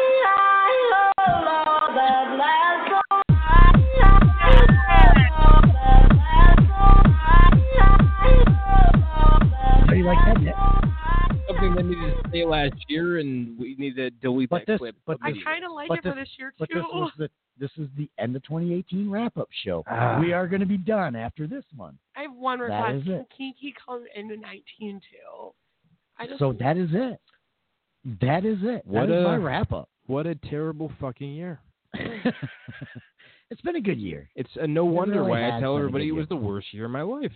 How do you like that, Nick? Something that needed to say last year, and we need to delete But that this- clip. but I this- kind of like but it for this- this year But too. this was the this is the end of 2018 wrap up show. Ah. we are going to be done after this one. I have one That request. is Can it. Kiki come into 19 too? I just So that is it. That is it. What that is a- my wrap up. What a terrible fucking year. it's been a good year. It's uh, no wonder really why I has tell been a everybody good it was the worst year of my life.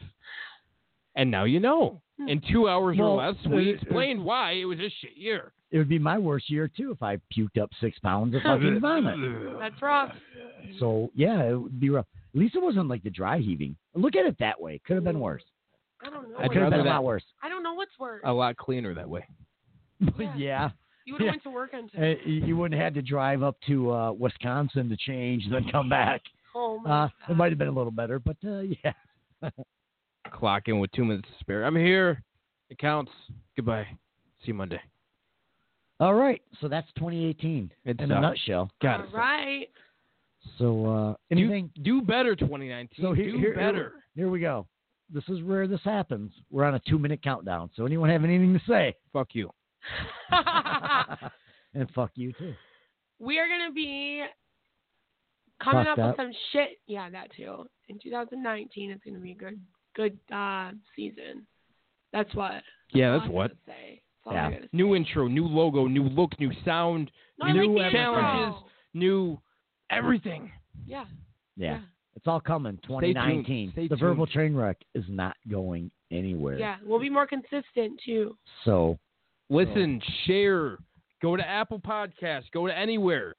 And now you know. Hmm. In two hours Well, or less, we uh, explained why it was a shit year. It would be my worst year too if I puked up six pounds of fucking vomit. that's rough. So yeah, it would be rough. At least it wasn't like the dry heaving. Look at it that way. Could have been worse. I don't know. I'd It could have rather been a that- lot worse. I don't know what's worse. Oh, A lot cleaner that way. yeah. You would have yeah. went to work on Uh, you you wouldn't have had to drive up to uh, Wisconsin to change, and then come back. home. Uh, it might have been a little better, but uh, yeah. Clock in with two minutes to spare. I'm here. It counts. Goodbye. See you Monday. All right, so that's 2018 It in a sucks. nutshell. God, All it sucks. right. So uh, Do- anything? Do, better 2019. so here, do here, better. Here, we go. This is where this happens. We're on a two-minute countdown. So anyone have anything to say? Fuck you. and fuck you too. we are gonna be coming Fucked up, with up. some shit. Yeah, that too. In 2019, it's gonna be a good, good uh, season. That's what. Yeah, all that's I what. gotta say. That's all I Yeah. gotta say. New intro, new logo, new look, new sound, No, I new like the intro. challenges, new everything. Yeah. Yeah. Yeah. It's all coming. tuned. 2019. Stay the verbal tuned. train wreck is not going anywhere. Yeah, we'll be more consistent too. So Listen, Oh. share, go to Apple Podcasts, go to anywhere.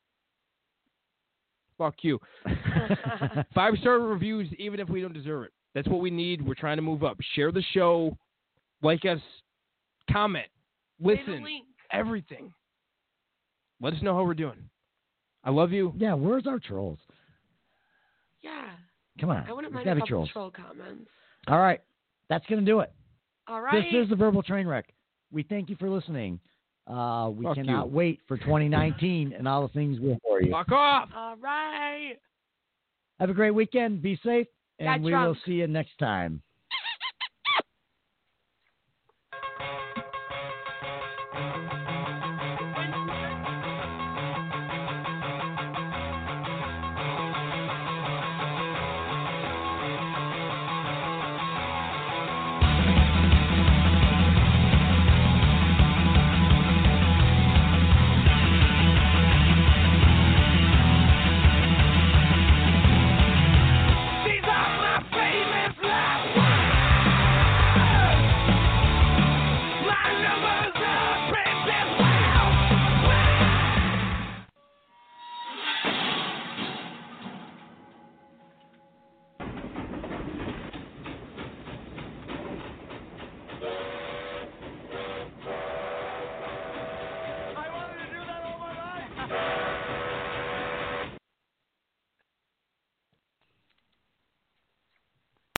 Fuck you. Five star reviews, even if we don't deserve it. That's what we need. We're trying to move up. Share the show, like us, comment, Say the listen, link. everything. Let us know how we're doing. I love you. yeah, where's our trolls? Yeah. Come on. I wouldn't There's mind gotta a be couple trolls. troll comments. All right. That's gonna do it. All right. This is the verbal train wreck. We thank you for listening. Uh, we Fuck cannot you. wait for 2019 and all the things we'll for you. Fuck off. All right. Have a great weekend. Be safe, and Got we will drunk. see you next time.